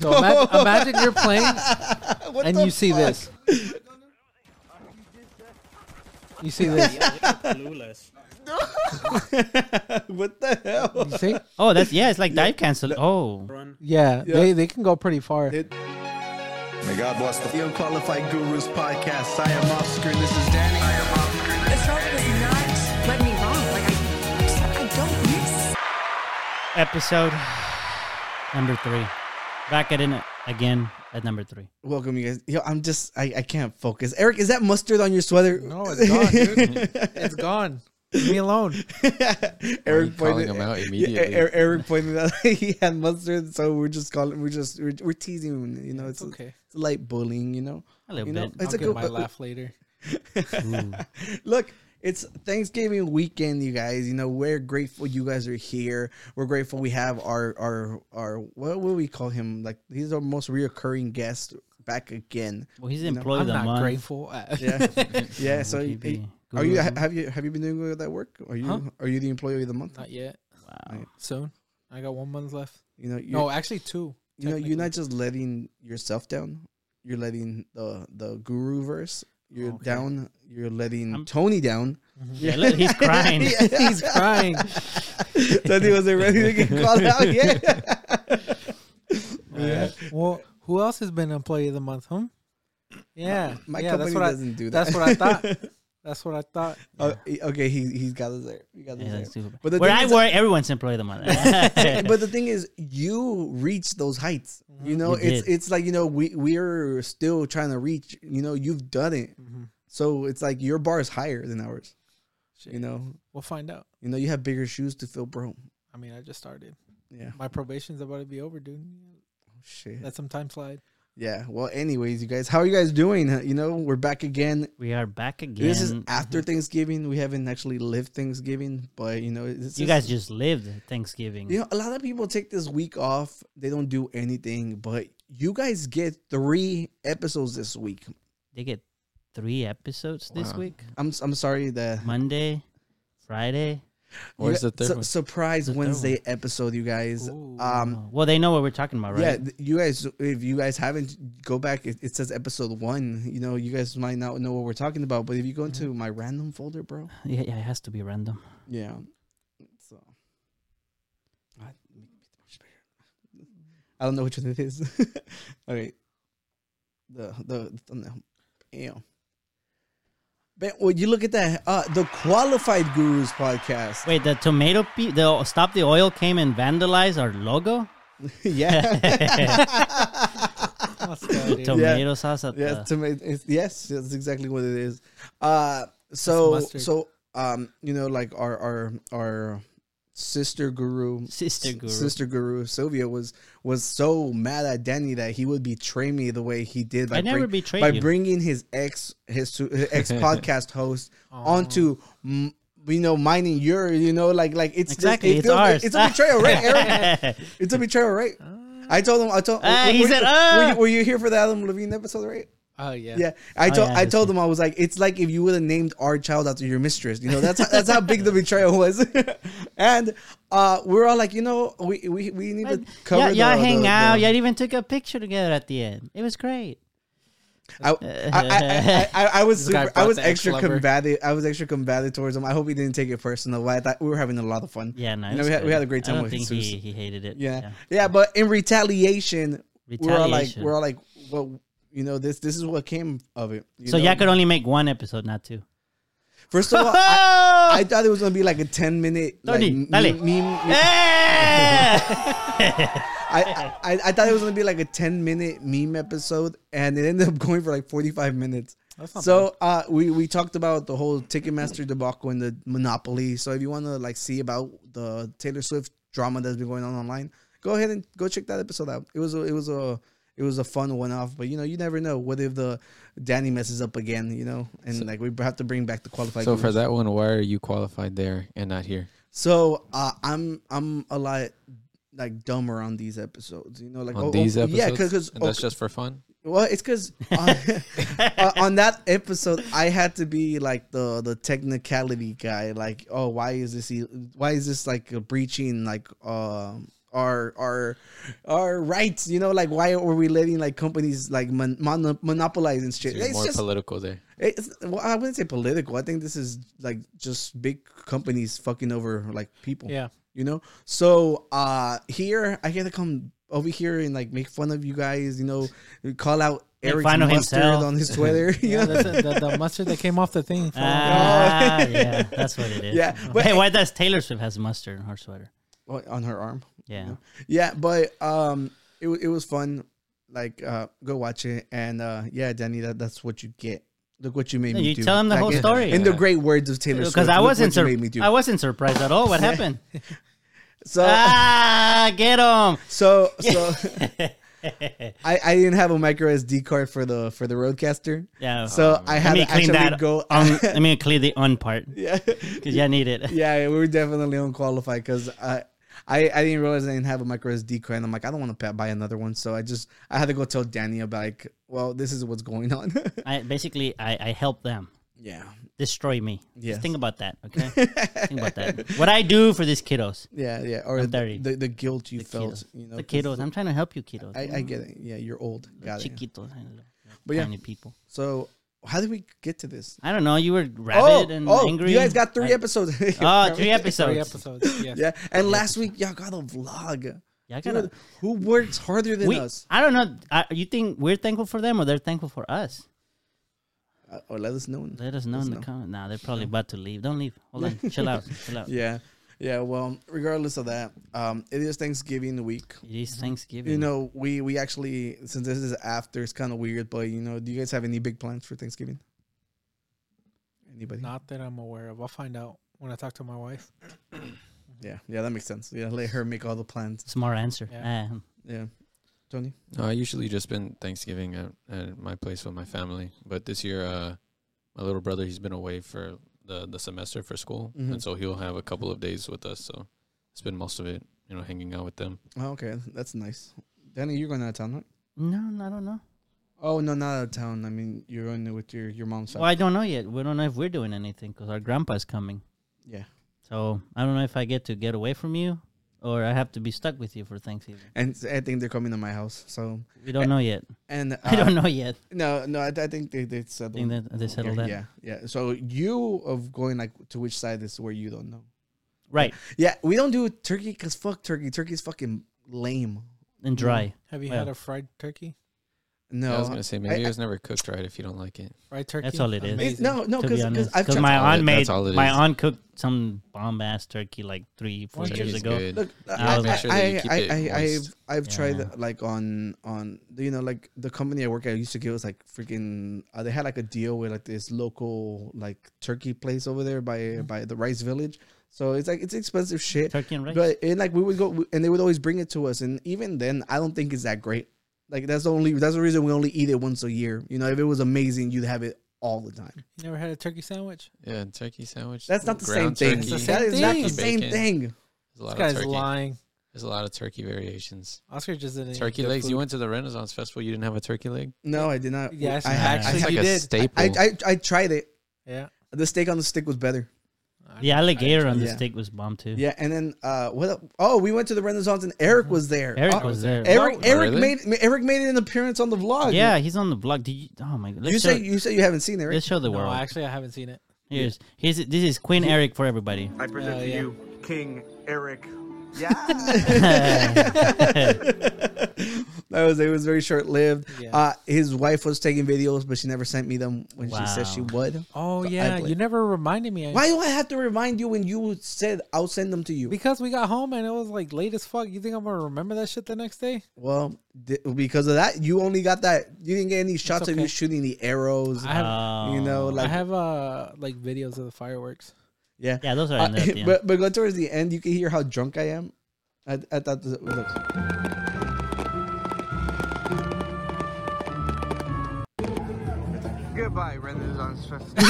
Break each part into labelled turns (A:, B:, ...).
A: So imagine, imagine you're playing and you see this. You see this.
B: Clueless.
C: what the hell?
A: You see?
D: Oh, that's yeah. It's like dive cancel. Oh,
B: Run.
A: Yeah, they they can go pretty far.
C: It-
E: May God bless the
F: The Unqualified Gurus Podcast. I am off screen. This is Danny. I am off screen.
G: The shoulder does not let me wrong. Like I, I don't miss.
D: episode number three. Back at it again at number three.
C: Welcome, you guys. Yo, I'm just, I, I can't focus. Eric, is that mustard on your sweater?
A: No, it's gone, dude. it's gone. Leave me alone.
C: Eric
H: calling
C: pointed
H: him out
C: yeah,
H: immediately?
C: Er- Eric pointed out he had mustard, so we're just calling, we're just, we're, we're teasing him. You know, it's
A: okay.
C: It's light bullying. You know,
D: A little
C: you know,
D: bit.
A: I'll
C: it's a
A: get
C: good
A: my
C: but-
A: laugh later.
C: Look, it's Thanksgiving weekend, you guys. You know, we're grateful you guys are here. We're grateful we have our our our what will we call him? Like he's our most reoccurring guest back again.
D: Well, he's
C: know,
D: employee
A: I'm
D: of the
A: not
D: month.
A: grateful. Uh,
C: Yeah, yeah. So
D: Would he
C: you-
D: be
C: are you
D: guru?
C: ha- have you have you been doing that work? Are you
A: Huh?
C: are you the employee of the month?
A: Not yet.
D: Wow.
A: Soon. I got one month left.
C: You know, you
A: No, actually two.
C: you know, you're
A: technically.
C: not just letting yourself down. You're letting the the guru verse. You're
A: Okay.
C: down. You're letting
D: I'm-
C: Tony down.
D: Yeah, look, he's crying.
A: He's crying.
C: Tony wasn't ready to get called out yet.
A: yeah. Well, who else has been employee of the month? Hmm. Yeah.
C: My
A: yeah,
C: company
A: that's what
C: doesn't
A: I,
C: do that.
A: That's what I thought. That's what I thought.
C: Oh, he- okay, he he's got us there. He got us
D: Yeah,
C: there.
D: that's stupid.
C: But the
D: Where
C: thing
D: I
C: is-
D: work, everyone's employee of the month.
C: But the thing is, you reach those heights. You know,
D: Mm-hmm. You
C: it's
D: did.
C: it's like you know we we're still trying to reach. You know, you've done it,
D: Mm-hmm.
C: so it's like your bar is higher than ours. You
A: Shit.
C: know,
A: We'll find out.
C: you know you have bigger shoes to fill, bro.
A: I mean, I just started.
D: Mm-hmm.
C: Yeah.
A: My probation's about to be over, dude.
C: Shit.
A: Let some time slide.
C: Yeah. Well, anyways, you guys, how are you guys doing? Uh, You know, we're back again.
D: we are back again. Mm-hmm.
C: This is after Thanksgiving. We haven't actually lived Thanksgiving, but you know, it's
D: you
C: just-
D: guys just lived
H: Mm-hmm.
D: Thanksgiving.
C: You know, a lot of people take this week off. They don't do anything, but you guys get three episodes this week.
D: They get three episodes this week:
C: I'm I'm sorry that
D: Monday, Friday.
H: Where's
C: You
H: the third
C: su-
H: one?
C: surprise
D: one?
C: Wednesday episode, you guys.
A: Ooh.
C: Um,
D: Well, they know what we're talking about, right?
C: yeah, th- you guys. If you guys haven't go back, it, it says episode one. You know, you guys might not know what we're talking about, but if you go
H: Mm-hmm.
C: into my random folder, bro.
D: yeah, yeah, it has to be random.
C: Yeah. So. I I don't know which one it is. All right. The the the thumbnail. Damn. But when you look at that, uh, the Qualified Gurus podcast.
D: Wait, the tomato pe- the stop the oil came and vandalized our logo.
C: yeah.
A: Let's go, dude.
D: Tomato sauce at
C: yeah.
D: the
C: Tomato. It's, yes, that's exactly what it is. Uh, so
A: mustard.
C: so um, you know, like our our our sister guru
D: sister guru.
C: sister guru Sylvia was was so mad at Danny that he would betray me the way he did by
D: I never
C: bring-
D: betrayed
C: by
D: you.
C: bringing his ex his, su- his ex podcast host onto. M- you know, mining your, you know, like, like it's
D: Exactly,
C: it
D: it's
C: feels-
D: ours. Uh,
C: It's a betrayal, right, Eric? It's a betrayal, right? I told him. I told.
D: Ah, he
C: were
D: said,
C: you,
D: "Ah."
C: were, you, were you here for the Adam Levine episode, right?
A: Oh yeah.
C: Yeah, I
D: Oh,
C: told
D: yeah,
C: I
D: that's
C: told him I was like, it's like if you would have named our child after your mistress. You know, that's how, that's how big the betrayal was. and uh, we're all like, you know, we we, we need to cover.
D: Yeah, y'all
C: the-
D: hang
C: the-
D: out.
C: the-
D: Y'all even took a picture together at the end. It was great.
C: I, I, I, I, I was
A: This guy
C: super, I
A: brought
C: was
A: the ex
C: extra
A: lover.
C: combative. I was extra combative towards him. I hope he didn't take it personal. But I thought we were having a lot of fun.
D: Yeah, no, it
C: You know,
D: was
C: we, had, we
D: good.
C: had a great time
D: I don't
C: with
D: think
C: Jesus.
D: he, he hated it.
C: yeah. yeah, But in retaliation, we're all like,
D: Retaliation.
C: we're all like, well, you know, this this is what came of it. you
D: so
C: know?
D: y'all could only make one episode, not two.
C: First of all, I, I thought it was gonna be like a ten minute like,
D: Tony,
C: meme-
D: dale.
C: meme- I, I I thought it was gonna be like a ten minute meme episode, and it ended up going for like forty five minutes. So uh, we we talked about the whole Ticketmaster debacle and the monopoly. So if you want to like see about the Taylor Swift drama that's been going on online, go ahead and go check that episode out. It was a, it was a it was a fun one off, but you know you never know. What if the Danny messes up again? You know, and like we have to bring back the qualified.
H: so for
C: gurus.
H: that one, why are you qualified there and not here?
C: So uh, I'm I'm a lot like dumber on these episodes, you know, like
H: On
C: oh,
H: these
C: oh,
H: episodes,
C: yeah, because
H: and that's just for fun.
C: well, it's because on, uh, on that episode I had to be like the the technicality guy, like oh why is this e- why is this like breaching like um our our our rights. You know, like why are we letting like companies like mon- mono- monopolize and
H: So
C: shit?
H: you're
C: It's
H: more
C: just
H: political there.
C: it's, well, I wouldn't say political. I think this is like just big companies fucking over like people.
A: Yeah.
C: You know? So uh here I get to come over here and like make fun of you guys, you know, call out
D: Make
C: Eric
D: fun of
C: Mustard
D: himself.
C: on his Twitter. you
A: Yeah,
C: know?
A: that's it. The, the mustard that came off the thing. uh, fell off.
D: Ah, yeah, that's what it is.
C: Oh, Yeah, but-
D: hey, why does Taylor Swift has mustard in her sweater?
C: What, on her arm.
D: Yeah.
C: Yeah, but um it wa- it was fun. Like uh go watch it and uh yeah, Danny, that, that's what you get. Look what you made
D: No,
C: me
D: you
C: do.
D: tell him the
C: Back
D: whole
C: in-
D: story.
C: In the great words of Taylor Swift.
D: Because I
C: look
D: wasn't
C: what you
D: sur-
C: made me do.
D: I wasn't surprised at all. What happened?
C: so
D: ah, get him.
C: So so I, I didn't have a micro SD card for the for the roadcaster.
D: Yeah.
C: So
D: Uh-huh.
C: I
D: let
C: had to
D: me
C: actually
D: clean that.
C: go
D: on, let me clean the on part
C: yeah.
D: because yeah, I need it.
C: Yeah, we were definitely unqualified because I, I I didn't realize I didn't have a micro SD card and I'm like, I don't want to buy another one. So I just I had to go tell Danny about like, well, this is what's going on.
D: I basically I, I help them
C: yeah.
D: destroy me.
C: Yes.
D: Just think about that, okay? think about that. What I do for these kiddos,
C: Yeah, yeah. Or
D: I'm
C: the,
D: dirty.
C: the the guilt you
D: the
C: felt,
D: kiddos,
C: you know.
D: the
C: 'cause
D: kiddos. I'm trying to help you, kiddos.
C: I,
D: you
C: I
D: know?
C: get it. Yeah, you're old. Got it.
D: chiquitos, I don't know,
C: But yeah.
D: tiny people.
C: So how did we get to this?
D: I don't know. You were rabid and angry.
C: Oh, you guys got three
D: I-
C: episodes.
D: Oh, three episodes.
A: Three episodes. Yeah.
C: Yeah, and last week y'all got a vlog.
D: Yeah, I
C: Dude,
D: gotta-
C: who works harder than
D: we,
C: us?
D: I don't know. I, you think we're thankful for them or they're thankful for us?
C: Uh, or let us know.
D: Let us know in the comments. Nah, they're probably about to leave. Don't leave. Hold on. Chill out. Chill out.
C: Yeah, yeah. Well, regardless of that, um, it is Thanksgiving week.
D: It is Thanksgiving.
C: You know, we we actually since this is after, it's kind of weird. But you know, do you guys have any big plans for Thanksgiving? Anybody?
A: Not that I'm aware of. I'll find out when I talk to my wife.
C: Yeah, yeah, that makes sense. Yeah, let her make all the plans.
D: smart answer.
A: Yeah.
D: Um,
C: Yeah, Tony.
H: No, I usually just spend Thanksgiving at, at my place with my family. But this year, uh, my little brother he's been away for the the semester for school,
C: Mhm.
H: and so he'll have a couple of days with us. So I spend most of it, you know, hanging out with them.
C: Oh, okay, that's nice. Danny, you're going out of town, right?
D: no, no, I don't know.
C: Oh no, not out of town. I mean, you're going with your your mom's.
D: Well, I don't know yet. We don't know if we're doing anything because our grandpa's coming.
C: Yeah.
D: So I don't know if I get to get away from you or I have to be stuck with you for Thanksgiving.
C: and I think they're coming to my house. So
D: We don't know yet.
C: and uh,
D: I don't know yet.
C: No, no, I, I think they they settled.
D: Think that they settled
C: yeah,
D: that.
C: Yeah, yeah. So you of going like to which side is where you don't know.
D: Right.
C: Yeah, we don't do turkey because fuck turkey. Turkey's fucking lame.
D: And dry.
A: Have you
D: Yeah.
A: had a fried turkey?
C: No,
H: Yeah, I was gonna say maybe
C: I-
H: it was never cooked right if you don't like it.
A: Fried turkey.
D: all it is.
C: It's-
A: Amazing.
C: no, no,
D: to be
C: because
D: honest,
C: I've
D: because
C: tried-
D: my
H: all it-
D: aunt made
H: that's all it
D: my
H: is.
D: aunt cooked some bomb ass turkey like three four
A: Turkey
D: years
A: is
D: ago.
H: Good.
C: Look,
D: I
C: I,
D: was
H: Make sure that you
C: I,
H: keep
C: I,
H: it
C: I, I've
H: moist.
C: I've
D: Yeah.
C: tried like on on you know like the company I work at used to give us like freaking uh, they had like a deal with like this local like turkey place over there by
H: Mm-hmm.
C: by the rice village. So it's like it's expensive shit.
D: Turkey and rice.
C: But and like we would go and they would always bring it to us, and even then, I don't think it's that great. Like that's the only that's the reason we only eat it once a year. You know, if it was amazing, you'd have it all the time.
A: You never had a turkey sandwich?
H: Yeah, and turkey sandwich.
C: That's not the
H: ground
C: same
H: turkey,
C: thing.
A: It's the
C: that
A: same
C: is not the
A: thing.
C: same
H: Bacon.
C: thing.
H: There's a lot
A: This
H: of
A: guy's
H: turkey.
A: lying.
H: There's a lot of turkey variations.
A: Oscar just didn't. eat
H: Turkey
A: good
H: legs.
A: food.
H: You went to the Renaissance Festival. You didn't have a turkey leg.
C: No, I did not.
A: Yes,
C: I,
A: actually,
H: It's like
A: you
H: a
A: did.
H: staple.
C: I, I I tried it.
A: Yeah.
C: The steak on the stick was better.
D: the alligator on the
C: Yeah.
D: steak was bomb too.
C: Yeah, and then uh, what? el- Oh, we went to the Renaissance, and Eric was there.
D: Eric
C: Oh,
D: was there.
C: Eric,
H: Really?
C: Eric made Eric made an appearance on the vlog.
D: yeah, he's on the blog. Did you, oh my god. Let's
C: you
D: show,
C: say you say you haven't seen it, right?
D: let's show the
A: No,
D: world.
A: actually, I haven't seen it.
D: Here's here's this is Queen Eric for everybody.
F: I present
A: Oh,
F: to
A: yeah.
F: you King Eric. Yeah.
C: That was it was very short lived.
A: Yeah.
C: Uh, his wife was taking videos, but she never sent me them when she said she
D: Wow.
C: would.
A: Oh
C: So I
A: yeah,
C: blame-
A: you never reminded me. I-
C: Why do I have to remind you when you said I'll send them to you?
A: Because we got home and it was like late as fuck. You think I'm gonna remember that shit the next day?
C: well, di- because of that, you only got that. You didn't get any shots of you
A: okay.
C: shooting the arrows.
A: I have,
D: Um,
C: you know,
A: I
C: like
A: have uh like videos of the fireworks.
C: yeah,
D: Yeah, those are
C: Uh,
D: in there at the end.
C: but but go towards the end, you can hear how drunk I am. I, I thought this, look.
F: Goodbye, Renaissance Festival.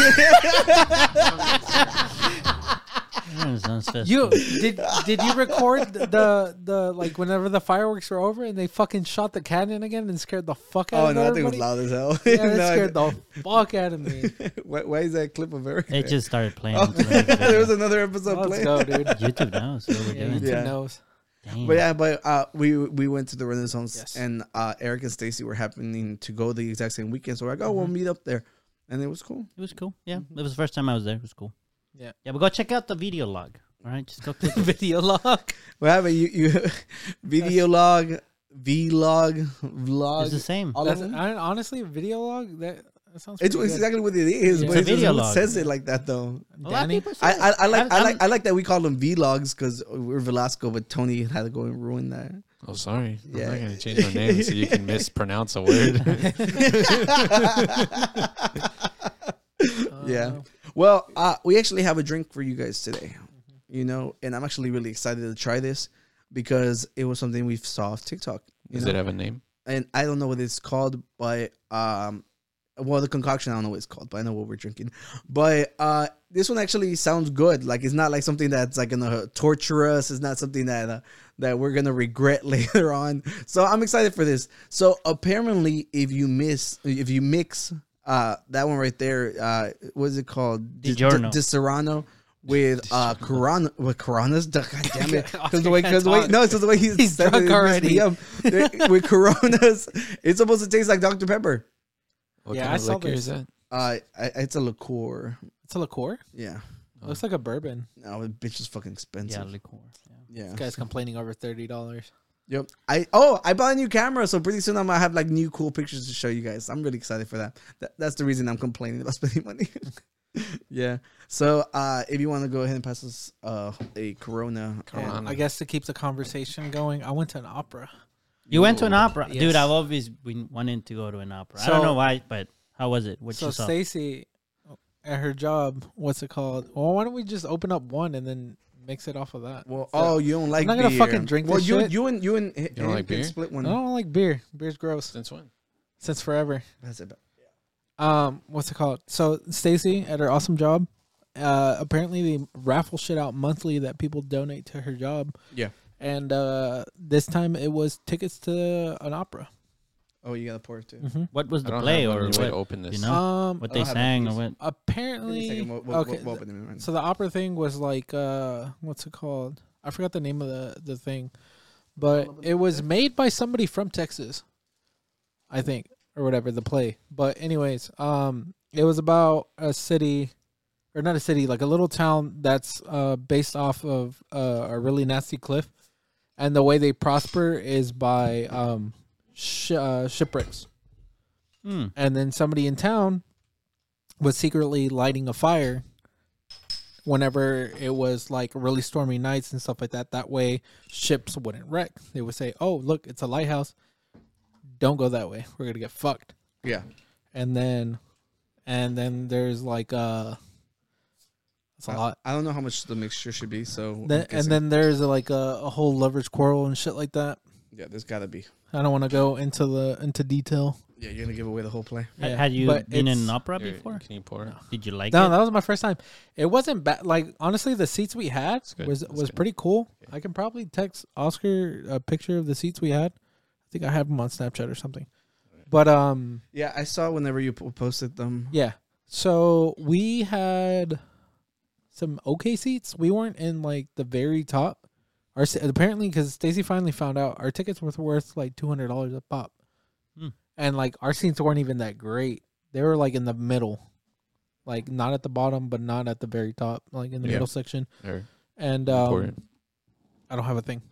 D: Renaissance Festival.
A: You did did you record the the like whenever the fireworks were over and they fucking shot the cannon again and scared the fuck out
C: Oh
A: of
C: no, I think it was
A: everybody?
C: loud as hell.
A: Yeah, that
C: No, I-
A: scared the fuck out of me.
C: why, why is that clip of Eric?
D: it
A: Oh,
D: just started playing.
C: there
D: there
C: was another episode
A: Let's
C: playing.
A: go, dude.
D: YouTube knows what we're
A: Yeah,
D: doing.
A: YouTube
C: Yeah.
A: knows.
D: Damn.
C: But yeah, but uh, we we went to the Renaissance,
A: Yes.
C: and uh, Eric and Stacy were happening to go the exact same weekend, so we're like, oh,
D: Mm-hmm.
C: we'll meet up there, and it was cool.
D: It was cool. Yeah, it was the first time I was there. It was cool.
A: Mm-hmm. Yeah.
D: Yeah, but go check out the video log. All right, just go click. it.
A: Video log.
C: Well, but you you video log, vlog, vlog,
D: It's the same.
C: all of
A: That's,
C: them.
A: I, honestly, video log. That, that sounds.
C: It's,
A: pretty
C: it's
A: good.
C: exactly what it is,
A: Yeah.
C: but
D: It's a
C: it
D: video
C: video
D: log.
C: says it like that though.
D: A lot of
A: Danny?
D: people say
C: I,
D: that.
C: I, I like
D: I'm-
C: I
D: I'm-
C: like I like that we call them vlogs because we're Velasco, but Tony had to go and ruin that.
H: Oh, sorry. I'm
C: Yeah.
H: not gonna change my name so you can mispronounce a word.
C: yeah. Well, uh, we actually have a drink for you guys today, you know, and I'm actually really excited to try this because it was something we saw off TikTok. You
H: Does
C: know?
H: it have a name?
C: and I don't know what it's called, but um, well, the concoction I don't know what it's called, but I know what we're drinking. But uh, this one actually sounds good. Like it's not like something that's like gonna torture us. It's not something that uh, that we're gonna regret later on. So I'm excited for this. So apparently, if you miss, if you mix uh that one right there, uh, what is it called? Di-
D: DiGiorno.
C: Di Serrano With uh, Corona, with Corona's, God damn it! Because the way,
A: Oscar can't
C: because the way,
A: talk.
C: no, it's 'cause Oh, the way he's
A: He's
C: said
A: drunk
C: it, it messed
A: already.
C: me up. They- with Coronas, it's supposed to taste like Dr. Pepper.
H: What
A: Yeah,
H: kind
A: I
H: of
A: saw
H: liquor
A: this.
H: is that?
C: Uh, I, it's a liqueur.
A: It's a liqueur.
C: Yeah.
A: Looks
C: Oh.
A: like a bourbon.
C: No, the bitch is fucking
D: Yeah,
C: expensive.
D: liqueur. Yeah.
C: Yeah.
A: This guy's complaining over thirty dollars.
C: Yep. I oh, I bought a new camera, so pretty soon I'm gonna have like new cool pictures to show you guys. I'm really excited for that. Th- that's the reason I'm complaining about spending money. yeah. So uh, if you want to go ahead and pass us uh, a Corona,
H: Corona.
A: I guess to keep the conversation going, I went to an opera.
D: You went to an opera,
A: Yes.
D: dude. I've always been wanting to go to an opera. I
A: So-
D: don't know why, but how was it? What
A: So
D: you saw?
A: Stacy, at her job, what's it called? Well, why don't we just open up one and then mix it off of that?
C: well,
A: So-
C: oh, you don't like.
A: not gonna
C: beer.
A: fucking drink
C: Well,
A: this
C: you
A: shit.
C: you and you and you
H: don't like beer?
C: split one.
A: I don't like beer. Beer's gross
H: Since when?
A: since forever.
C: That's it.
A: um what's it called so stacy at her awesome job uh apparently they raffle shit out monthly that people donate to her job
C: Yeah.
A: and uh this time it was tickets to an opera
C: Oh, you gotta pour it too.
D: What was
H: I
D: the
H: don't
D: play
H: have
D: or
H: any
D: what?
H: way to open this.
D: You know
A: um
D: what
C: I don't
D: they
C: have it.
D: sang or what?
A: apparently
C: Give me a second, we'll- we'll-
A: okay
C: we'll open it in a minute.
A: so the opera thing was like uh what's it called i forgot the name of the the thing but it was made by somebody from texas i think or whatever the play but anyways um it was about a city or not a city like a little town that's uh based off of uh, a really nasty cliff and the way they prosper is by um sh- uh, shipwrecks
D: Hmm.
A: and then somebody in town was secretly lighting a fire whenever it was like really stormy nights and stuff like that that way ships wouldn't wreck they would say oh look it's a lighthouse don't go that way we're gonna get fucked
C: Yeah.
A: and then and then there's like uh it's a
C: I-
A: lot
C: I don't know how much the mixture should be, so I'm
A: then, and
C: guessing-
A: then there's like a, a whole lovers quarrel and shit like that
C: yeah, there's gotta be.
A: i don't want to go into the into detail
C: Yeah, you're gonna give away the whole play.
D: Ha-
A: Yeah,
D: Had you
A: but
D: been in
A: it's-
D: an opera
H: Here,
D: before?
H: Can you pour it?
D: Did you like
A: No,
D: it?
A: that was my first time. It wasn't bad. Like honestly, the seats we had
H: good.
A: was
H: That's
A: was
H: good.
A: pretty cool. I can probably text Oscar a picture of the seats we had. I think I have them on Snapchat or something. But um,
C: Yeah, I saw whenever you po- posted them.
A: yeah. So we had some okay seats. We weren't in like the very top. Our se- apparently because Stacy finally found out our tickets were worth like two hundred dollars a pop,
D: Hmm.
A: and like our seats weren't even that great. They were like in the middle, like not at the bottom, but not at the very top, like in the
H: Yeah.
A: middle section.
H: Or
A: And
H: pour
A: um,
H: it?
A: I don't have a thing.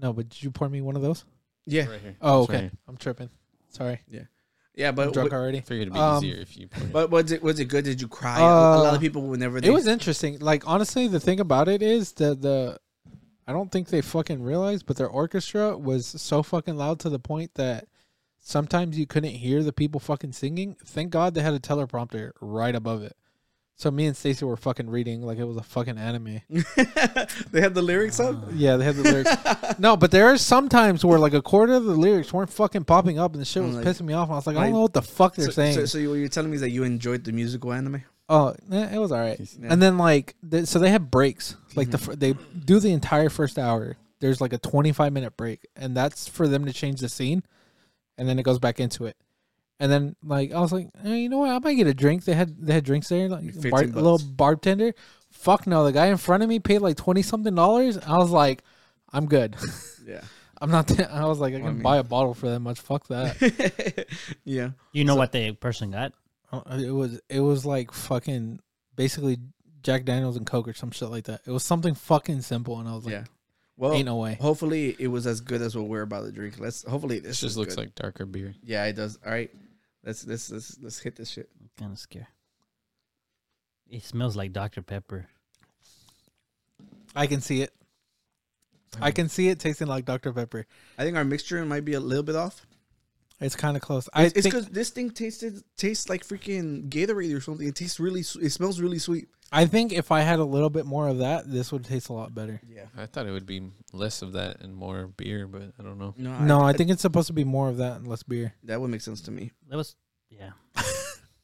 A: No, but did you pour me one of those?
C: Yeah,
H: Right here.
A: Oh,
H: It's right
A: okay.
H: here.
A: I'm tripping. Sorry,
C: yeah,
A: I'm
C: but
A: drunk
C: wa-
A: already.
H: I figured it'd be
A: Um,
H: easier if you poured it.
C: but was it was it good? Did you cry? a
A: Uh,
C: lot of people whenever they
A: It was interesting. Like honestly, the thing about it is that the I don't think they fucking realized, but their orchestra was so fucking loud to the point that sometimes you couldn't hear the people fucking singing. Thank God they had a teleprompter right above it. So me and Stacy were fucking reading like it was a fucking anime.
C: they had the lyrics up.
A: Yeah, they had the lyrics. no, but there are some times where like a quarter of the lyrics weren't fucking popping up, and the shit
C: I'm
A: was
C: like-
A: pissing me off. And I was like, I
C: like-
A: don't know what the fuck they're
C: So,
A: saying.
C: so, so you- what you're telling me is that you enjoyed the musical anime?
A: Oh, eh, it was all right.
C: Yeah. Mm-hmm.
A: And then like, th- so they have breaks. Like the fir- they do the entire first hour. There's like a 25 minute break, and that's for them to change the scene, and then it goes back into it. And then like I was like, eh, you know what? I might get a drink. They had they had drinks there, like
C: 15
A: bar-
C: bucks.
A: little bartender. fuck no. The guy in front of me paid like twenty something dollars. I was like, I'm good.
C: Yeah.
A: I'm not. I was like, I can
C: mean-
A: buy a bottle for that much. Fuck that.
C: yeah.
D: You know what the person got?
A: Uh, it was it was like fucking basically Jack Daniels and Coke or some shit like that. It was something fucking simple, and I was like,
C: Yeah. Well,
A: ain't no
C: Oh.
A: way.
C: hopefully it was as good as what we're about to drink. Let's hopefully this
H: This just
C: is
H: looks
C: good.
H: like darker beer.
C: Yeah, it does. All right. Let's let's let's let's hit this shit.
D: Kind of scary. It smells like Dr. Pepper.
A: I can see it. I can see it tasting like Dr Pepper.
C: I think our mixture might be a little bit off.
A: It's kind of close. I
C: It's
A: think
C: because this thing tasted tastes like freaking Gatorade or something. It tastes really. su- It smells really sweet.
A: I think if I had a little bit more of that, this would taste a lot better.
C: Yeah.
H: I thought it would be less of that and more beer, but I don't know.
C: No.
A: No, I think it's supposed to be more of that and less beer.
C: that would make sense to me.
D: That was, yeah. yeah,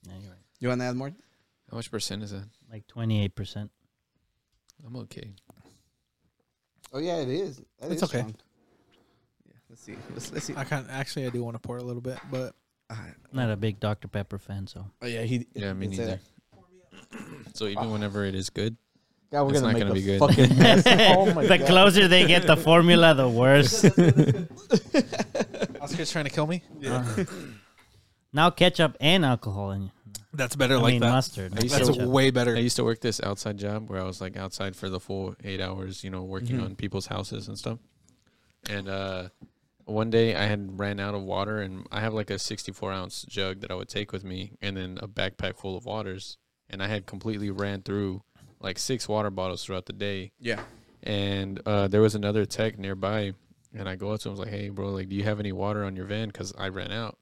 D: you're right.
C: You want to add more?
H: How much percent is that?
D: Like 28%.
H: I'm okay.
C: Oh yeah, it is. That
A: It's
C: is
A: okay.
C: strong. Yeah. Let's see. Let's, let's see.
A: I kind actually I do want to pour a little bit, but
C: Ah,
D: Not a big Dr. Pepper fan, so.
C: oh yeah, he.
H: Yeah, me
C: he said
H: neither. So even whenever it is good,
A: God, we're
H: It's
A: gonna
H: not
A: make
H: gonna
A: a
H: be good.
A: fucking mess. oh my
D: the
A: god,
D: closer they get the formula, the worse.
A: Oscar's trying to kill me.
D: now ketchup and alcohol in
A: That's better
D: I
A: like
D: mean
A: that.
D: mustard. not
H: used
A: That's
H: So-
D: ketchup.
A: way
H: I
A: better.
H: used to work this outside job where I was like outside for the full eight hours, you know, working on people's houses and stuff. And uh, one day I had ran out of water, and I have like a 64 ounce jug that I would take with me, and then a backpack full of waters. And I had completely ran through like six water bottles throughout the day.
C: Yeah.
H: And uh, there was another tech nearby, and I go up to him, I was like, hey, bro, like, do you have any water on your van? Because I ran out.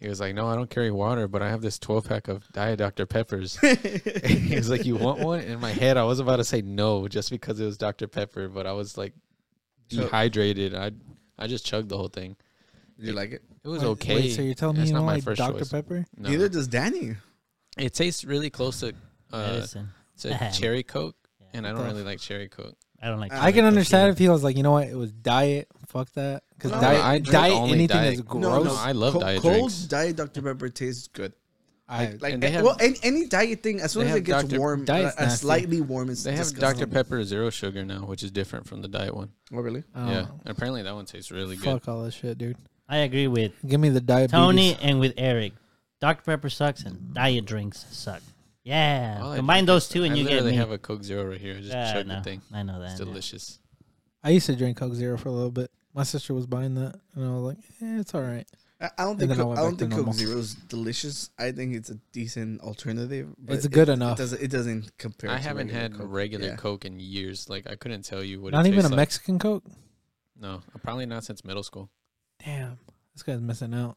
H: He was like, no, I don't carry water, but I have this 12 pack of Diet Dr. Peppers. he was like, "You want one?" In my head, I was about to say no, just because it was Dr Pepper, but I was like
C: So-
H: dehydrated. I I just chugged the whole thing.
C: Did you like it?
H: It was okay.
A: Wait, so you're telling me
H: It's
A: you
H: not
A: don't
H: my
A: like
H: first
A: Dr
H: choice.
A: Pepper?
H: No.
C: Neither does Danny.
H: It tastes really close to uh,
D: Medicine.
H: to cherry coke, and I don't
A: the-
H: really like cherry coke.
D: I don't like.
A: I can
D: Dr.
A: understand
D: Pepper.
A: if he was like, you know what, it was diet. Fuck that, because
C: No,
A: diet,
H: I drink
A: diet,
H: only
A: anything
H: diet.
A: is
H: No,
A: gross.
H: no, I love
C: Co-
H: diet
C: cold
H: drinks.
C: diet Dr Pepper tastes good.
A: I,
C: Like
H: And they
C: eh,
H: have-
C: well, any, any diet thing as soon
H: they
C: as it
H: have
C: gets
H: Dr.
C: warm, uh,
A: Diet's
C: uh,
A: nasty.
C: slightly warm, it's
H: They have
C: disgusting.
H: Dr Pepper zero sugar now, which is different from the diet one.
C: Oh really?
A: oh,
H: yeah, and apparently that one tastes really good.
A: fuck all this shit, dude.
D: I agree with
A: Give me the diabetes.
D: Tony and with Eric. Dr Pepper sucks and diet drinks suck. Yeah,
H: All I
D: combine
H: drink
D: those
H: is-
D: two and
H: I
D: you get
H: literally
D: me.
H: have a Coke Zero right here. I just
D: Yeah, I
H: chugged
D: know.
H: the thing.
D: I know that.
H: It's
D: yeah.
H: delicious.
A: I used to drink Coke Zero for a little bit. My sister was buying that, and I was like, eh, it's all right.
C: I I don't
A: And
C: think
A: then I
C: Coke-
A: went
C: I,
A: back
C: don't
A: to
C: think Coke
A: normal.
C: Zero is delicious. I think it's a decent alternative. but
A: It's good
C: it,
A: enough.
C: It doesn't, it doesn't compare.
H: I
C: to
H: haven't
C: regular
H: had
C: Coke.
H: regular
C: Yeah.
H: Coke in years. Like I couldn't tell you what.
A: Not
H: it
A: even a
H: tastes like.
A: Mexican Coke.
H: No, probably not since middle school.
A: Damn, this guy's missing out.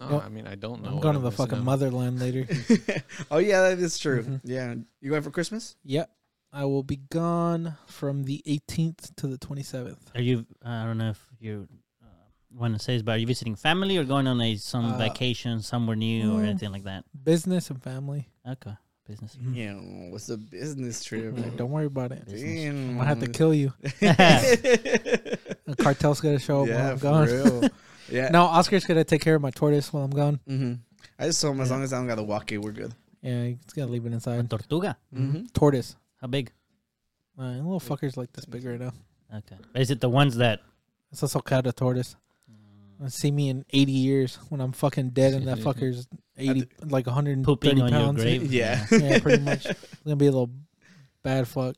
H: No,
A: Well,
H: I mean I don't know.
A: I'm
H: what
A: going to the
H: missing
A: fucking
H: out.
A: motherland later.
C: Oh yeah, that is true.
A: Mhm.
C: Yeah, you going for Christmas?
A: yep, I will be gone from the 18th to the 27th.
D: Are you? I don't know if you uh, want to say this, but are you visiting family or going on a some
A: Uh,
D: vacation somewhere new or
A: mm.
D: anything like that?
A: Business and family.
D: Okay, business.
A: Mm. Mm-hmm.
C: Yeah, what's a business trip?
A: Like, don't worry about it.
C: Damn.
A: Mm-hmm. I'm gonna have to kill you. The cartel's gonna show up while
C: yeah,
A: Oh, I'm
C: for
A: gone.
C: real. Yeah.
A: No, Oscar's gonna take care of my tortoise while I'm gone.
C: hmm I just told him as long as I don't gotta walk it, we're good.
A: Yeah, he's gonna leave it inside.
D: Tortuga.
C: Mm-hmm.
A: Tortoise.
D: How big?
A: Uh, little fuckers like this big right now.
D: Okay. Is it the ones that?
A: It's a Socata tortoise.
D: Mm.
A: Gonna see me in 80 years when I'm fucking dead and that fucker's 80, like 130
D: Pooping on
A: pounds.
D: your grave.
C: Yeah.
A: yeah, pretty much. It's gonna be a little bad fuck.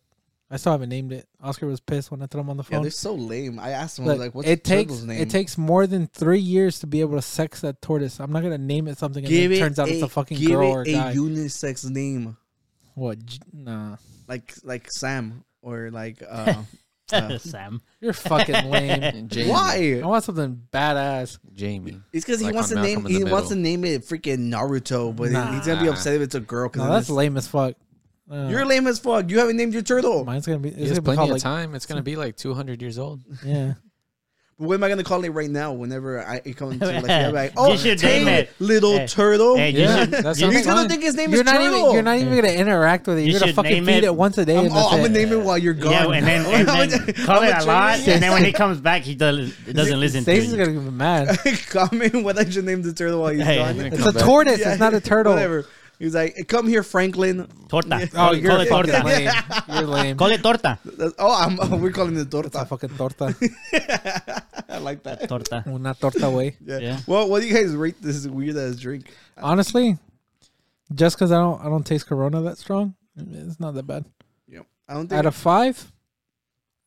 A: I still haven't named it. Oscar was pissed when I threw him on the
C: Yeah,
A: phone.
C: they're so lame. I asked him, I
A: Look,
C: was like, what's
A: it
C: the
A: takes
C: turtle's name?
A: it takes more than three years to be able to sex that tortoise. I'm not gonna name it something and
C: Give
A: then it
C: it
A: turns out
C: a,
A: it's a fucking
C: give
A: girl
C: it
A: or
C: a
A: a guy.
C: unisex name,
A: what? J- Nah,
C: like like Sam or like. Uh, uh,
D: Sam.
A: you're fucking lame.
H: And Jamie,
A: I
C: why?
A: want something badass.
H: Jamie.
C: It's because he
H: Like
C: wants
H: on
C: to name
H: Malcolm in
C: he
H: the
C: wants to
H: Middle.
C: name it freaking Naruto, but he-
A: Nah.
C: he's gonna be upset if it's a girl. Cause
A: No,
C: then
A: that's
C: it's-
A: lame as fuck. Uh,
C: You're lame as fuck. You haven't named your turtle.
A: mine's gonna be. It's
H: He has
A: gonna be
H: plenty
A: called
H: of
A: like
H: time. It's gonna be like 200 years old.
A: yeah.
C: What am I gonna call it right now? Whenever I it comes to like, I'm like
D: You
C: oh,
D: should name
C: hey,
D: it.
C: little
D: Hey,
C: turtle.
D: hey, you
A: Yeah,
D: should-
A: that
D: you
A: sounds
C: He's gonna
A: fine.
C: think his name
A: You're
C: is
A: not
C: Turtle.
A: even. You're not even gonna interact with it.
D: You
A: You're gonna
D: should
A: fucking
D: name
A: feed it,
D: it-
A: once a day.
C: I'm,
A: and that's
C: oh, I'm
A: it.
C: gonna name it while you're gone.
D: Yeah, and then, and
C: I'm
D: then
C: gonna-
D: call
C: I'm
D: it
C: gonna
D: a
C: turn
D: lot,
C: it
D: and then when he comes back, he does, it doesn't listen to
A: Stacy's
D: you.
A: gonna be mad.
C: comment what I should name the turtle while he's
D: Hey,
C: gone.
D: hey,
A: It's a tortoise. It's not a turtle.
C: Whatever. He was like, "Come here, Franklin."
D: Torta.
A: Oh,
D: Call it-
A: you're
D: call it
A: fucking
D: torta.
A: lame. You're lame.
D: Call it torta.
C: That's- oh, I'm, oh, we're calling it torta.
A: A fucking torta.
C: I like that.
D: Torta.
A: Una torta way.
C: Yeah.
D: Yeah.
C: Well, what do you guys rate this weird ass drink?
A: Honestly, just because I don't I don't taste Corona that strong, it's not that bad.
C: Yep. I don't think
A: Out of five,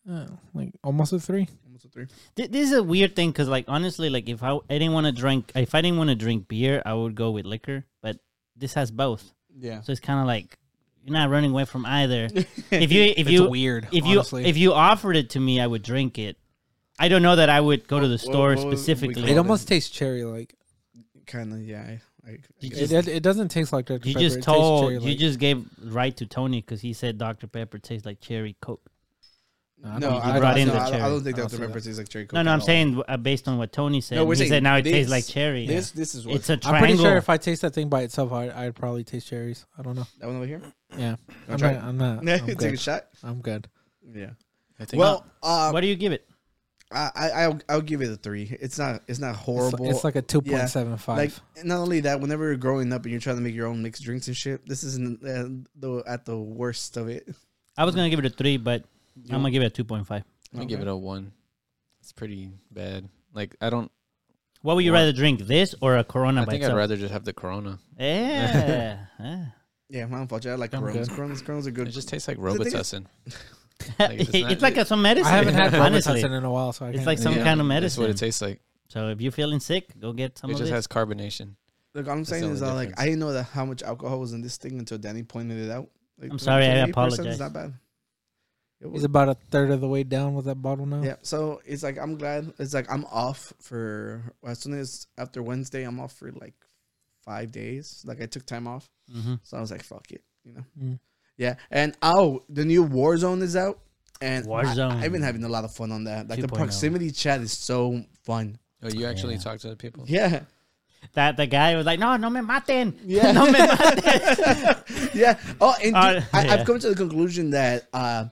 A: uh, like almost a three.
C: almost a three.
D: Th- This is a weird thing because, like, honestly, like if I, I didn't want to drink, if I didn't want to drink beer, I would go with liquor. But this has both,
C: Yeah.
D: so it's kind of like you're not running away from either. if you, if
A: It's
D: you,
A: weird,
D: If you,
A: honestly.
D: if you offered it to me, I would drink it. I don't know that I would go to the store
C: what was- we
D: specifically.
C: call
A: It almost tastes cherry like.
C: Kind of. Yeah. I, I, I
D: You
C: guess.
A: It, it, it doesn't taste like Dr.
D: You
A: Pepper.
D: just
A: it tastes
D: told you
A: cherry-like.
D: just gave right to Tony because he said Dr Pepper tastes like cherry coke.
A: Nah, I
C: no,
A: don't-
C: I,
D: brought
C: don't-
D: in
C: no,
D: the
C: I, don't- I
D: cherry.
C: don't think
A: I don't
C: Dr
A: see
C: Pepper
A: that.
C: tastes like cherry coke.
D: No, no,
C: at
D: I'm
C: all.
D: saying uh, based on what Tony said.
C: No, we're
D: he
C: saying
D: said now it
C: this-
D: tastes like cherry.
C: This this is what
D: It's a
A: I'm pretty
D: triangle.
A: sure if I taste that thing by itself, I, I'd probably taste cherries. I don't know.
C: that one over here.
A: Yeah, I'm
C: try
A: not, I'm not. I'm
C: Take a
A: good.
C: shot.
A: I'm good.
C: Yeah.
H: I think
C: Well, uh,
D: what do you give it?
C: I, I I'll, I'll give it a three. It's not it's not
A: It's,
C: horrible.
A: it's like a two point seven
C: like
A: five.
C: not only that, whenever you're growing up and you're trying to make your own mixed drinks and shit, this isn't uh, the at the worst of it.
D: I was gonna give it a three, but I'm gonna give it a two point five.
H: I give it a one. It's pretty bad. Like I don't.
D: What would you
H: What?
D: rather drink, this or a Corona?
H: I
D: by
H: think
D: itself?
H: I'd rather just have the Corona.
D: Yeah. Ah. yeah.
C: Yeah, my fault. I like
A: I'm
C: Coronas.
A: good.
C: Coronas. Coronas are good.
H: It just tastes like
C: The thing is-
H: Robitussin.
D: it's,
H: it's not-
D: like a, some medicine.
A: I haven't had
D: honestly.
A: Robitussin in a while, so I
D: It's
A: can't
D: like
A: really-
D: some kind of
H: That's what
D: medicine.
H: it tastes like.
D: So if you're feeling sick, go get some
H: It
D: of
H: just
D: this.
H: has carbonation.
C: Like all I'm saying
H: the
C: is,
H: only
C: uh, like
H: difference.
C: I didn't know that how much alcohol was in this thing until Danny pointed it out. Like,
D: I'm sorry, I
C: 28%
D: apologize.
C: Is not bad. It
A: He's
C: was,
A: about a third of the way down with that bottle now.
C: yeah, so it's like I'm glad. It's like I'm off for as soon as after Wednesday, I'm off for like five days. Like I took time off,
D: Mhm.
C: so I was like, fuck it, you know.
A: Mm.
C: Yeah, and oh, the new Warzone is out, and I-
D: Warzone. oh.
C: I've been having a lot of fun on that. Like the
D: 2.0.
C: proximity chat is so fun.
H: Oh, you actually
D: Yeah.
H: talk to the people.
C: Yeah,
D: That the guy was like, "No, no me maten."
C: Yeah.
D: no me maten.
C: yeah. Oh, and dude,
D: Uh,
C: I,
D: yeah.
C: I've come to the conclusion that uh,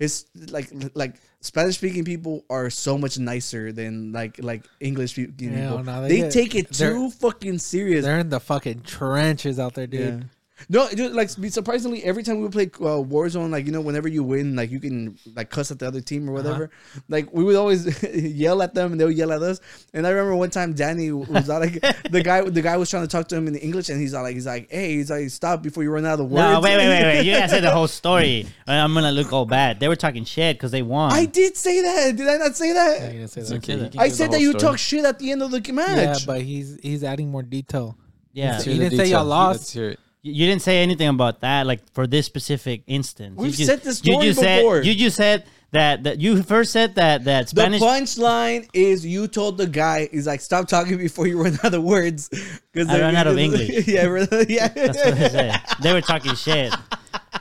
C: his like like Spanish speaking people are so much nicer than like like English speaking
A: Yeah,
C: people.
A: no, they
C: they
A: get-
C: take it
A: they're-
C: too fucking serious.
A: They're in the fucking trenches out there,
C: Yeah.
A: dude.
C: No, dude, like be- surprisingly, every time we play uh, Warzone, like you know, whenever you win, like you can like cuss at the other team
A: Uh-huh.
C: or whatever. Like we would always yell at them, and they would yell at us. And I remember one time Danny was all like the guy, the guy was trying to talk to him in English, and he's all like, he's like, hey, he's like, stop before you run out of words.
D: No, wait, wait, wait, wait. You gotta say the whole story. I- I'm gonna look all bad. They were talking shit because they won.
C: I did say that. Did I not say
A: Yeah, you
C: that?
A: didn't say
H: It's
A: that.
H: okay. can
C: I
H: give the
C: said
H: whole
C: that you
H: story.
C: talk shit at the end of the
A: Yeah,
C: match.
A: but he's he's adding more detail.
D: yeah,
H: Let's
A: You
H: hear the
A: didn't say y'all
H: detail.
A: lost.
H: Let's hear it.
D: You- You didn't say anything about that, like for this specific instance.
C: We've
D: you
C: said this story
D: just
C: before.
D: Said, you just said that, that you first said that that
C: the
D: Spanish.
C: punchline is you told the guy he's like stop talking before you run out of words because
D: I ran out of English.
C: yeah, run- yeah.
D: that's what I said. They were talking shit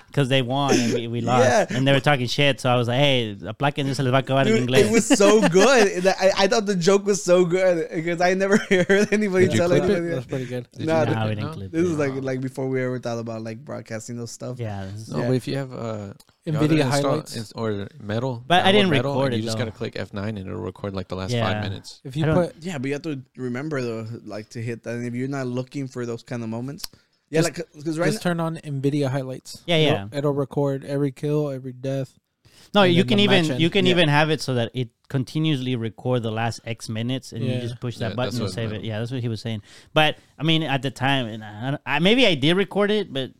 D: because they won and we, we lost,
C: Yeah.
D: and they were talking shit. So I was like, "Hey, aplaquen se les va a acabar en
C: Dude,
D: inglés."
C: it was so good. That- I, I thought the joke was so good because I never heard anybody
H: Did you
C: tell
H: clip
C: anybody.
A: That's pretty good.
H: Did you
C: Nah,
H: clip
D: Nah,
H: it?
D: we didn't
H: No?
D: clip
C: This
D: it.
C: is like like before we ever thought about like broadcasting those stuff.
D: yeah. this is-
H: No,
C: Yeah.
H: but if you have uh, y'all
A: Nvidia
H: didn't install
A: highlights.
H: ins- or metal,
D: But I
H: download
D: didn't
H: metal,
D: record
H: and
D: it,
H: You just
D: though.
H: gotta click F9 and it'll record like the last
D: Yeah.
H: five minutes.
A: If
D: I
A: you
D: don't-
A: put
C: Yeah, but you have to remember though, like to hit that. And if you're not looking for those kind of moments, yeah,
A: Just-
C: like because right now,
A: just turn on Nvidia highlights.
D: Yeah,
A: It'll-
D: yeah.
A: It'll, record every kill, every death.
D: No,
A: and
D: you
A: then
D: can
A: the match
D: even
A: end.
D: you can
C: Yeah.
D: even have it so that it continuously record the last X minutes, and
A: Yeah.
D: you just push
H: Yeah,
D: that
H: that's
D: button and
H: what-
D: save it. Yeah, that's what he was saying. But I mean, at the time, and I, I don't- I, maybe I did record it, but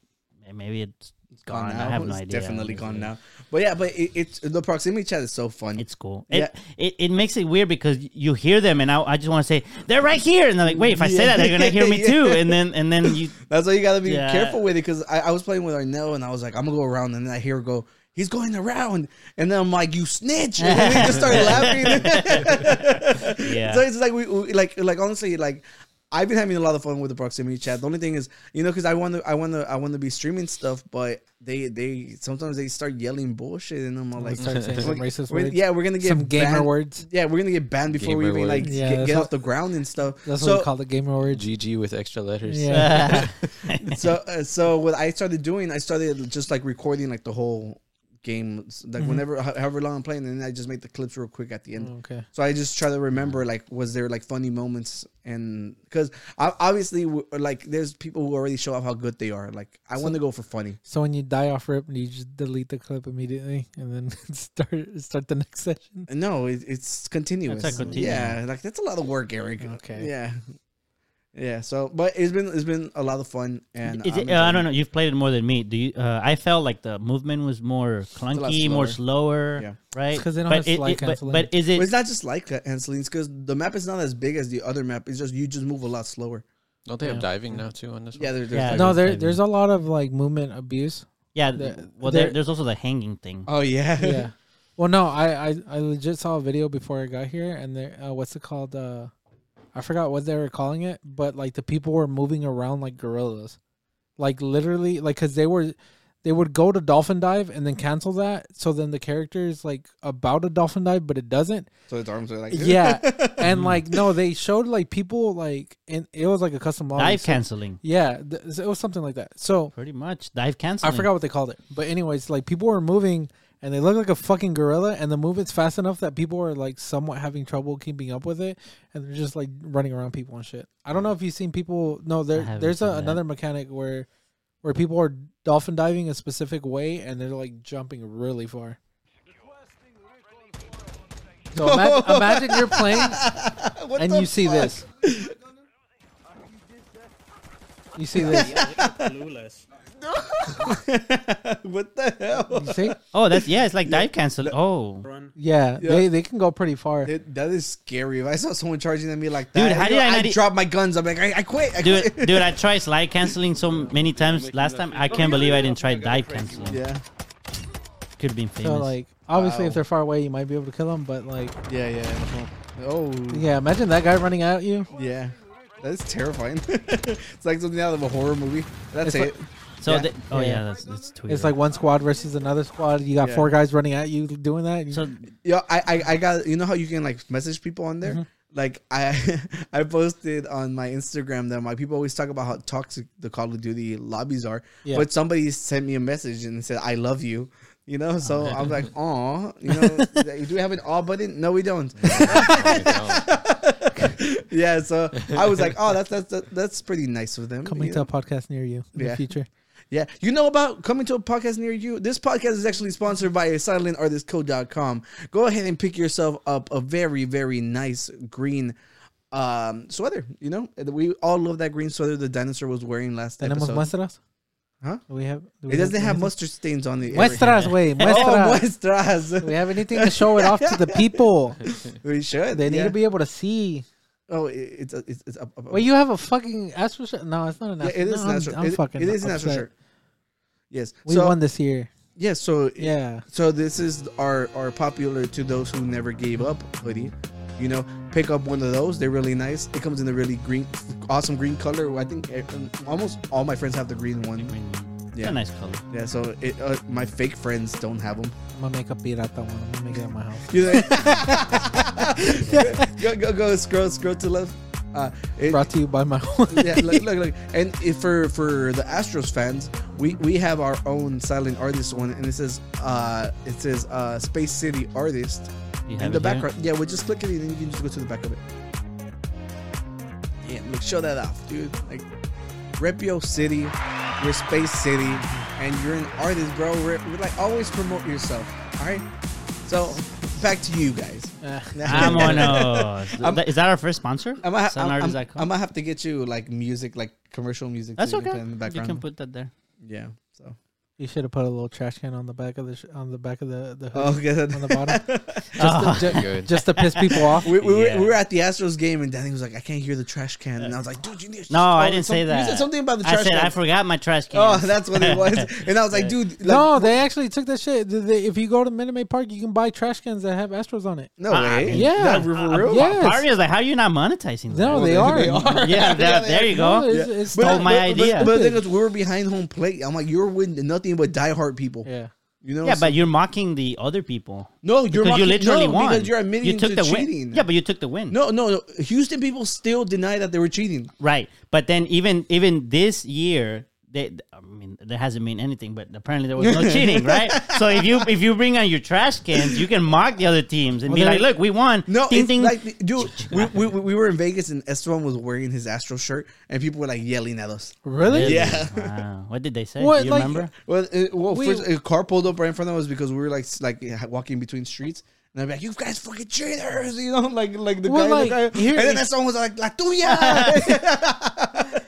D: maybe it's gone.
C: now.
D: I have no
C: It's
D: idea.
C: Definitely gone
D: honestly.
C: now. But yeah, but it, it's the proximity chat is so fun.
D: It's cool.
C: Yeah.
D: It, it it makes it weird because you hear them, and I, I just want to say they're right here, and they're like, wait, if I say that, they're gonna hear me
C: Yeah.
D: too, and then and then you.
C: That's why you gotta be
D: Yeah.
C: careful with it. Because I, I was playing with Arnell and I was like, I'm gonna go around, and then I hear her go, he's going around, and then I'm like, you snitch, and then we just started laughing.
D: Yeah.
C: So it's like we, we like like honestly like. I've been having a lot of fun with the proximity chat. The only thing is, you know, because I want to, I want to, I want to be streaming stuff, but they, they sometimes they start yelling bullshit, and I'm all
A: Like
C: like,
A: start saying some
C: we're-
A: racist
C: we're-
A: words.
C: yeah, we're gonna get
A: some gamer
C: banned.
A: words.
C: Yeah, we're gonna get banned before we
H: Gamer
C: even like
H: words.
A: Yeah,
C: get,
A: that's
C: get
A: what-
C: off the ground and stuff.
A: That's
C: so,
A: what we call the gamer words.
H: GG with extra letters.
A: Yeah.
C: so uh, so what I started doing, I started just like recording like the whole game, s- like whenever, ho- however long I'm playing, and then I just make the clips real quick at the end.
A: Okay.
C: So I just try to remember like was there like funny moments and because obviously w- like there's people who already show off how good they are. Like I want to go for funny.
A: So when you die off rip, you just delete the clip immediately and then start start the next session.
C: No, it, it's continuous.
D: That's a continuum.
C: Yeah, like that's a lot of work, Eric.
A: Okay.
C: Yeah. Yeah. So, but it's been it's been a lot of fun, and
D: Is it, uh,
C: I'm
D: I
C: enjoying
D: don't know. You've played it more than me. Do you? Uh, I felt like the movement was more clunky, more slower.
C: Yeah.
D: Right?
A: 'cause they don't
D: but
A: have slide
D: but,
A: canceling.
D: but is
C: But it's
D: it?
C: not just like that, Ancelines, because the map is not as big as the other map. It's just you just move a lot slower.
H: Don't they have diving now too on this
C: Yeah,
H: one?
C: there, there's
D: Yeah.
C: like-
A: No, there
D: maybe.
A: there's a lot of like movement abuse.
D: Yeah.
A: the-
D: well, there,
A: there-
D: there's also the hanging thing.
C: Oh yeah.
A: Yeah. well, no, I, I I legit saw a video before I got here, and there uh, what's it called? Uh, I forgot what they were calling it, but like the people were moving around like gorillas, like literally, like because they were. They would go to dolphin dive and then cancel that. So then the character is like about a dolphin dive, but it doesn't.
C: so its arms are like.
A: Yeah, and like no, they showed like people like and it was like a custom lobby.
D: dive
A: so-
D: canceling.
A: Yeah, th- it was something like that. So
D: Pretty much dive
A: I
D: canceling.
A: forgot what they called it, but anyways, like people were moving and they look like a fucking gorilla, and the movement's fast enough that people are like somewhat having trouble keeping up with it, and they're just like running around people and shit. I don't know if you've seen people. No,
D: I
A: there
D: haven't
A: there's a,
D: seen that.
A: another mechanic where where people are dolphin diving a specific way and they're like jumping really far. So ima- imagine you're playing and you see this. You see this.
C: what the hell?
A: You see?
D: Oh, that's yeah. It's like dive canceling. Oh,
A: Yeah, they they can go pretty far.
C: It, that is scary. If I saw someone charging at me like that,
D: Dude, how
C: you
D: did
C: know,
D: I not
C: I'd
D: e-
C: drop my guns. I'm like, I, I quit. I
D: dude,
C: quit.
D: dude, I tried slide canceling so many times last time. I can't believe I didn't try dive canceling.
C: yeah.
D: Could have been famous.
A: So like, obviously,
C: Wow.
A: if they're far away, you might be able to kill them. But like,
C: Yeah. Yeah. Oh.
A: yeah, imagine that guy running at you.
C: Yeah. That is terrifying. it's like something out of a horror movie. That's
A: It's
C: it.
A: like-
D: so,
C: yeah.
D: the- oh
A: Yeah.
D: yeah, that's that's Twitter.
A: It's like one squad versus another squad. You got
C: Yeah.
A: four guys running at you doing that.
D: so.
C: Yeah, I, I I got you know how you can like message people on
A: Mm-hmm.
C: there. Like I I posted on my Instagram that my people always talk about how toxic the Call of Duty lobbies are,
A: Yeah.
C: but somebody sent me a message and said I love you. You know, so I'm like, oh, you know, do we have an all button? No, we don't. yeah, so I was like, oh, that's that's that's pretty nice of them.
A: coming
C: you
A: to
C: know?
A: a podcast near you in
C: Yeah.
A: the future.
C: Yeah. You know about coming to a podcast near you? This podcast is actually sponsored by silentartistcode.com. Go ahead and pick yourself up a very, very nice green um, sweater. You know, we all love that green sweater the dinosaur was wearing last
A: Tenemos
C: episode.
A: muestras.
C: Huh?
A: Do we have. do we
C: it doesn't have
A: anything?
C: mustard stains on the
A: Muestras, way.
C: Oh,
A: Muestras.
C: muestras.
A: We have anything to show it off to the people.
C: We should.
A: They need
C: yeah.
A: to be able to see.
C: Oh, it- it's it's, it's up, up, up.
A: Well, you have a fucking Astro shirt. No, it's not an
C: yeah,
A: Astro.
C: it is
A: no,
C: an
A: I'm-
C: Astro.
A: I'm
C: it,
A: fucking
C: it is an
A: upset.
C: Astro shirt. Yes.
A: We
C: so,
A: won this year.
C: Yes. So
A: Yeah.
C: So this is our our popular to those who never gave up hoodie. You know, pick up one of those. They're really nice. It comes in a really green, awesome green color. I think eh, um, almost all my friends have the green one.
D: green.
C: Yeah.
D: Yeah. A nice color.
C: Yeah. So it, uh, my fake friends don't have them.
A: I'm gonna make a pirata one. I'm gonna make it at my house.
C: You know, go go go. Scroll scroll to left. Uh, it,
A: Brought to you by my
C: yeah, look, look, look. And if for for the Astros fans, we we have our own silent artist one, and it says uh it says uh Space City artist
D: You have
C: in the
D: it here?
C: background. Yeah, we'll just click it, and then you can just go to the back of it. Yeah, look, show that off, dude. Like, rep your city, your Space City, and you're an artist, bro. We're, we're like always promote yourself. All right, so back to you guys.
D: Vámonos.
C: I'm-
D: is that our first sponsor?
C: I'm gonna, ha- I'm, I'm,
D: Sunartist.com?
C: I'm gonna have to get you like music, like commercial music.
D: That's
C: to
D: okay.
C: put In the
D: You
C: background.
D: can put that there.
C: yeah. So.
A: You should have put a little trash can on the back of the sh- on the back of the the
C: Oh,
A: hood
C: okay.
A: on the bottom,
D: Oh,
A: ju-
H: Good.
A: just to piss people off.
C: we, we, were-
D: Yeah.
C: we were at the Astros game, and Danny was like, "I can't hear the trash can," and I was like, "Dude, you need." to-
D: no, I
C: oh,
D: didn't
C: some-
D: say that.
C: You said something about the
D: I
C: trash
D: said
C: can.
D: I forgot my trash can.
C: Oh, that's what it was. And I was like, dude, like,
A: no, they actually took that shit. Th- they- if you go to Minute Maid Park, you can buy trash cans that have Astros on it.
C: no
D: I
C: way.
D: mean,
A: Yeah.
C: No, for
A: Uh,
C: real?
A: yeah.
D: Yes. Part of me was like, how are you not monetizing
C: Oh,
A: No,
D: that?
A: they, are.
C: They are.
D: Yeah, that, there you
A: No,
D: go.
A: it's- it's
D: Stole
A: not-
D: my idea.
C: But, but the thing is, we were behind home plate. I'm like, you're with nothing but diehard people.
A: yeah,
C: You know?
D: Yeah,
C: So-
D: but you're mocking the other people.
C: no, you're
D: because you
C: mocking-
D: literally
C: no,
D: won.
C: because you're admitting
D: you took
C: to
D: the
C: cheating.
D: win. Yeah, but you took the win.
C: no, no, no. Houston people still deny that they were cheating.
D: Right. But then even even this year, They, I mean, there hasn't been anything, but apparently there was no cheating, right? So if you if you bring out your trash cans, you can mock the other teams and be
A: Well,
D: like,
A: there-
D: "Look, we won."
C: No,
D: Ding,
C: it's
D: ding.
C: like, dude, we, we, we were in Vegas and Esteban was wearing his Astro shirt, and people were like yelling at us.
A: Really?
C: Yeah.
D: Wow. What did they say?
A: What,
D: Do you
A: like- uh,
D: remember?
C: Well, it, well
A: We-
C: first a car pulled up right in front of us because we were like s- like uh, walking between streets. And I'm like, you guys fucking cheaters, you know, like like the
A: Well,
C: guy, the
A: like,
C: guy.
A: here-
C: and then that song was like, La tuya.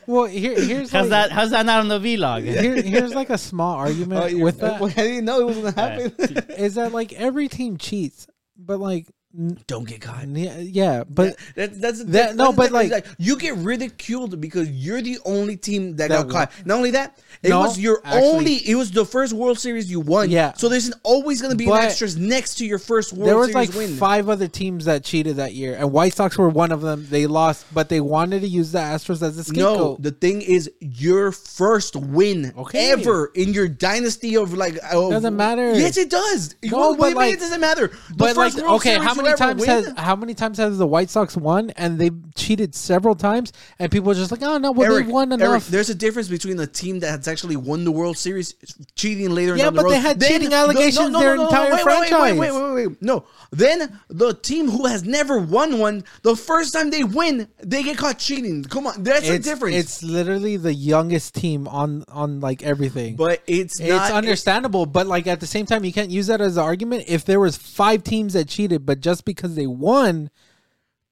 A: Well, here, here's
D: How's
A: like,
D: that? How's that not on the vlog?
A: here- here's like a small
C: Oh,
A: argument with that.
C: I didn't know it was gonna happen.
A: Is that like every team cheats, but like n-
C: Don't get caught.
A: yeah, yeah, but
C: That, that's that,
A: no, but,
C: like,
A: like-
C: you get ridiculed because you're the only team that,
A: That
C: got caught. Not only that, it
A: No,
C: was your
A: actually-
C: only. It was the first World Series you won.
A: Yeah.
C: So there's always gonna be
A: But
C: an extras next to your first World
A: there was
C: Series
A: like
C: win.
A: five other teams that cheated that year, and White Sox were one of them. They lost, but they wanted to use the Astros as a scapegoat.
C: No, the thing is your first win
A: Okay.
C: ever in your dynasty of like of-
A: Doesn't matter.
C: Yes, it does. You
A: No,
C: know,
A: but
C: wait, wait,
A: like-
C: it doesn't matter. The
A: but like,
C: first World
A: okay,
C: Series
A: how
C: you
A: many
C: ever
A: times
C: win-
A: has how many times has the White Sox won, and they cheated several times, and people are just like, oh no, well
C: Eric,
A: they've won
C: Eric,
A: enough.
C: there's a difference between a team that has actually won the World Series cheating later.
A: Yeah,
C: down the
A: but they
C: road.
A: had
C: Then-
A: cheating
C: no,
A: allegations
C: no, no,
A: their
C: no, no,
A: entire
C: wait, wait, Wait, wait,
A: franchise.
C: wait, wait, wait. No, then the team who has never won one, the first time they win, they get caught cheating. Come on, that's the
A: it's,
C: difference.
A: it's literally the youngest team on on like everything.
C: but it's
A: it's
C: not.
A: understandable, but like at the same time, you can't use that as an argument. If there was five teams that cheated, but just because they won,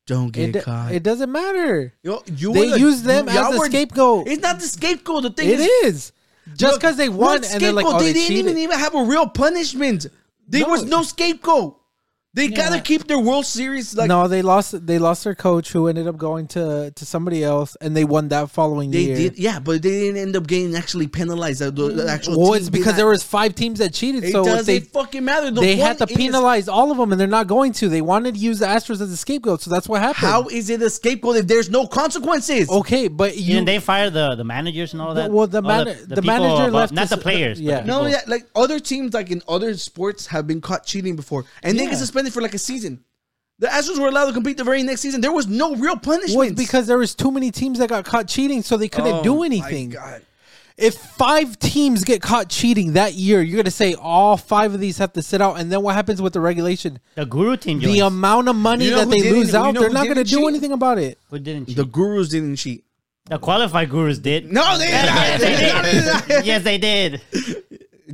C: don't
A: it,
C: get caught.
A: it doesn't matter.
C: Yo, you
A: They
C: were
A: use them
C: y'all
A: as a
C: were-
A: scapegoat.
C: It's not the scapegoat. The thing
A: It
C: is,
A: is just
C: look,
A: because they
C: what
A: won and they're like,
C: scapegoat?
A: oh, they,
C: they, didn't
A: cheated.
C: even, even have a real punishment. There
A: No.
C: was no scapegoat. They gotta
A: Yeah.
C: keep their World Series like
A: no, they lost. They lost their coach, who ended up going to to somebody else, and they won that following
C: They
A: year.
C: did, yeah, but they didn't end up getting actually penalized. The, the- the actual
A: Well,
C: team
A: it's
C: did
A: because
C: not-
A: there was five teams that cheated,
C: It
A: so if
C: doesn't
A: they
C: fucking matter. The
A: they had
C: point
A: to
C: is,
A: penalize all of them, and they're not going to. They wanted to use the Astros as a scapegoat, so that's what happened.
C: How is it a scapegoat if there's no consequences?
A: Okay, but you
D: Didn't they fire the, the managers and all that?
A: Well, the
D: All
A: mana- the
D: people
A: manager
D: above-
A: left
D: not
A: us-
D: the players. but
A: yeah.
D: the
C: Not only
D: people.
C: that, like other teams, like in other sports, have been caught cheating before, and they get
D: Yeah.
C: suspended for like a season. The Astros were allowed to compete the very next season. There was no real punishment Oh
A: was because there was too many teams that got caught cheating, so they couldn't do anything.
C: God.
A: If five teams get caught cheating that year, you're gonna say all five of these have to sit out, and then what happens with the regulation?
D: the guru team.
A: The um,
D: joins.
A: amount of money
C: You know
A: that
C: who
A: they
C: didn't-
A: lose
C: you
A: out,
C: know
A: they're
C: who
A: not gonna
C: didn't
A: do
C: cheat?
A: anything about it.
D: who didn't cheat?
C: the
D: The,
C: gurus didn't cheat.
D: qualified gurus did.
C: No, they
D: Yes,
C: didn't.
D: they did. yes, they did.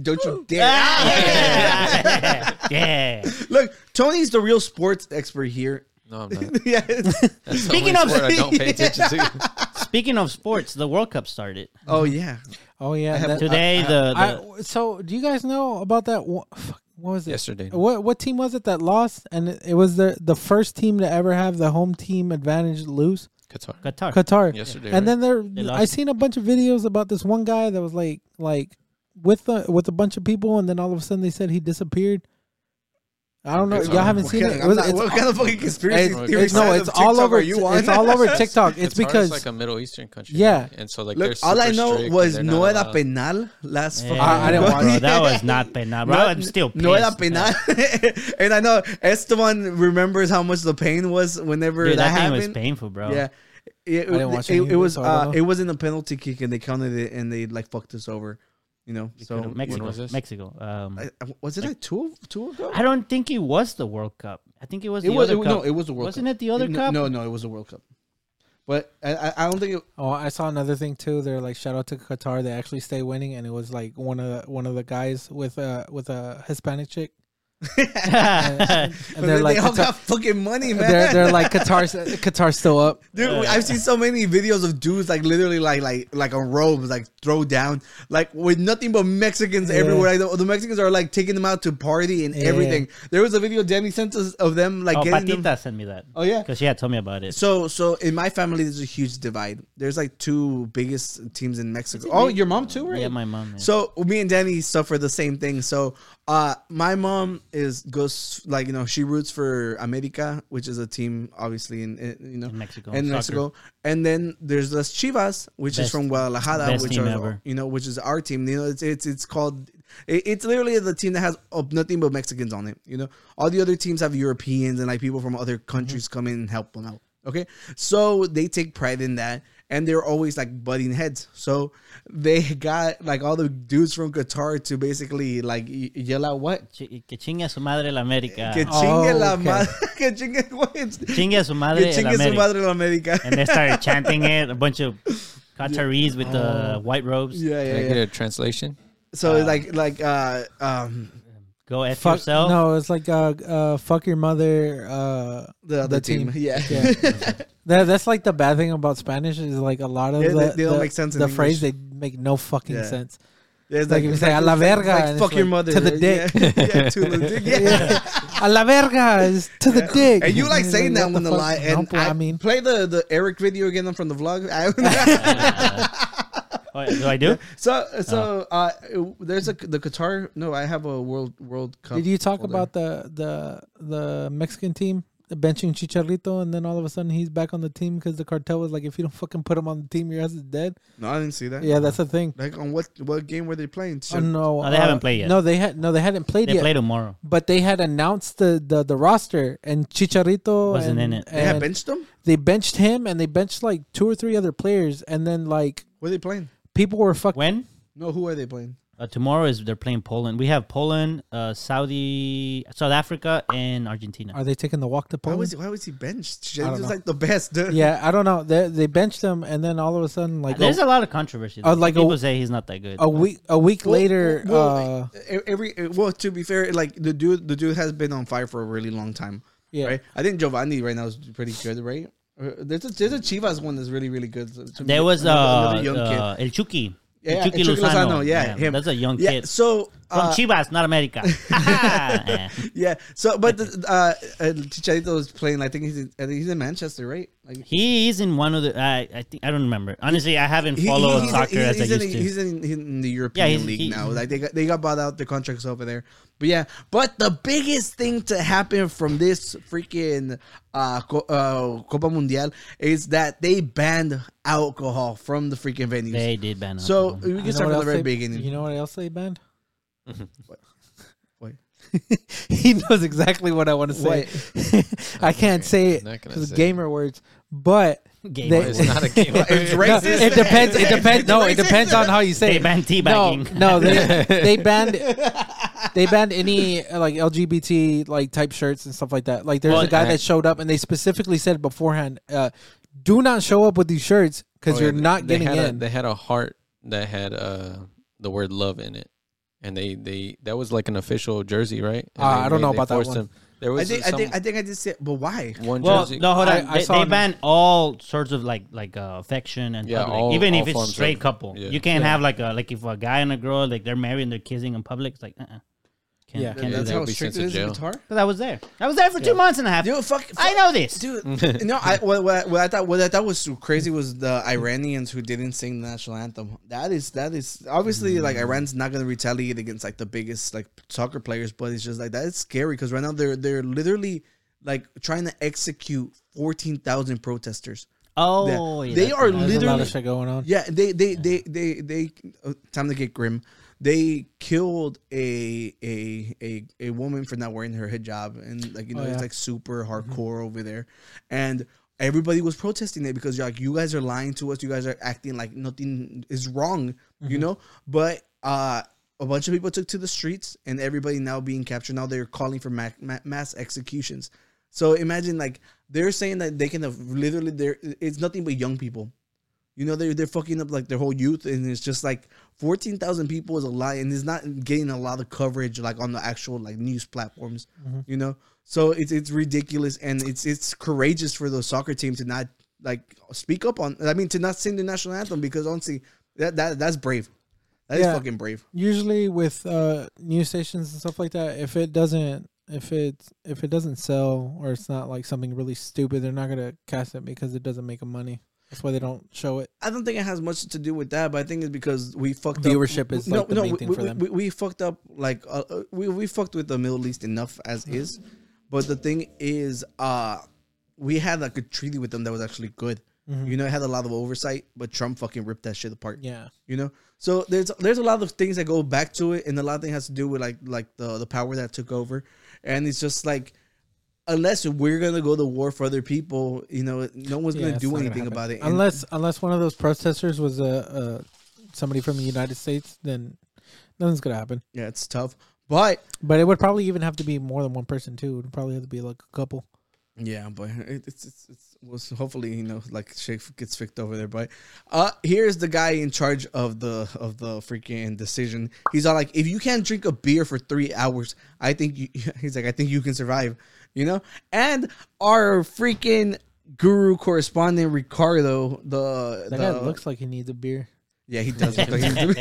C: Don't you dare!
D: yeah. yeah.
C: Ah. Look, Tony's the real sports expert here.
H: No, I'm not.
C: yes.
D: Speaking
H: Speaking
D: of-
H: of, I don't pay attention to.
D: Speaking of sports, the World Cup started
C: Oh yeah.
A: Oh yeah,
C: uh,
A: that-
D: today. the, the
A: I, so do you guys know about that? What, fuck, what was it?
H: Yesterday.
A: What what team was it that lost? And it, it was the the first team to ever have the home team advantage lose.
H: Qatar.
D: Qatar.
A: Qatar.
H: Yesterday,
A: And then
H: right?
D: They
A: there,
D: lost.
A: I seen a bunch of videos about this one guy that was like like with the with a bunch of people, and then all of a sudden they said he disappeared. I don't know.
H: It's
A: Y'all
H: all-
A: haven't
C: What
A: seen
C: kind
A: it.
C: of-
A: It was-
C: I'm not-
A: it's-
C: what kind of fucking conspiracy
A: it's-
C: theory?
A: it's- no,
C: side
A: it's
C: of
A: all
C: TikTok
A: over.
C: Are you on?
A: It's all over TikTok. It's
H: Qatar
A: because
H: is like a Middle Eastern country.
A: Yeah.
H: right? And so like they're
C: Look,
H: super
C: all I know
H: strict
C: was
H: and they're not
C: no era
A: uh,
H: allowed-
C: penal last.
D: Yeah,
C: fucking-
A: I- I didn't watch
D: bro,
A: it.
D: that was not penal. Bro, I'm still pissed.
C: No era penal, and I know Esteban remembers how much the pain was whenever
D: Dude,
C: that,
D: that, thing
C: happened.
D: was painful, bro.
C: Yeah. It,
A: didn't watch
C: it,
A: any
C: it,
A: of
C: it
A: it,
C: was
A: so I don't
C: uh,
A: know.
C: it wasn't a penalty kick and they counted it and they like fucked us over, you know. So
H: could've-
D: Mexico.
H: was this?
D: Mexico. Um,
C: I- I- was it like two two ago?
D: I don't think it was the World Cup. I think it was the
C: It was
D: other
C: it-
D: cup.
C: no, it was the World
D: Wasn't
C: Cup.
D: it the other
C: no,
D: cup?
C: No, no, it was the World Cup. But I, I, I don't think it,
A: Oh, I saw another thing too. They're like shout out to Qatar. They actually stay winning, and it was like one of the, one of the guys with a with a Hispanic chick,
D: no.
A: and they're
C: they
A: like
C: all
A: Qatar-
C: got fucking money, man.
A: they're they're like Qatar's Qatar's still up.
C: Dude, I've seen so many videos of dudes like literally like like like on robes like throw down like with nothing but Mexicans everywhere. Like, the, the Mexicans are like taking them out to party and
A: Yeah.
C: everything. There was a video Danny sent us of them like
D: oh,
C: getting
D: Patita
C: them.
D: sent me that.
C: Oh, yeah.
D: because she had told me about it.
C: So so in my family there's a huge divide. There's like two biggest teams in Mexico. Oh, your mom too, right?
D: yeah, my mom. yeah.
C: So me and Danny suffer the same thing. So uh my mom is goes like you know she roots for America, which is a team obviously in, in, you know
D: In Mexico,
C: In
D: soccer.
C: Mexico, and then there's Las Chivas, which is
D: Best-
C: from Guadalajara,
D: best
C: which
D: team
C: are
D: ever.
C: you know which is our team. You know it's it's it's called it, it's literally the team that has uh, nothing but Mexicans on it. You know all the other teams have
D: Mm-hmm.
C: Europeans and like people from other countries come in and help them out. Okay, so they take pride in that. and they're always like butting heads. So they got like all the dudes from Qatar to basically like y- yell out what.
D: Ch- que chingue a su madre la América.
C: Que chingue
A: Oh,
C: la
A: okay.
C: madre. Que chingue, what? It's-
D: Ah. Chingue a su madre
C: que
D: la
C: chingue su
D: América.
C: madre la América.
D: And they started chanting it. A bunch of Qataris with the white robes.
C: yeah,
H: Can
C: yeah,
H: I get
C: yeah.
H: a translation?
C: So like, like, uh, um,
D: Go F
A: Fuck
D: yourself.
A: no, it's like uh, uh fuck your mother. Uh,
C: the other
A: The
C: team.
A: team.
C: Yeah.
A: yeah, that, that's like the bad thing about Spanish is like a lot of
C: They-
A: the,
C: they- they don't
A: the-
C: make sense in
A: the
C: English.
A: phrase they make no fucking
C: Yeah.
A: sense.
C: It's
A: Like if you say, "A la
C: it's like-
A: verga,"
C: like,
A: and it's
C: fuck your
A: like,
C: mother.
A: "To the
C: right?
A: dick."
C: Yeah, yeah, to the dick.
A: a
C: Yeah.
A: la verga is to the dick.
C: And you like
A: It's
C: saying
A: what
C: that one
A: the
C: a
A: fuck?
C: lot. And
A: No, bro,
C: I,
A: I mean,
C: play the, the Eric video again from the vlog. I,
D: Oh, do I do?
C: so so
A: Oh.
C: uh, there's a the Qatar. No, I have a World World Cup.
A: did you talk
C: holder.
A: about the the the Mexican team benching Chicharito, and then all of a sudden he's back on the team because the cartel was like, if you don't fucking put him on the team, your ass is dead.
C: No, I didn't see that.
A: Yeah, that's the thing.
C: Like on what what game were they playing?
A: Oh, no,
D: No, they haven't played yet.
A: No, they had no, they hadn't played
D: They
A: yet.
D: play tomorrow.
A: but they had announced the, the, the roster and Chicharito
D: Wasn't
A: and-
D: in it.
C: They had
A: and
C: benched them.
A: they benched him and they benched like two or three other players and then like
C: Were they playing?
A: people were fucking
D: When?
C: No, who are they playing?
D: Uh, tomorrow is they're playing Poland. We have Poland, uh, Saudi, South Africa, and Argentina.
A: are they taking the walk to
C: Why
A: Poland?
C: was why was he benched? He
A: don't
C: was
A: know.
C: like the best. Dude.
A: yeah, I don't know. They they benched him and then all of a sudden like
D: There's
A: a,
D: a lot of controversy.
A: Uh, like a-
D: people say he's not that good.
A: a week a week
C: Well,
A: later
C: well,
A: uh,
C: e- every well to be fair, like the dude, the dude has been on fire for a really long time.
A: Yeah.
C: right? I think Giovanni right now is pretty good, right? Uh, There's a there's a Chivas one that's really really good. to me.
D: There was uh,
C: Another- another
D: uh, El Chucky.
C: Yeah,
D: El
C: yeah,
D: Chucky
C: El Chucky
D: Lozano.
C: Lozano, yeah, him.
D: That's a young
C: Yeah,
D: kid.
C: so
D: From
C: uh,
D: Chivas, not America. Eh.
C: yeah, so but the, uh, uh, Chicharito is playing. I think he's in, I think he's in Manchester, right? Like
D: he is in one of the. I I think I don't remember. Honestly, I haven't
C: he- he-
D: followed
C: he's-
D: soccer
C: he's-
D: as
C: he's
D: I
C: in,
D: used to.
C: He's in, he's in the European
D: he's-
C: league
D: he-
C: now. Like they got they got bought out the contracts over there. But yeah, but the biggest thing to happen from this freaking uh, Co- uh, Copa Mundial is that they banned alcohol from the freaking venues.
D: they did ban.
C: so
D: alcohol.
C: we
A: you
C: can start from the
A: else
C: very
A: they,
C: beginning.
A: You know what else they banned?
D: Mm-hmm.
C: Wait.
A: he knows exactly what I want to say. I can't say it
H: Not gonna
A: because
H: say it.
A: gamer words, but
D: Gamer
A: they-
H: It's not a game.
C: It's
A: No,
C: racist.
A: it depends. It depends. No, it depends on how you say.
D: They
A: it.
D: banned teabagging.
A: No, no, they they banned they banned any uh, like LGBT like type shirts and stuff like that. Like there's
D: Well,
A: a guy
H: and I-
A: that showed up and they specifically said beforehand, uh, "Do not show up with these shirts because
H: Oh, yeah,
A: you're
H: they-
A: not
H: they
A: getting
H: had a-
A: in."
H: they had a heart that had uh the word love in it, and they they that was like an official jersey, right? And
A: Ah,
H: they-
A: I don't
H: they-
A: know
H: they
A: about that
H: forced
A: one.
H: Him. There was
C: I think I
H: some
C: think I think I just said, but why?
H: one
D: Well,
H: jersey.
D: no, hold
A: I-
D: on.
A: I
D: they
A: saw
D: they
A: him.
D: ban all sorts of like like uh, affection and
H: Yeah,
D: public.
H: all-
D: even
H: all
D: if it's
H: forms
D: straight
H: of-
D: couple.
H: yeah.
D: You can't have like a like if a guy and a girl like they're married and they're kissing in public. It's like uh, uh can't,
A: Yeah.
D: can't
H: Yeah,
D: do
C: That's
H: they
D: that.
C: how
H: would be
C: strict
H: sent
C: it
H: to
C: is in
H: jail.
C: Qatar.
D: Because I was there. I was there for two months and a half.
C: Dude, fuck, fuck
D: I know this.
C: dude. no, I what, what, what I thought what I thought was so crazy was the Iranians who didn't sing the national anthem. That is that is obviously like Iran's not gonna retaliate against like the biggest like soccer players, but it's just like that is scary because right now they're they're literally like trying to execute fourteen thousand protesters.
D: Oh, yeah,
C: They
D: that's
C: are
D: another-
A: There's a lot
C: literally-
A: of shit going on.
C: Yeah, they they they they they uh, time to get grim. They killed a a a a woman for not wearing her hijab, and like you know
A: Oh,
C: it's
A: yeah.
C: like super hardcore over there, and. Everybody was protesting it because you're like, you guys are lying to us. You guys are acting like nothing is wrong,
A: Mm-hmm.
C: you know. But uh, a bunch of people took to the streets, and everybody now being captured. Now they're calling for ma- ma- mass executions. So imagine like they're saying that they can have literally there. It's nothing but young people. You know, they're they're fucking up like their whole youth, and it's just like fourteen thousand people is a lot, and it's not getting a lot of coverage like on the actual like news platforms. You know, so it's it's ridiculous, and it's it's courageous for the soccer team to not like speak up on. I mean, to not sing the national anthem because honestly, that that that's brave. That is
A: Yeah.
C: fucking brave.
A: Usually with uh, news stations and stuff like that, if it doesn't if it if it doesn't sell or it's not like something really stupid, they're not gonna cast it because it doesn't make them money. That's why they don't show it.
C: I don't think it has much to do with that, but I think it's because we fucked up.
A: Viewership is, like, the main
C: we,
A: thing
C: we-
A: for them.
C: We, we fucked up like uh, uh, we we fucked with the Middle East enough as is, but the thing is, uh, we had like a treaty with them that was actually good. You know, it had a lot of oversight, but Trump fucking ripped that shit apart.
A: Mm-hmm. Yeah.
C: You know, so there's there's a lot of things that go back to it, and a lot of things has to do with like like the the power that took over, and it's just like unless we're gonna go to war for other people, you know, no one's
A: Yeah,
C: gonna
A: it's
C: do
A: not gonna
C: anything
A: happen.
C: about it. And
A: Unless unless one of those protesters was a, a somebody from the United States, then nothing's gonna happen.
C: yeah, it's tough. But
A: But it would probably even have to be more than one person too. It would probably have to be like a couple.
C: Yeah, but it- it's it's, it's well, so hopefully you know like shit gets fixed over there. But uh, here's the guy in charge of the of the freaking decision. He's all like, if you can't drink a beer for three hours, I think you. He's like, I think you can survive. You know, and our freaking guru correspondent Ricardo, the
A: That
C: the,
A: guy looks like he needs a beer.
C: yeah, he does. look like he's the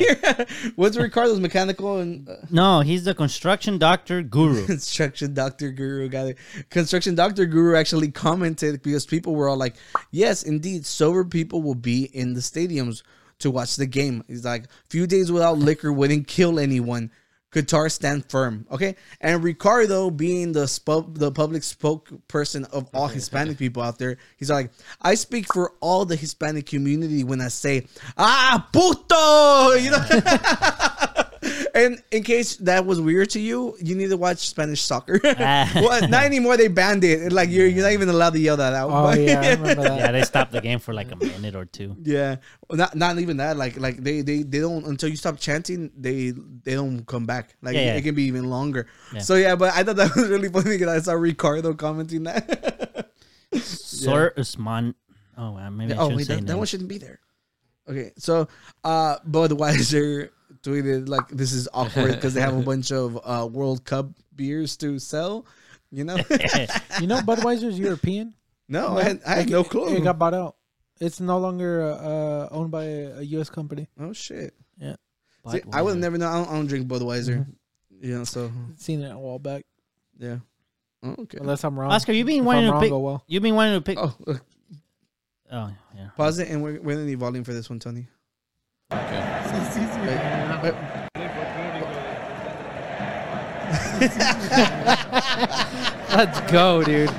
C: beer. What's Ricardo's mechanical and uh,
D: No, he's the construction doctor guru.
C: construction doctor guru guy construction doctor guru actually commented because people were all like yes indeed sober people will be in the stadiums to watch the game he's like few days without liquor wouldn't kill anyone Qatar stand firm okay and Ricardo being the sp- the public spokesperson of all Hispanic people out there he's like I speak for all the Hispanic community when I say ah puto you know and in case that was weird to you, you need to watch Spanish soccer.
D: Ah.
C: well, not anymore. They banned it. Like you're, you're not even allowed to yell that out.
A: Oh
C: But-
A: yeah, I remember that.
D: yeah, they stopped the game for like a minute or two.
C: yeah. Well, Not not even that. Like like they, they they don't until you stop chanting. They they don't come back. Like
D: Yeah, yeah.
C: it can be even longer. So yeah, but I thought that was really funny because I saw Ricardo commenting that.
D: Sir Usman. Oh, wow, maybe I
C: oh
D: shouldn't
C: wait,
D: say
C: that, that
D: names.
C: one shouldn't be there. Okay, so uh, Budweiser tweeted like this is awkward because they have a bunch of uh, World Cup beers to sell. You know.
A: You know Budweiser's European.
C: No, Oh, I had, I had no clue.
A: It got bought out. It's no longer uh, owned by a, a U.S. company.
C: oh shit!
D: But
C: See, I would
D: whatever.
C: never know. I don't, I don't drink Budweiser.
A: Mm-hmm.
C: You know, so
A: Seen it a while back.
C: yeah. Oh, okay.
A: Unless I'm wrong.
D: Oscar, you've been
A: If
D: wanting
A: I'm
D: to
A: wrong,
D: pick.
A: oh well.
D: You've been wanting to pick. Oh,
C: Oh, look,
D: yeah.
C: pause it, and we're we're gonna need volume for this one, Tony.
H: Okay.
C: Wait, wait.
A: Let's go, dude.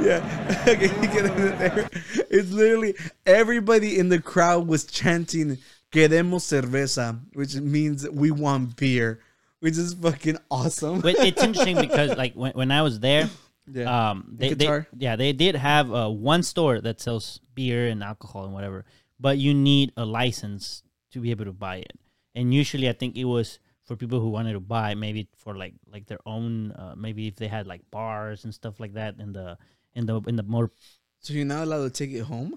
C: Yeah. okay, you get it in there. It's literally everybody in the crowd was chanting "Queremos cerveza," which means we want beer, which is fucking awesome.
D: But it's interesting because like when, when I was there,
C: Yeah.
D: um, they, they
C: Qatar?
D: yeah they did have uh, one store that sells beer and alcohol and whatever, but you need a license to be able to buy it. And usually, I think it was for people who wanted to buy maybe for like like their own uh, maybe if they had like bars and stuff like that in the in the in the more
C: So you're not allowed to take it home.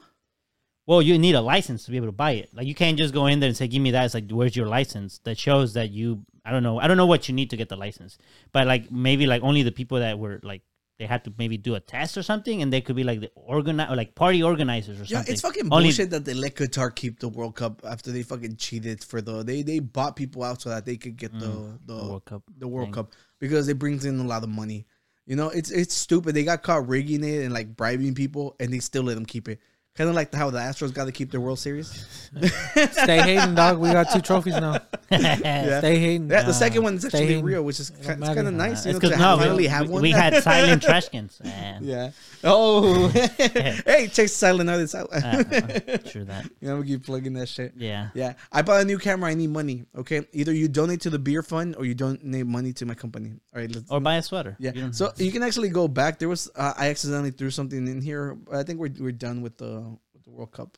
D: well you need a license to be able to buy it like you can't just go in there and say give me that it's like where's your license that shows that you i don't know i don't know what you need to get the license but like maybe like only the people that were like they had to maybe do a test or something and they could be like the organi- or like party organizers or
C: Yeah,
D: something
C: it's fucking
D: Only-
C: bullshit that they let Qatar keep the World Cup after they fucking cheated for the they they bought people out so that they could get the, the
D: Mm, the World Cup
C: the World
D: thing.
C: Cup because it brings in a lot of money. You know, it's it's stupid. They got caught rigging it and like bribing people, and they still let them keep it. Kind of like how the Astros got to keep their World Series.
A: Stay hating, dog. We got two trophies now. Stay hating.
C: Yeah, the second one is
A: Stay
C: actually
A: hating.
C: real, which is kind, it's
A: matter.
C: kind of nice. You
D: It's
C: know,
D: 'cause-
C: to
D: no,
C: finally
D: we,
C: have
D: we-
C: one.
D: we had silent trash cans Eh, and
C: yeah. Oh, hey, check silent other side.
D: sure that
C: you know, we keep plugging that shit.
D: yeah
C: Yeah, I bought a new camera. I need money. Okay, either you donate to the beer fund or you donate money to my company. All right, let's.
D: or buy a sweater
C: yeah,
D: You don't-
C: so you can actually go back. There was uh, I accidentally threw something in here. but I think we're we're done with the with the World Cup.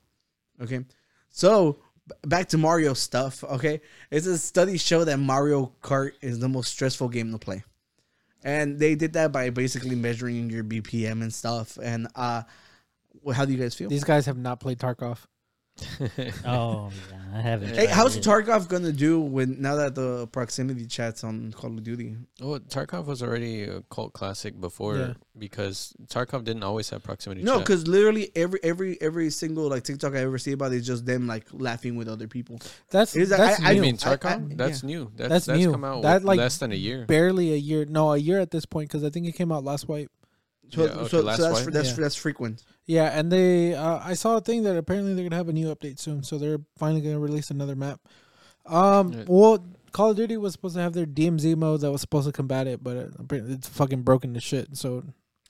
C: Okay, so b- back to Mario stuff. Okay, it's a study show that Mario Kart is the most stressful game to play, and they did that by basically measuring your BPM and stuff. And uh, wh- how do you guys feel?
A: These guys have not played Tarkov.
D: oh yeah i haven't
C: Hey,
D: tried
C: how's
D: it.
C: Tarkov gonna do when now that the proximity chat's on Call of Duty?
H: Well, Oh, Tarkov was already a cult classic before
A: Yeah.
H: because Tarkov didn't always have proximity.
C: No,
H: chat.
C: because literally every every every single like TikTok I ever see about it is just them like laughing with other people.
A: That's
C: Is that-
A: that's
C: I- I
H: I
A: new.
H: mean
C: I- I-
H: Tarkov. that's new. That's,
A: That's
H: that's,
A: new.
H: come out
A: That,
H: with
A: like,
H: less than a year.
A: barely a year. No, a year at this point because I think it came out last wipe.
C: So,
H: Yeah, okay,
C: so, so
H: last
C: that's
H: one.
C: that's
A: Yeah.
C: that's frequent.
A: Yeah, and they uh, I saw a thing that apparently they're gonna have a new update soon, so they're finally gonna release another map. Um,
H: Yeah.
A: well, Call of Duty was supposed to have their DMZ mode that was supposed to uh, combat it, but it, apparently it's fucking broken to shit. So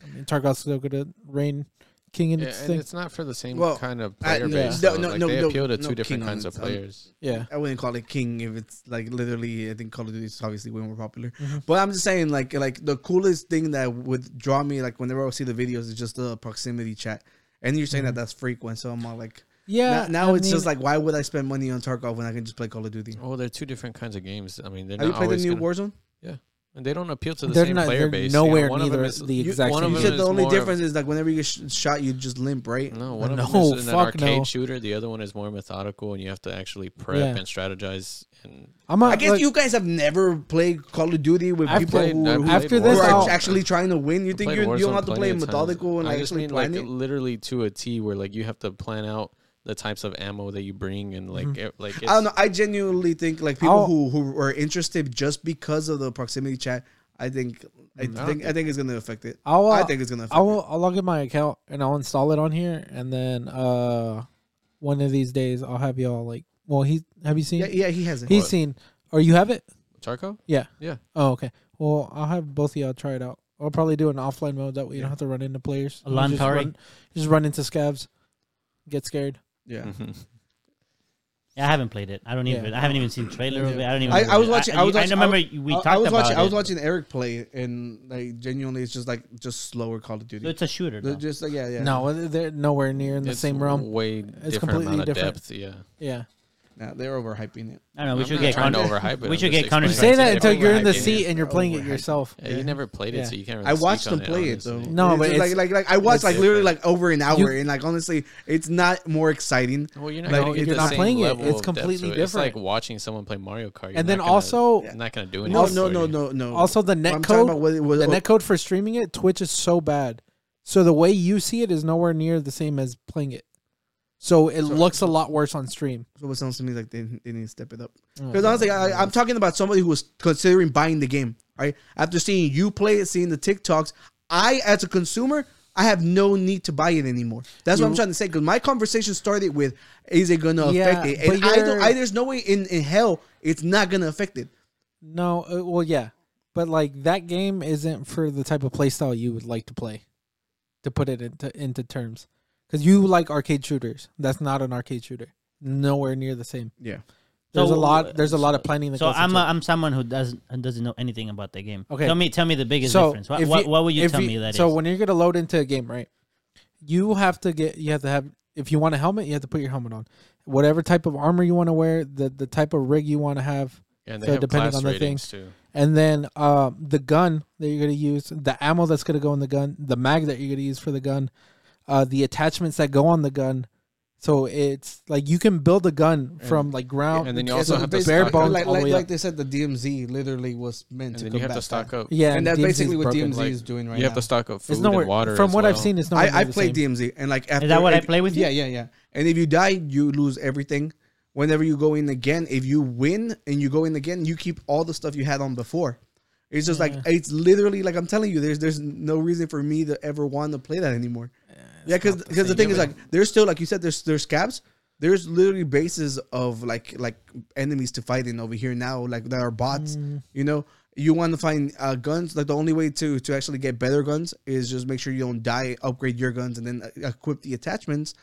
A: I mean, Tarkov's still gonna reign King and
H: Yeah,
A: its
H: and
A: thing.
H: it's not for the same
C: Well,
H: kind of
C: I-
H: player
C: yeah.
H: base.
C: No,
H: though.
C: no,
H: like,
C: no,
H: they
C: no,
H: appeal to
C: no,
H: two different
C: King
H: kinds of
C: on its own.
H: players.
A: yeah,
C: I wouldn't call it king if it's like literally. I think Call of Duty is obviously way more popular.
A: Mm-hmm.
C: But I'm just saying, like, like the coolest thing that would draw me, like, whenever I see the videos, is just the proximity chat. And you're saying that that's frequent, so I'm all like,
A: Mm-hmm. yeah.
C: now, now
A: I
C: it's just
A: mean,
C: like, why would I spend money on Tarkov when I can just play Call of Duty?
H: Well, Oh, they're two different kinds of games. I mean, they're
C: Have you
H: not
C: played the
H: always
C: new
H: gonna-
C: Warzone?
H: and they don't appeal to the
A: They're
H: same
A: not-
H: player
A: they're
H: base.
A: nowhere
H: one of
A: neither
H: them is
A: the exact
H: one
A: same.
H: Of
A: One
C: You
H: them
C: said
H: is
C: the only
H: more of-
C: difference is like whenever you get sh- shot, you just limp, right?
H: No, one of them
A: No,
H: is an
A: fuck
H: arcade
A: no.
H: shooter. The other one is more methodical, and you have to actually prep
A: Yeah.
H: and strategize. And
A: I'm not,
C: I guess
A: like,
C: you guys have never played Call of Duty with
A: I've
C: people
A: played-
C: who,
H: I've
C: who
A: After
H: played
A: this,
C: are
A: I'll-
C: actually trying to win. You
H: I
C: think
H: played
C: you you don't
H: Warzone
C: have to
H: plenty
C: play
H: of times.
C: methodical and
H: I
C: like,
H: just
C: actually
H: mean like
C: plan it?
H: literally to a T, where like you have to plan out the types of ammo that you bring and like
A: Mm-hmm.
H: it, like it's,
C: I don't know. I genuinely think like people
A: I'll-
C: who who are interested just because of the proximity chat. I think I
H: Mm-hmm.
C: think I think it's gonna affect it.
A: I'll,
C: I
A: uh,
C: think it's gonna affect.
A: I will. I'll log in my account and I'll install it on here, and then uh, one of these days I'll have y'all like. Well, he have you seen?
C: it. Yeah, yeah, he hasn't.
A: he's seen. Or you have it?
H: Tarkov.
A: Yeah.
H: Yeah.
A: Oh, okay. Well, I'll have both of y'all try it out. I'll probably do an offline mode that way you don't have to run into players.
D: A LAN
A: You just
D: party.
A: run- you just run into scavs, get scared.
C: yeah.
H: mm-hmm.
D: I haven't played it. I don't even.
A: Yeah.
D: I haven't even seen trailer of it. I don't even.
C: I-
D: know
C: I was
D: what it-
C: watching- I was
D: I
C: watching-
D: remember
C: I
D: we
C: I-
D: talked
C: I was
D: about
C: watching.
D: it.
C: I was watching Eric play, it, and like genuinely, it's just like just slower Call of
D: So
C: Duty.
D: it's a shooter.
C: They're
D: though.
C: Just like yeah, yeah.
A: No, they're nowhere near in the
H: It's
A: same realm.
H: Way different
A: completely
H: amount of
A: different.
H: depth. Yeah.
A: Yeah.
C: Nah, they're overhyping it.
D: I don't know. We
H: I'm
D: should
H: not
D: get
H: trying to
D: counter.
H: overhype it,
D: We
H: I'm
D: should
H: just
D: get counter.
H: explaining
A: You say
H: It's
A: that until you're in the
H: overhyped, yeah.
A: seat and you're playing it yourself.
H: Yeah, You never played it,
A: Yeah.
H: so you can't. Really
C: I
H: speak
C: watched
H: on
C: him play it though.
H: honestly.
A: No,
C: It's
A: but
C: just
A: it's-
C: like like like I watched like literally
H: different.
C: like over an hour,
A: You-
C: and like honestly, it's not more exciting.
H: Well, you're not,
C: Like,
H: gonna get
A: you're
H: the
A: not
H: same
A: playing it.
H: level
A: It's
H: of depth to
A: completely
H: It's like
A: different.
H: watching someone play Mario Kart. You're
A: And then
H: not gonna-
A: also-
H: you're not going to do anything.
C: No,
H: for
C: no, no,
H: you.
C: no, no.
A: Also, the
C: I'm
A: net
C: talking
A: code,
C: about Mm. what it was- oh,
A: the net code for streaming it, Twitch is so bad. So the way you see it is nowhere near the same as playing it. So it looks a lot worse on stream.
C: So it sounds to me like they, they need to step it up.
H: Oh,
C: Because honestly, I, I'm talking about somebody who was considering buying the game, right? After seeing you play it, seeing the TikToks, I, as a consumer, I have no need to buy it anymore. That's what I'm trying to say. Because my conversation started with, is it going to
A: Yeah,
C: affect it? And
A: but
C: I, don't,
A: you're-
C: I, there's no way in, in hell it's not going to affect it.
A: No, uh, well, yeah, but like that game isn't for the type of playstyle you would like to play. To put it into into terms, because you like arcade shooters, that's not an arcade shooter. Nowhere near the same.
C: Yeah.
A: There's
D: So- uh,
A: a lot. There's a lot of planning that
D: So
A: goes
D: I'm
A: into
D: a,
A: it.
D: I'm someone who doesn't who doesn't know anything about the game.
A: Okay.
D: Tell me tell me the biggest difference. What
A: if
D: what, what would you
A: if
D: tell me that is?
A: so when you're gonna load into a game, right? You have to get. You have to have. If you want a helmet, you have to put your helmet on. Whatever type of armor you want to wear, the the type of rig you want to have,
H: And they
A: So
H: have
A: depending
H: class
A: on the
H: ratings too.
A: and then um, the gun that you're gonna use, the ammo that's gonna go in the gun, the mag that you're gonna use for the gun, uh, the attachments that go on the gun. So it's like you can build a gun from like ground.
H: and then you
A: to
H: also
A: the
H: have to
A: bare
H: stock up.
A: bones
C: Like,
A: all the
C: like,
A: way
C: like
A: up.
C: they said, the DMZ literally was meant
H: And
C: to
H: then you have
C: combat
H: to stock
C: that.
H: up.
A: yeah,
C: And that's
A: DMZ is
C: basically what
A: broken.
C: DMZ is doing right
H: you have
C: now.
H: to stock up food
A: It's nowhere
H: and water.
A: from
H: as
A: what I've
H: well.
A: seen. It's nowhere.
C: I, I
A: near the
C: played
A: same.
C: DMZ and like after
D: that what I
C: if-
D: play with you?
C: Yeah, yeah, yeah. And if you die, you lose everything. Whenever you go in again, if you win and you go in again, you keep all the stuff you had on before. It's just like it's literally like I'm telling you, there's there's no reason for me to ever want to play that anymore. Yeah, because because the, thing is like there's still like you said there's there's scabs. There's literally bases of like like enemies to fight in over here now, like that are bots. You know, you want to find uh, guns. Like the only way to to actually get better guns is just make sure you don't die. Upgrade your guns and then uh, equip the attachments.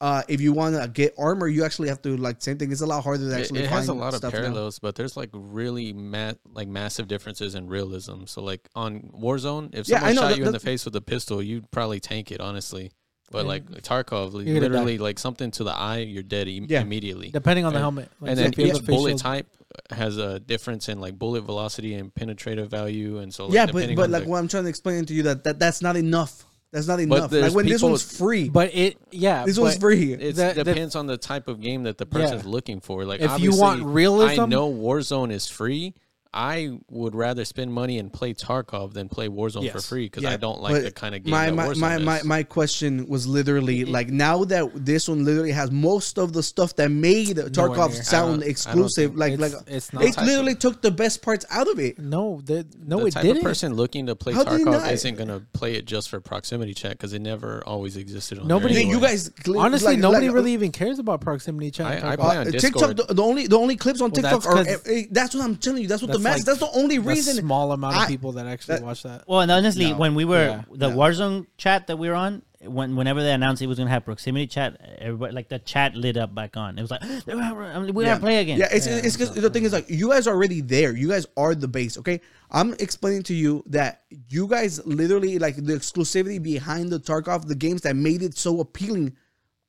C: Uh, if you want to get armor, you actually have to like same thing. It's a lot harder to
H: It,
C: actually
H: it
C: find
H: has a lot of
C: stuff now.
H: parallels, but there's like really ma- like massive differences in realism. So like on Warzone, if
C: Yeah, I
H: someone
C: know,
H: shot
C: that-
H: you in the
C: that-
H: face with a pistol, you'd probably tank it honestly. But like Tarkov,
A: gonna
H: literally like something to the eye, you're dead im-
C: Yeah.
H: immediately.
A: depending on the helmet.
H: and then
A: if you have
H: each
A: a face
H: bullet
A: shield.
H: type has a difference in like bullet velocity and penetrative value, and so like,
C: Yeah, but
H: depending
C: but
H: on
C: like
H: the-
C: what I'm trying to explain to you that, that that's not enough. That's not enough. Like
H: there's
C: when this
H: people-
C: one's free, but
A: But it, yeah,
C: this one's
A: but
C: free.
H: It
A: That- that-
H: depends on the type of game that the person's looking for. Like,
A: If you
H: obviously,
A: want realism-
H: I know Warzone is free. I would rather spend money and play Tarkov than play Warzone for
A: Yes.
H: free because
C: Yeah,
H: I don't like
C: but
H: the kind of game
C: my,
H: that
C: my,
H: Warzone
C: my, my,
H: is. Mm-hmm.
C: my question was literally like now that this one literally has most of the stuff that made Tarkov
A: near.
C: sound exclusive,
H: think
C: like
A: it's-
C: like
A: it's not
C: it
H: type
C: literally
H: of-
C: took the best parts out of it.
A: No, the, no,
H: the
A: it
H: type
A: didn't.
H: of person looking to play
C: How did it
H: Tarkov
C: not?
H: isn't going to play it just for proximity chat because it never always existed on
A: Nobody-
H: there
C: Yeah,
H: anyway.
C: you guys cl-
A: Honestly,
C: like-
A: nobody
C: like,
A: really even cares about proximity chat.
H: I-
A: and
H: I
A: Tarkov.
H: play on
C: uh,
H: Discord.
C: TikTok. The, the only the only clips on
A: Well,
C: TikTok
A: that's
C: are
A: 'cause-
C: eh, eh, that's what I'm telling you. That's what was massive.
A: like,
C: That's the only
A: the
C: reason.
A: small amount of
C: I-
A: people that actually
C: that-
A: watch that.
D: Well, and honestly,
A: No.
D: when we were
A: Yeah,
D: the
C: no.
D: Warzone chat that we were on, when whenever they announced it was gonna have proximity chat, everybody like the chat lit up back on. It was like we're gonna
C: yeah.
D: play again.
C: Yeah, it's it's because the thing is like you guys are already there. You guys are the base. Okay, I'm explaining to you that you guys literally like the exclusivity behind the Tarkov, the games that made it so appealing,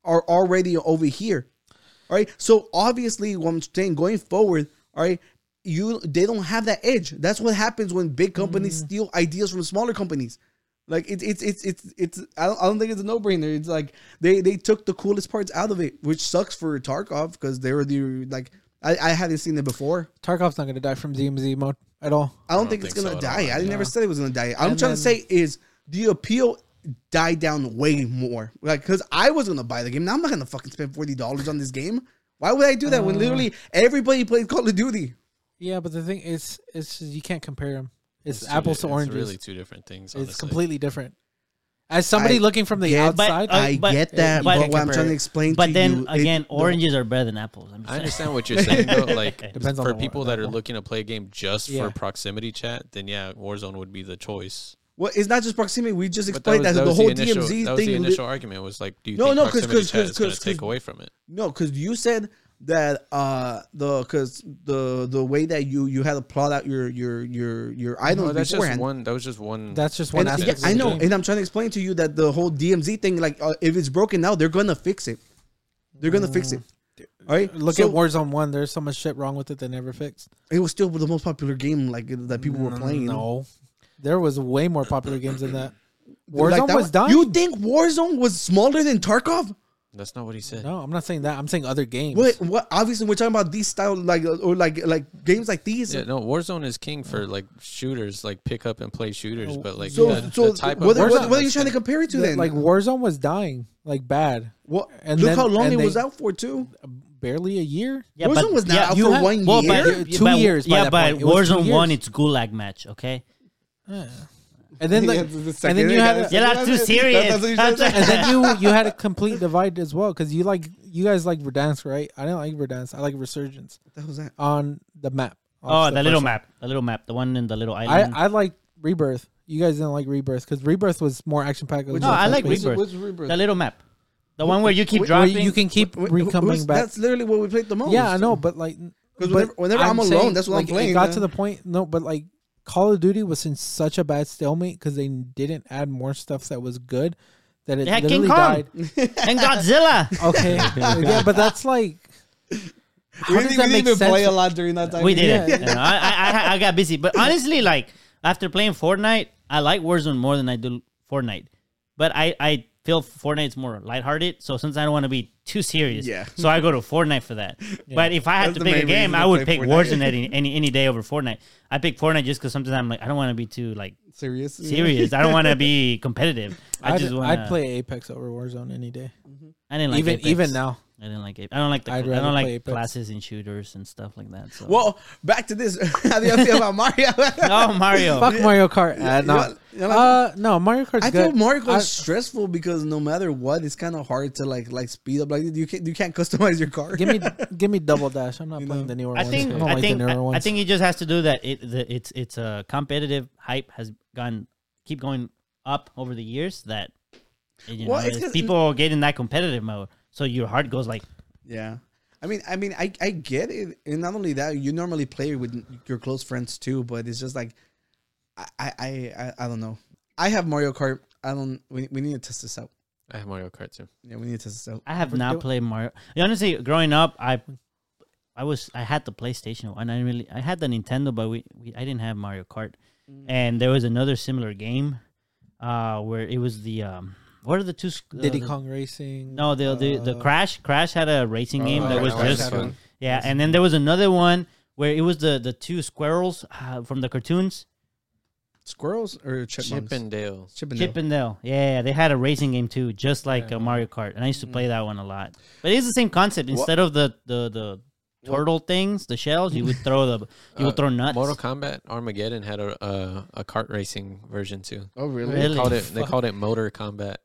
C: are already over here. All right, so obviously, what I'm saying going forward, all right, you they don't have that edge. That's what happens when big companies steal ideas from smaller companies. Like it's it's it's it's it's I don't, I don't think it's a no brainer. It's like they they took the coolest parts out of it, which sucks for Tarkov because they were the like I, I haven't seen it before.
A: Tarkov's not gonna die from ZMZ mode at all.
C: I don't, think, it's
H: think
C: gonna
H: so at
C: die.
H: all,
C: I never said it was gonna die. I'm
A: And then-
C: trying to say is the appeal died down way more. Like because I was gonna buy the game. Now I'm not gonna fucking spend forty dollars on this game. Why would I do that
A: Uh.
C: when literally everybody plays Call of Duty?
A: Yeah, but the thing is, it's just, you can't compare them. It's,
H: It's two
A: apples
H: di-
A: to oranges.
H: It's really two different things.
A: It's
H: honestly.
A: completely different. As somebody
C: I
A: looking from the
C: get-
D: but,
A: outside,
D: uh,
C: I
D: but-
C: get that,
D: but-
C: but, what I'm trying to explain to
D: But then
C: you, it-
D: again,
C: the-
D: oranges are better than apples. I'm just
H: I
D: saying.
H: understand what you're saying, though. Like,
A: Depends on
H: for
A: the war-
H: people that are
A: level.
H: looking to play a game just
A: Yeah.
H: for proximity chat, then yeah, Warzone would be the choice.
C: Well, it's not just proximity. We just
H: But
C: explained that, the
H: was
C: whole
H: initial,
C: DMZ
H: that was
C: thing.
H: the initial argument was like, do you
C: No,
H: think
C: no, 'cause-
H: proximity
C: 'cause-
H: chat is
C: 'cause-
H: going to
C: 'cause-
H: take away from it?
C: no, because you said that uh the because the the way that you you had to plot out your your your your items
H: No, that's just
C: beforehand.
H: one. That was just one.
A: that's just one
C: and, yeah,
A: aspect. of
C: I
A: the
C: know,
A: game.
C: and I'm trying to explain to you that the whole DMZ thing, like uh, if it's broken now, they're gonna fix it. They're gonna fix it. All right,
A: Mm. Look
C: So,
A: at Warzone One. There's so much shit wrong with it they never fixed.
C: It was still the most popular game like that people were
A: Mm,
C: playing.
A: No, there was way more popular games than that. Warzone
C: Like, that
A: was dying.
C: You think Warzone was smaller than Tarkov?
H: That's not what he said.
A: no, I'm not saying that. I'm saying other games.
C: What? What? Obviously, we're talking about these style like uh, or like like games like these.
H: Yeah, no, Warzone is king for like shooters, like pick up and play shooters. But like
C: So,
H: the,
C: so
H: the type
C: what, what,
H: of Warzone
C: what are you
H: that's
C: trying to
H: gonna-
C: compare it to
A: The-
C: then?
A: like Warzone was dying, like bad.
C: what?
A: and
C: look
A: then-
C: how long
A: and
C: it was
A: they-
C: out for too.
A: Barely a year.
D: Yeah,
C: Warzone
D: but-
C: was not
D: yeah,
C: out
A: you
C: for
A: had-
C: one
D: Well,
C: year.
A: but- Two years by
D: Yeah,
A: that
D: but
A: point. It was two
D: Warzone one,
A: years.
D: it's gulag match. Okay.
A: And then, the,
C: Yeah, the
A: and
C: second
A: then you
C: guy
A: had,
C: is-
A: a,
D: You're not too
C: That's-
D: serious.
C: that's what you said.
A: and then you you had a complete divide as well because you like you guys like Verdansk, right? I didn't like Verdansk. I like Resurgence
C: That was that.
A: on the map.
D: oh,
A: the
D: the little
A: first
D: map, the little map, the one in the little
A: one.
D: island.
A: I I like Rebirth. You guys didn't like Rebirth because Rebirth was more action packed.
D: no, I like Rebirth.
C: what's Rebirth?
D: The little map, the one where you keep
A: Where
D: dropping.
A: you can keep
C: Wait,
A: re
C: who-
A: coming
C: who's-
A: back.
C: That's literally what we played the most.
A: Yeah, I know, but like, but
C: Oh, whenever- whenever I'm alone, that's what I'm
A: like, It
C: playing,
A: got
C: man.
A: to the point. No, but like, Call of Duty was in such a bad stalemate because they didn't add more stuff that was good that it
D: They had
A: literally
D: King Kong
A: died.
D: and Godzilla.
A: Okay, yeah, but that's like,
C: We
A: how
C: didn't,
A: does
C: we
A: that
C: didn't
A: make
C: even play a
A: sense?
C: lot during that time.
D: we did
A: Yeah.
D: it. You know, I, I- I I got busy, but honestly, like after playing Fortnite, I like Warzone more than I do Fortnite. But I I feel Fortnite's more lighthearted, so since I don't want to be too serious,
C: Yeah.
D: So I go to Fortnite for that. But if I had to
C: That's the
D: pick a
C: main
D: game,
C: reason
D: I
C: to
D: would
C: play
D: pick
C: Fortnite.
D: Warzone any, any any day over Fortnite. I pick Fortnite just because sometimes I'm like I don't want to be too like
C: Serious.
D: serious. I don't want to be competitive. I
A: I'd,
D: just want.
A: I'd play Apex over Warzone any day.
D: I didn't like
A: even
D: Apex.
A: even now,
D: I didn't like it. I don't like the.
A: I'd
D: I
A: rather
D: don't like
A: play Apex.
D: classes and shooters and stuff like that. So.
C: Well, back to this. How do you feel about Mario?
D: oh Mario!
A: fuck Mario Kart. Uh, no,
C: you're like-
A: uh, no, Mario Kart's
C: I
A: good.
C: feel Mario Kart
A: I-
C: is stressful because no matter what, it's kind of hard to like like speed up. Like you can't you can't customize your car.
A: Give me, give me double dash. I'm not playing
C: know?
A: the newer
D: I
A: ones.
D: think
A: I
D: I,
A: don't like
D: think
A: the newer
D: I,
A: ones.
D: I think he just has to do that. It the, it's it's a competitive hype has gone keep going up over the years that you
C: Well,
D: know,
C: it's
D: it's
C: 'cause-
D: people get in that competitive mode. So your heart goes like
C: Yeah. I mean, I mean, I, I get it, and not only that, you normally play with your close friends too, but it's just like, I, I, I, I- I don't know. I have Mario Kart. I don't. We, we need to test this out.
H: I have Mario Kart too.
C: Yeah, we need to test this out.
D: I have
A: But
D: not
A: don't-
D: played Mario. Honestly, growing up, I I was I had the PlayStation and I didn't really I had the Nintendo, but we, we I didn't have Mario Kart.
A: Mm.
D: And there was another similar game, uh, where it was the um, what are the two sc- uh,
A: Diddy
D: the-
A: Kong Racing.
D: No, the the, the
A: uh, Oh,
D: Crash Crash had a racing game that
H: yeah,
D: was
H: that was
D: just
H: fun.
D: yeah, and then there was another one where it was the the two squirrels uh, from the cartoons,
C: Squirrels or
H: Chip
C: chipmunks?
H: and Dale.
C: Chip and
D: Chip and Dale. Yeah, they had a racing game too, just like uh, Mario Kart, and I used to play that one a lot. But it's the same concept. Instead of the the the turtle things, the shells, you would throw the you would
H: Uh,
D: throw nuts.
H: Mortal Kombat Armageddon had a a, a kart racing version too.
C: Oh really?
H: They
D: Really?
H: called it they called it Motor Combat.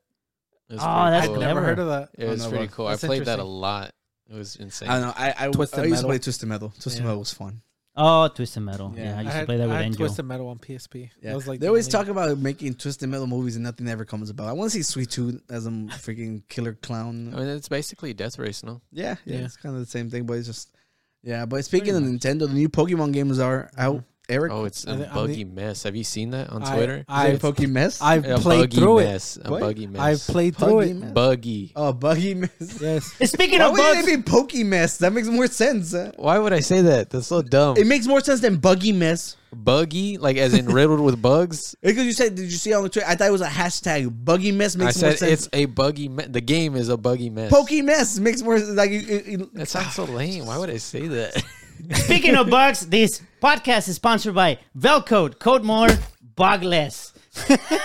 H: It was
D: Oh,
H: pretty
D: that's
H: cool.
A: I've never
D: Clever.
A: heard of that. Oh,
H: It was
C: no,
H: pretty
C: but
H: cool. I
A: that's
H: played that a
A: interesting.
H: lot. It was insane.
C: I don't know. I I,
A: Twisted
C: I used
A: Metal.
C: to play Twisted Metal. Twisted
A: Yeah.
C: Metal was fun.
D: Oh, Twisted Metal.
C: Yeah.
D: Yeah, I
C: I
A: I
D: used to
A: had,
D: play that
A: I
D: with
A: had
D: Angel.
A: Twisted Metal on PSP.
C: Yeah.
A: That was like
C: they
A: the
C: always
A: only-
C: talk about making twisted metal movies and nothing ever comes about. I want to see Sweet Tooth as a freaking killer clown.
H: I mean, it's basically Death Race, no?
C: Yeah, yeah,
A: Yeah.
C: it's kind of the same thing, but it's just yeah. But speaking of Nintendo, the new Pokemon games are
A: Mm-hmm.
C: out. Eric,
H: Oh, it's
A: I
H: a
A: think- I
H: buggy mess. Have you seen that on
A: I-
H: Twitter?
C: I've,
A: I've,
C: Pokemess.
A: I've
H: a
A: played
H: buggy
A: through it.
H: mess. A
C: What?
H: buggy mess.
A: I've played through it.
C: Pokemess?
H: buggy.
C: Oh, buggy mess.
A: Yes.
D: Speaking
C: Why
D: of
C: would
D: bugs,
C: it be Pokey Mess? That makes more sense. uh.
H: Why would I say that? That's so dumb.
C: It makes more sense than Buggy Mess.
H: buggy, like as in riddled with bugs.
C: Because you said, did you see on the Twitter? I thought it was a hashtag. Buggy Mess
H: I
C: makes more
H: said
C: sense.
H: it's a buggy. Me- the game is a buggy mess.
C: Pokey Mess makes more sense. Like, it, it, it-
H: That sounds so lame. Why would I say that?
D: speaking of bugs, this podcast is sponsored by Velcode. Code more, bug less.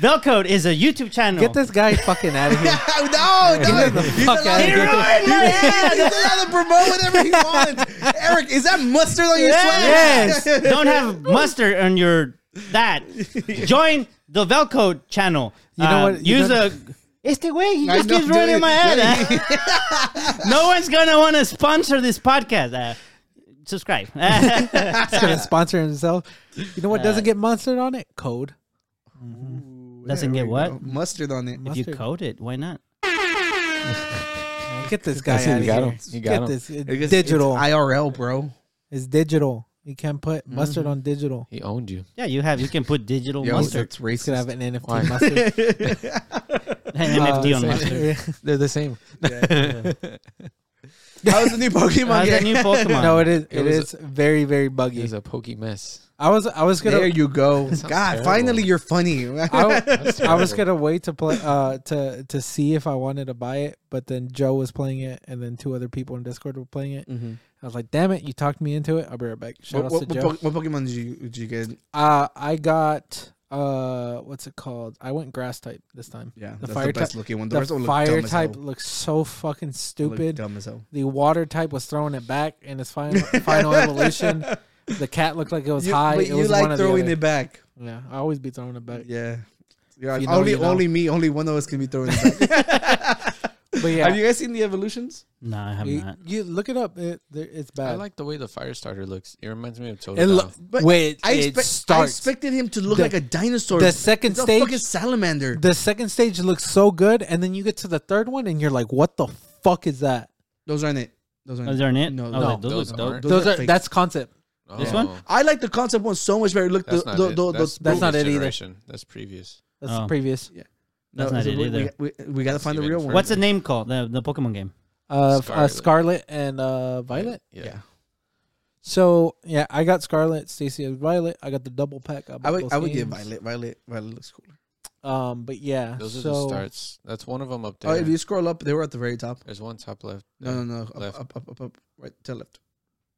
D: Velcode is a YouTube channel.
A: Get this guy fucking out of here.
C: no, no, he's
A: fuck
C: allowed
A: outta
D: He
A: here.
D: ruined
C: to-
D: my
C: He's
D: head.
C: allowed to promote whatever he wants. Eric, is that mustard on your
D: Yes.
C: sweater?
D: Don't have mustard on your that. Join the Velcode channel. You
A: know what? You
D: use
A: don't-
D: a. Este güey, he just
C: know,
D: keeps ruining
C: dude.
D: my head. huh? no one's gonna want to sponsor this podcast. Uh, subscribe.
A: He's gonna sponsor himself. You know
D: Uh,
A: what doesn't get monstered on it? Code.
D: Doesn't
C: There
D: get
C: we
D: what?
C: go. Mustard on it.
D: If you
A: Mustard.
D: code it, why not?
A: Get this guy
H: see,
A: out
H: you
A: of
H: got
A: here.
H: him. You
A: Get
H: got him.
A: this. It's
C: Because
A: digital.
C: It's IRL, bro.
A: It's digital. You can't put mustard
H: Mm-hmm.
A: on digital.
H: he owned you.
D: Yeah, you have. You can put digital
C: Yo,
D: mustard,
C: that's
A: It's gonna
C: racist.
A: have an NFT
H: Why?
A: mustard.
D: and MFD
A: Oh,
D: on mustard.
H: They're the same.
C: That was the new Pokemon
D: How's that
C: game.
D: new Pokemon?
A: no, it is.
H: It
A: It
H: was-
A: is very very
H: It
A: buggy.
H: was a pokey mess.
A: I was I was
C: There
A: gonna
C: you go. God,
H: terrible.
C: finally you're funny.
A: I, w-
H: That's
A: I was
H: terrible.
A: gonna wait to play uh to to see if I wanted to buy it, but then Joe was playing it, and then two other people in Discord were playing it.
C: Mhm.
A: I was like, "Damn it, you talked me into it." I'll be right back. Shout outs
C: What, what,
A: to
C: what,
A: Joe.
C: po- what Pokemon did you, did you get?
A: Uh, I got uh, what's it called? I went grass type this time.
C: Yeah,
A: the
C: that's
A: fire
C: the best
A: type.
C: looking one. The,
A: The
C: rest of them look
A: fire
C: dumb as
A: type
C: hell.
A: looks so fucking
C: Look
A: stupid.
C: Dumb as hell.
A: The water type was throwing it back in its final final evolution. The cat looked like it was high.
C: but
A: it was
C: like
A: one
C: throwing
A: of the
C: it back.
A: other. Yeah, I always be throwing it back.
C: Yeah. You're like,
A: you know,
C: only,
A: you know.
C: only me, only one of us can be throwing it back.
A: But yeah,
C: Have you guys seen the evolutions?
D: no, I have
A: you,
D: not.
A: you look it up. It, there- it's bad.
H: I like the way the fire starter looks. It reminds me of Totodile.
A: it. Lo-
C: But
A: wait,
C: I,
A: it
C: expect- I
A: starts.
C: expected him to look
A: The-
C: like a dinosaur.
A: the second
C: It's a
A: stage-
C: fucking salamander.
A: the second stage looks so good, and then you get to the third one, and you're like, "What the fuck is that?"
C: those aren't it. Those aren't
D: Oh, is there an it?
C: No,
D: Oh,
C: no.
D: that- those
H: those
D: look dope.
H: aren't.
C: Those
A: Those,
C: are
A: are,
C: fake.
A: that's concept.
D: This one?
H: Oh,
C: I like the concept one so much better. Look, the,
H: That's not
C: the,
H: it.
C: the, the,
H: that's,
A: that's not
H: previous
A: it either.
H: generation. That's previous.
A: That's
D: Oh.
A: the previous.
C: no,
D: That's not
C: so
D: it
C: we,
D: either.
C: We, we, we gotta find the
H: even
C: real one.
D: What's the name called? The the Pokemon game.
A: Uh, Scarlet. Uh,
H: Scarlet.
A: Scarlet and uh, Violet.
H: Yeah.
C: Yeah.
A: So yeah, I got Scarlet. Stacy has Violet. I got the double pack. bought
C: I would
A: both
C: I would get
A: games.
C: Violet. Violet Violet looks cooler.
A: Um, but yeah,
H: Those are the
A: so
H: starts. That's one of them up
C: Oh,
H: there.
C: if you scroll up, they were at the very top.
H: There's one top left.
C: No, no, no. Up,
H: Left.
C: up, up, up, up, right to left.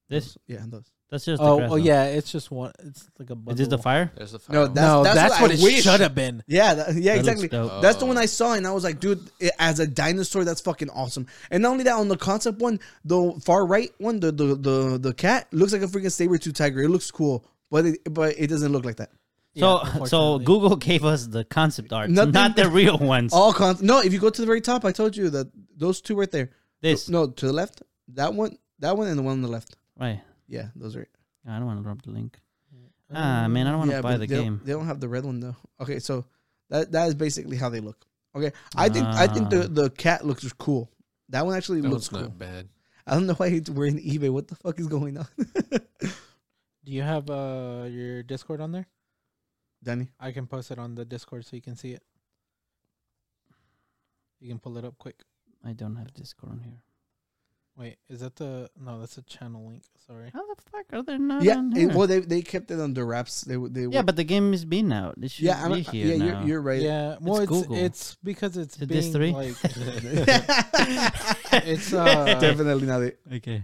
D: This
C: Yeah, and those.
D: that's just. the
A: oh,
D: grass
A: oh
D: one.
A: yeah, it's just one. It's like a bundle.
D: Is this the fire?
H: There's the fire.
C: No,
H: one.
C: that-
A: no,
C: That's-
A: that's,
C: that's
A: what,
C: what I
A: it
C: wish.
A: should have been.
C: Yeah, that, yeah,
D: That looks
C: exactly.
D: dope.
C: That's the one
H: Oh.
C: I saw, and I was like, dude, i as a dinosaur, that's fucking awesome. And not only that, on the concept one, the far right one, the the the, the cat looks like a freaking saber tooth tiger. It looks cool, but it, but it doesn't look like that.
D: So
A: Yeah,
D: so
A: unfortunately.
D: Google gave us the concept art,
C: Nothing- Oh.
D: not the real ones.
C: All con no. If you go to the very top, I told you that those two right there.
D: This
C: No, to the left, that one, that one, and the one on the left.
D: right.
C: Yeah, those are. It.
D: I don't want to drop the link. Ah man, I don't want to
C: Uh, yeah,
D: buy
C: but
D: the
C: they don't-
D: game.
C: They don't have the red one though. Okay, so that that is basically how they look. Okay, I think I think the
D: Ah.
C: the cat looks cool. That one actually
H: That
C: looks
H: one's
C: cool.
H: not bad.
C: I don't know why he's wearing eBay. What the fuck is going on,
A: Do you have uh your Discord on there?
C: Danny?
A: I can post it on the Discord so you can see it. You can pull it up quick.
D: I don't have Discord on here.
A: Wait, is that the no? That's a channel link. Sorry.
D: How the fuck are they not
C: yeah,
D: on
C: it-
D: here?
C: well they they kept it under wraps. They w- they
D: yeah,
C: were-
D: but the game is being out. It should
C: yeah, I'm,
D: be
C: yeah,
D: here now.
C: you're, you're right.
A: Yeah, well, it's it's,
D: Google.
A: because it's
D: Is it
A: being
D: this three?
A: like it's uh
C: Definitely not it.
D: okay.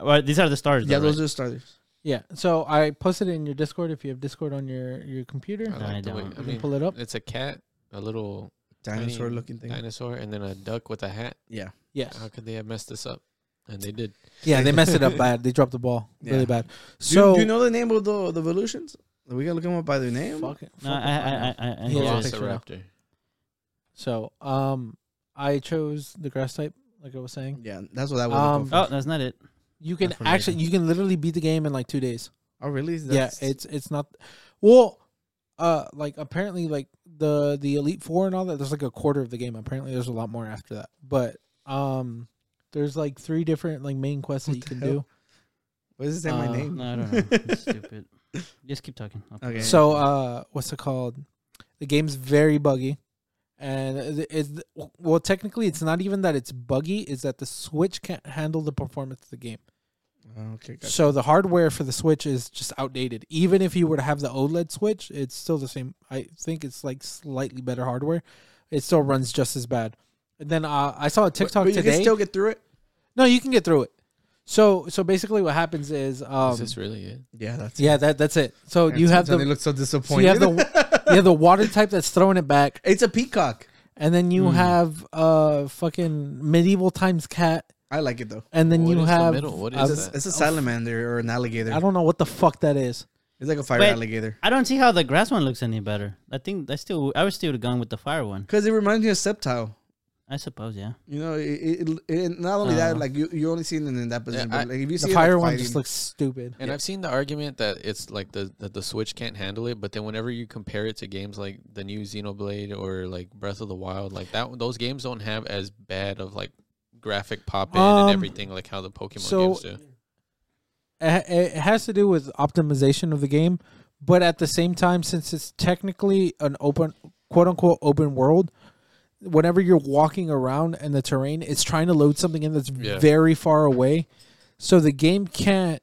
D: Well, these are the stars.
C: Yeah,
D: Yeah,
C: those are starters.
A: yeah. So I posted it in your Discord if you have Discord on your your computer.
H: I like the way.
D: don't.
H: I
A: You can
H: mean,
A: pull it up.
H: it's a cat, a little tiny
C: Dinosaur looking thing.
H: dinosaur, and then a duck with a hat.
C: Yeah.
A: Yeah,
H: How could they have messed this up? And they did.
A: yeah. They messed it up bad. They dropped the ball
C: Yeah.
A: really bad.
C: Do, you-
A: So
C: do you know the name of the the evolutions? We gotta look them up by their name.
A: fuck it,
D: no,
A: fuck it, fine.
D: I, I, I, I, I
A: Yeah,
D: yeah.
A: picture now.
H: Velociraptor.
A: So um, I chose the grass type, like I was saying.
C: Yeah, that's what that was.
A: Um,
C: looking for.
D: Oh, that's not it.
A: You can
D: That's what it
A: actually, you can literally beat the game in like two days.
C: Oh, really?
A: yeah, it's it's not. Well, uh, like apparently, like the the Elite Four and all that. There's like a quarter of the game. Apparently, there's a lot more after that. But um, there's like three different like main quests that you
C: the
A: can
C: hell?
A: do.
C: What does it say? my
D: Uh,
C: name?
D: No, I don't know. It's stupid. Just keep talking. I'll-
C: Okay.
A: So, uh, what's it called? The game's very buggy, and it- it's well, technically, it's not even that it's buggy. Is that the Switch can't handle the performance of the game.
C: Oh, okay, gotcha.
A: So the hardware for the Switch is just outdated. Even if you were to have the OLED Switch, it's still the same. I think it's like slightly better hardware. It still runs just as bad. And then uh, I saw a
C: But-
A: TikTok
C: but you
A: today.
C: can still get through it.
A: no, you can get through it. So so basically, what happens is um
H: Is this really it?
C: Yeah, that's.
A: yeah that that's it. So you have
C: They
A: the
C: look so
A: so
C: disappointed.
A: you have the you have the water type that's throwing it back,
C: it's a peacock.
A: and then
C: Hmm.
A: you have uh fucking medieval times cat,
C: I like it though.
A: and then
H: What
A: you
H: is the
A: have
H: middle? What
A: uh,
H: is
C: It's,
H: that?
C: it's a salamander or an alligator.
A: I don't know what the fuck that is.
C: It's like a fire
D: Wait.
C: alligator.
D: I don't see how the grass one looks any better. I think I still I would still have gone with the fire one.
C: Because it reminds me of septile.
D: I suppose, yeah.
C: You know, it, it, it- it- not only that,
D: Uh.
C: like you, you only seen it in that position.
H: I-
C: but like if you see
A: The
C: it,
A: fire
C: like,
A: one just
C: fighting-
A: looks stupid.
H: And I've seen the argument that it's like the that the Switch can't handle it, but then whenever you compare it to games like the new Xenoblade or like Breath of the Wild, like that those games don't have as bad of like graphic pop in
A: Um,
H: and everything like how the Pokemon
A: so-
H: games do.
A: it it has to do with optimization of the game, but at the same time, since it's technically an open, quote unquote, open world, whenever you're walking around in the terrain, it's trying to load something in that's
H: Yeah.
A: very far away, so the game can't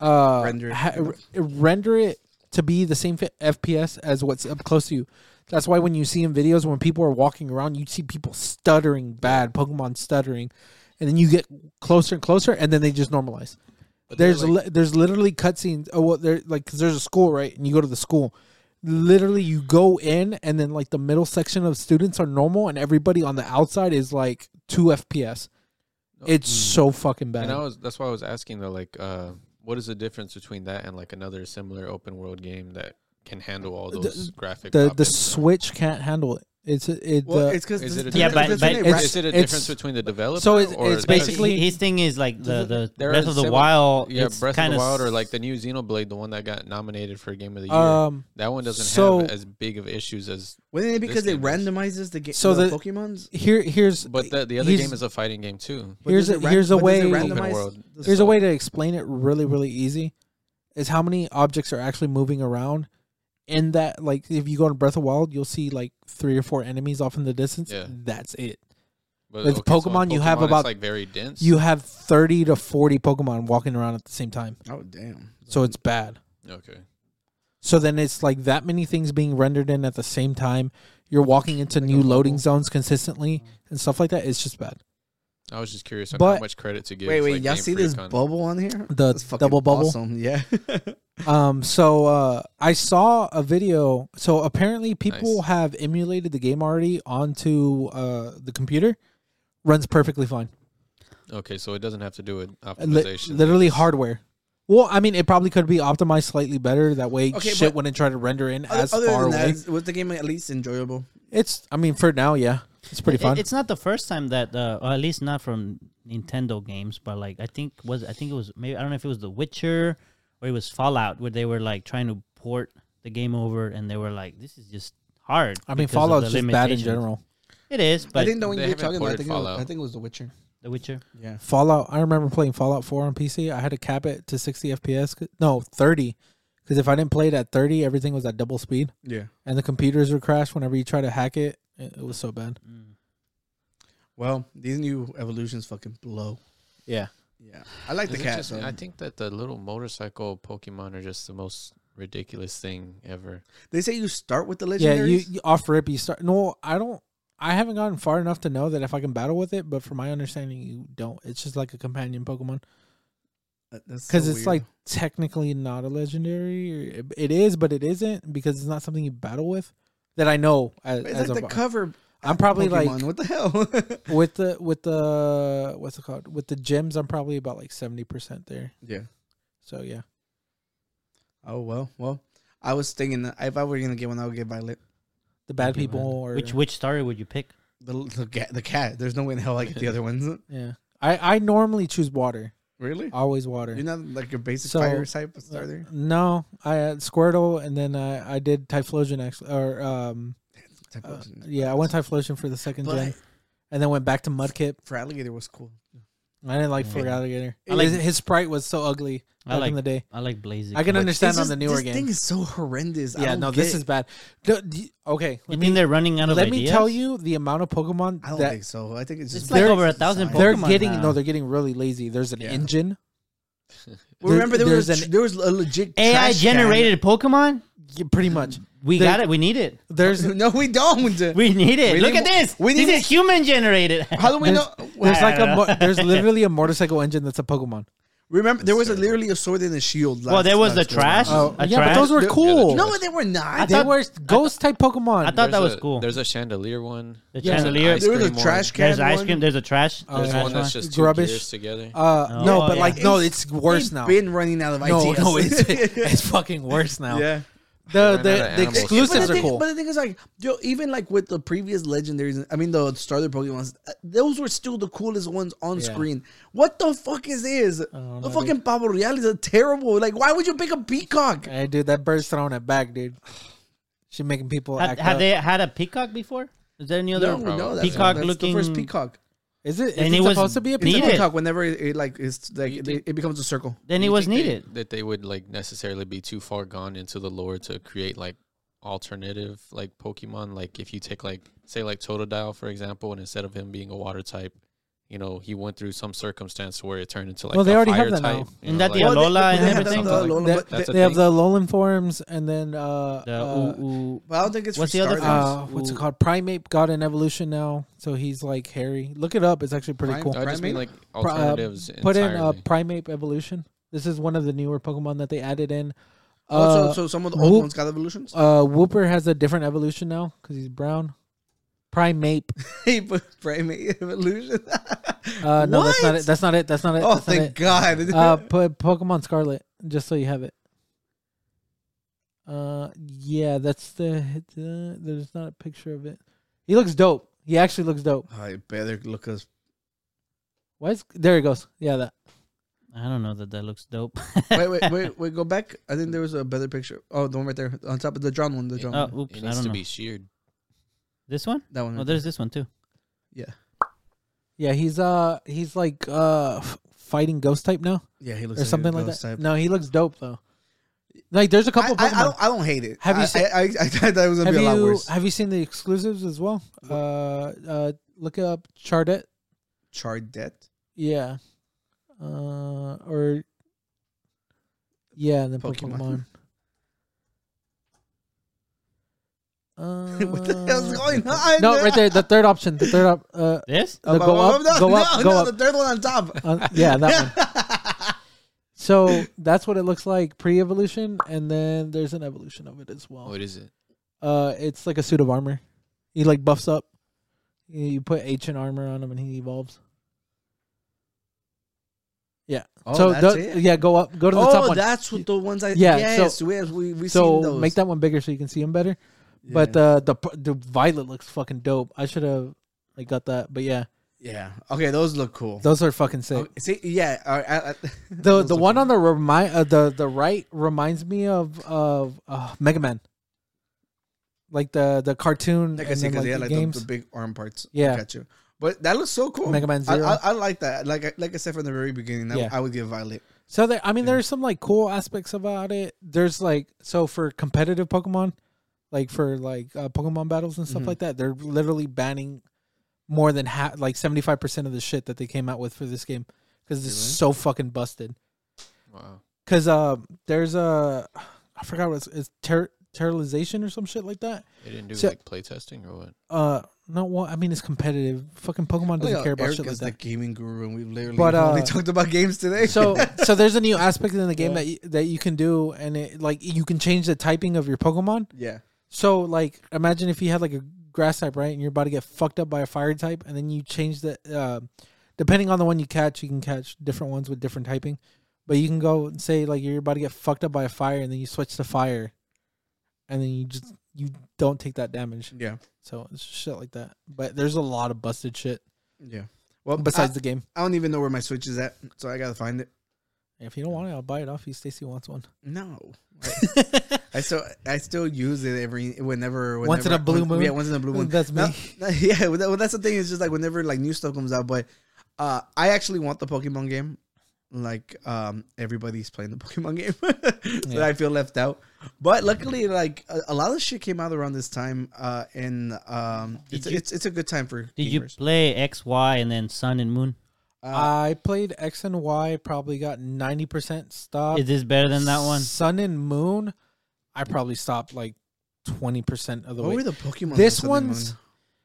A: uh,
C: Render it.
A: r- render it to be the same fi- FPS as what's up close to you. That's why when you see in videos when people are walking around, you see people stuttering bad, Pokemon stuttering, and then you get closer and closer, and then they just normalize
H: But they're,
A: there's
H: like,
A: li- there's literally cutscenes. Oh, well, there like 'cause there's a school right, and you go to the school. Literally, you go in, and then like the middle section of students are normal, and everybody on the outside is like two FPS. It's so fucking bad.
H: Oh, hmm. and I was that's why I was asking though, like uh what is the difference between that and like another similar open world game that can handle all those graphic
A: the
H: pop
A: the
H: ins?
A: Switch can't handle it. It's it.
C: Well,
A: the,
C: it's because
H: Is it a
D: Yeah,
H: difference
D: but-
H: between-
A: but it's-
H: is it a
A: it's-
H: difference between the developer?
A: so it's-
H: or
A: it's
H: the-
A: basically-
D: He- his thing is like the the
H: There
D: Breath
H: are
D: of the
H: similar-
D: Wild.
H: yeah,
D: it's
H: Breath of the
D: kinda
H: Wild or
D: s-
H: like the new Xenoblade, the one that got nominated for Game of the Year.
A: um.
H: that one doesn't
A: so-
H: have as big of issues as.
C: Wasn't it
H: this
C: because it
H: game is-
C: randomizes the game?
A: So
C: the,
A: the-
C: Pokemon's.
A: Here here's
H: But the, the other
A: he's-
H: game is a fighting game too.
C: But
A: Here's
C: does
A: a-
C: it ra-
A: here's a
C: but does it
A: way-
H: Open
C: randomize
H: world.
C: the
A: Here's a
C: stuff?
A: way to explain it really, really easy. Is how many objects are actually moving around. In that, like, if you go to Breath of Wild, you'll see like three or four enemies off in the distance.
H: Yeah.
A: That's it.
H: But,
A: With
H: so in
A: Pokemon, you have
H: it's,
A: about-
H: like very dense.
A: You have thirty to forty Pokemon walking around at the same time,
C: Oh damn!
A: so it's bad.
H: okay.
A: So then it's like that many things being rendered in at the same time. You're walking into new loading zones consistently and stuff like that. It's just bad.
H: I was just curious on
A: But-
H: how much credit to give.
C: Wait, wait,
H: like,
C: y'all
H: Game
C: see
H: Freak
C: this
H: on-
C: bubble on here?
A: The
C: That's fucking
A: double bubble?
C: Awesome. Yeah.
A: Um, so uh, I saw a video. So apparently, people
H: Nice.
A: have emulated the game already onto uh, the computer. Runs perfectly fine.
H: Okay, so it doesn't have to do with
A: Uh, Li-
H: optimization.
A: literally hardware. Well, I mean, it probably could be optimized slightly better. That way,
C: Okay,
A: shit
C: but-
A: wouldn't try to render in
C: Other,
A: as
C: other
A: far
C: than
A: away.
C: that, is- was the game at least enjoyable?
A: it's, I mean, for now, yeah, it's pretty
D: It-
A: fun.
D: it's not the first time that, uh, or at least not from Nintendo games, but like I think was I think it was maybe I don't know if it was The Witcher or it was Fallout where they were like trying to port the game over and they were like, this is just hard.
A: I mean,
D: because of
A: Fallout's
D: the
A: just bad in
D: limitations."
A: general.
D: It is, but
C: I think the one
H: They
C: you were
H: haven't
C: talking about, I
H: ported
C: think, it was,
H: Fallout.
C: I think it was The Witcher.
D: The Witcher.
C: Yeah.
A: Fallout. I remember playing Fallout 4 on PC. I had to cap it to 60 FPS. 'cause- No, 30. Because if I didn't play it at 30, everything was at double speed.
C: Yeah.
A: and the computers would crash whenever you try to hack it. It it was so bad.
C: Well, these new evolutions fucking blow.
A: Yeah.
C: Yeah. I like
H: Is
C: the
H: it
C: cat.
H: just
C: though.
H: me? I think that the little motorcycle Pokemon are just the most ridiculous thing ever.
C: They say you start with the legendaries.
A: Yeah, you, you off rip you start. No, I don't. I haven't gotten far enough to know that if I can battle with it, but from my understanding, you don't. It's just like a companion Pokemon because it's like technically not a legendary. It- It is, but it isn't because it's not something you battle with that I know. As,
C: it's
A: as
C: like the
A: of,
C: cover.
A: I'm probably
C: Pokemon.
A: like
C: what the hell?
A: with the with the what's it called with the gems. I'm probably about like seventy percent there.
C: yeah.
A: So yeah,
C: Oh well, well. I was thinking that if I were gonna get one, I would get Violet.
A: the bad
D: Okay,
A: people
D: man.
A: or
D: Which which story would you pick?
C: The the, ga- the cat. There's no way in hell I get the other ones.
A: Yeah. I, I normally choose water
C: Really?
A: Always water.
C: You're not like a basic
A: So- uh,
C: fire type of starter.
A: No, I had Squirtle, and then I I did Typhlosion actually, or um,
C: Type
A: uh,
C: of-
A: yeah, I went Typhlosion for the second
C: But-
A: gen, and then went back to Mudkip.
C: for alligator was cool.
A: I didn't like
D: Yeah.
A: for alligator.
D: I like-
A: his, his sprite was so ugly
D: I
A: back
D: like-
A: in the day.
D: I like Blaziken.
A: I can
C: But
A: understand
C: this
A: on
C: is-
A: the newer
C: This thing
A: game.
C: is so horrendous. I
A: Yeah,
C: don't
A: no,
C: get
A: this
C: it.
A: is bad. Do- do- okay,
D: You
A: let
D: mean
A: me,
D: they're running out of
A: let
D: ideas?
A: me tell you the amount of Pokemon
C: I don't
A: that
C: think so. I think it's just
D: It's like
A: They're-
D: over a thousand
C: Design.
D: Pokemon.
A: they're getting.
D: now.
A: No, they're getting really lazy. There's an
C: Yeah.
A: engine.
C: Well, remember there was
A: There's
C: a-
A: an-
C: there was a legit
D: AI
C: trash can.
D: generated Pokemon.
A: Yeah, pretty much.
C: Mm.
D: We
A: They-
D: got it. We need it.
A: There's
C: No, we don't.
D: We need it.
C: We
D: Look
C: need
D: at
C: mo-
D: this.
C: we need
D: this
C: it.
D: is human generated.
C: How do we
A: there's,
C: know?
A: there's like a
D: don't
A: mo- there's literally a motorcycle engine that's a Pokemon.
C: Remember, there was a, literally a sword and a shield. Last,
D: well, there was the
C: last one.
D: trash.
A: Oh,
D: a
A: yeah, but
D: trash.
A: those were
C: They're-
A: cool.
H: yeah,
C: No, they were not.
A: they
D: thought-
A: were ghost type Pokemon.
D: I thought that
H: There's
D: was
H: a-
D: cool.
H: There's a chandelier one.
D: The
H: There's an
D: chandelier.
H: ice
C: there was a
H: cream
C: trash
H: One.
C: can.
D: There's ice
C: one.
D: cream. There's a trash.
A: Oh,
H: There's
A: yeah.
H: one that's just two
A: Grubbish.
H: gears together.
A: uh,
D: No.
A: no,
D: Oh,
A: but
D: yeah.
A: like no, it's worse
C: They've
A: now.
C: Been running out of
A: no,
C: ideas.
A: no, it's it's fucking worse now.
C: yeah.
A: The
H: They
A: the,
H: ran out of
A: the
H: animals.
C: But the,
A: exclusives are
C: thing,
A: cool.
C: but the thing is, like, yo, even like with the previous legendaries, I mean, the starter Pokemon, those were still the coolest ones on
A: Yeah.
C: screen. What the fuck is this?
A: don't
C: The
A: know,
C: fucking Pablo Real is a terrible. Like, why would you pick a peacock?
A: Hey, dude, that bird's throwing it back, dude. She making people
D: Have,
A: act.
D: have
A: up.
D: they had a peacock before? Is there any other?
C: No, no, that's,
D: Peacock
C: that's
D: looking-
C: the first peacock.
A: Is it? Is
D: And
A: it,
D: it was
A: supposed to be a
D: needed.
A: Pokemon?
C: Peacock, whenever it, it, like it's like
H: You
C: it,
H: think-
C: it becomes a circle.
D: Then
H: Do
D: it
H: you
D: was
H: think they-
D: needed.
H: that they would like necessarily be too far gone into the lore to create like alternative like Pokemon. Like if you take like say like Totodile for example, and instead of him being a water type, you know he went through some circumstance where it turned into like
A: Well, they
H: a
A: already
H: fire
A: have that now.
H: type. you
D: Isn't
H: know,
D: that the
H: like-
D: Alola
C: they-
D: and
C: they have
D: everything?
C: the
H: Something
C: Alolan,
A: They,
C: but
H: That's
A: they,
H: a
A: have
H: thing.
A: the Alolan forms, and then uh,
D: The
A: uh,
D: ooh, ooh.
C: But I don't think it's
D: What's
C: for
D: the other
C: starters.
D: thing?
A: uh, what's it
D: Ooh.
A: called? Primate got an evolution now, so he's like hairy. Look it up; it's actually pretty
C: Prime-
A: cool.
H: I just mean
C: Primate?
H: like
A: Pri- uh,
H: alternatives
A: Put in uh,
H: entirely.
A: Primate evolution. This is one of the newer Pokemon that they added in.
C: Oh,
A: Uh,
C: so, so some of the old
A: Whoop-
C: ones got evolutions.
A: uh, Whooper has a different evolution now because he's brown. Primate.
C: he put primate evolution.
A: Uh, no, that's not it.
C: What?
A: That's not it. That's not it.
C: oh,
A: that's not
C: thank
A: it.
C: God.
A: Uh, put Pokemon Scarlet, just so you have it. Uh, yeah, that's the, the. There's not a picture of it. He looks dope. He actually looks dope.
C: I Oh, better look us.
A: Why is there? He goes. Yeah, that.
D: I don't know that that looks dope.
C: Wait, wait, wait, wait. Go back. I think there was a better picture. Oh, the one right there on top of the drawn one. The drawn
D: Oh,
C: one.
D: oops,
H: it
D: I
H: needs
D: don't
H: to
D: know.
H: be Mm-hmm. sheared.
D: This one?
C: That one.
D: Oh,
C: right
D: there's this one too.
A: Yeah, he's uh, he's like uh, f- fighting ghost type now
C: there. yeah, he looks
A: or
C: like a
A: something like that.
C: ghost type.
A: No, he looks dope though. Like, there's a couple.
C: I, I,
A: Pokemon.
C: I don't. I don't hate it.
A: Have you
C: I,
A: seen-
C: I, I, I thought that was gonna
A: have
C: be a lot
A: you
C: worse.
A: have you seen the exclusives as well? Uh, uh, look up Chardet.
C: Chardet.
A: Yeah. Uh, or yeah, and then Pokemon.
C: Pokemon.
A: Uh,
C: What the hell's going on? Oh,
A: No, right there, the third option, the third op, uh,
D: This?
A: the go up,
C: no,
A: go
C: no,
A: up,
C: no,
A: go
C: the
A: up.
C: third one on top.
A: Uh, yeah, that one. So that's what it looks like pre-evolution, and then there's an evolution of it as well.
H: What is it?
A: Uh, it's like a suit of armor. He like buffs up. You you put ancient armor on him, and he evolves.
C: Oh,
A: so
C: that's
A: the-
C: it?
A: yeah, go up, go to the
C: oh,
A: top one.
C: that's what the ones I.
A: Yeah,
C: Yes,
A: so-
C: we have, we we seen
A: so
C: those.
A: make that one bigger so you can see him better. But uh,
C: Yeah.
A: the the pr- the violet looks fucking dope. I should have like got that. But yeah,
C: yeah. Okay, those look cool.
A: those are fucking sick.
C: Okay, see, Oh, yeah. all right, I- I-
A: The
C: those
A: the
C: look
A: one
C: cool.
A: on the remi- uh, the the right reminds me of of uh, Mega Man, like the the cartoon
C: Like I
A: and then,
C: said, 'cause
A: like,
C: they had
A: the
C: like the,
A: games.
C: the big arm parts.
A: Yeah.
C: I got you. But that looks so cool.
A: Mega Man
C: I,
A: Zero.
C: I, I like that. Like I, like I said from the very beginning, I,
A: Yeah.
C: I would give Violet.
A: so there, I mean, there's some like cool aspects about it. There's like so for competitive Pokemon, like for like uh, Pokemon battles and stuff
C: Mhm.
A: like that. They're literally banning more than half, like seventy five percent of the shit that they came out with for this game because it's so fucking busted.
H: Wow.
A: Cause uh, there's a I forgot what it's, it's ter- terrorization or some shit like that.
H: They didn't do
A: So-
H: like playtesting or what?
A: Uh, no, well, I mean it's competitive. Fucking
C: Oh,
A: Pokemon doesn't care about shit like that.
C: the gaming guru, and we've literally
A: But, uh,
C: only talked about games today.
A: so so there's a new aspect in the game that you, that you can do, and it like you can change the typing of your Pokemon.
C: yeah,
A: So like imagine if you had like a grass type, right, and you're about to get fucked up by a fire type, and then you change the uh, depending on the one you catch, you can catch different ones with different typing. But you can go and say like you're about to get fucked up by a fire, and then you switch to fire, and then you just you don't take that damage.
C: yeah,
A: So it's shit like that. But there's a lot of busted shit.
C: yeah. Well,
A: Besides
C: besides,
A: the game,
C: I, I don't even know where my Switch is at, so I gotta find it.
A: if you don't want it, I'll buy it off you. Stacy wants one.
C: No. I still I still use it every whenever, whenever
A: Once in a blue moon?
C: Yeah, once in a blue moon.
A: That's me.
C: No, no, yeah, well, that- well, that's the thing. It's just like whenever like new stuff comes out, but uh, I actually want the Pokemon game. Like um, everybody's playing the Pokemon game, so
A: Yeah.
C: I feel left out. But luckily, like a, a lot of shit came out around this time, uh, and um, it's,
D: you-
C: it's it's a good time for
D: Did you
C: gamers.
D: play X, Y, and then Sun and Moon?
C: Uh,
A: I played X and Y. Probably got ninety percent stopped.
D: Is this better than that one?
A: Sun and Moon. I probably stopped like twenty percent of the
C: what
A: way.
C: were the Pokemon?
A: this
C: on Sun and
A: one's
C: Moon?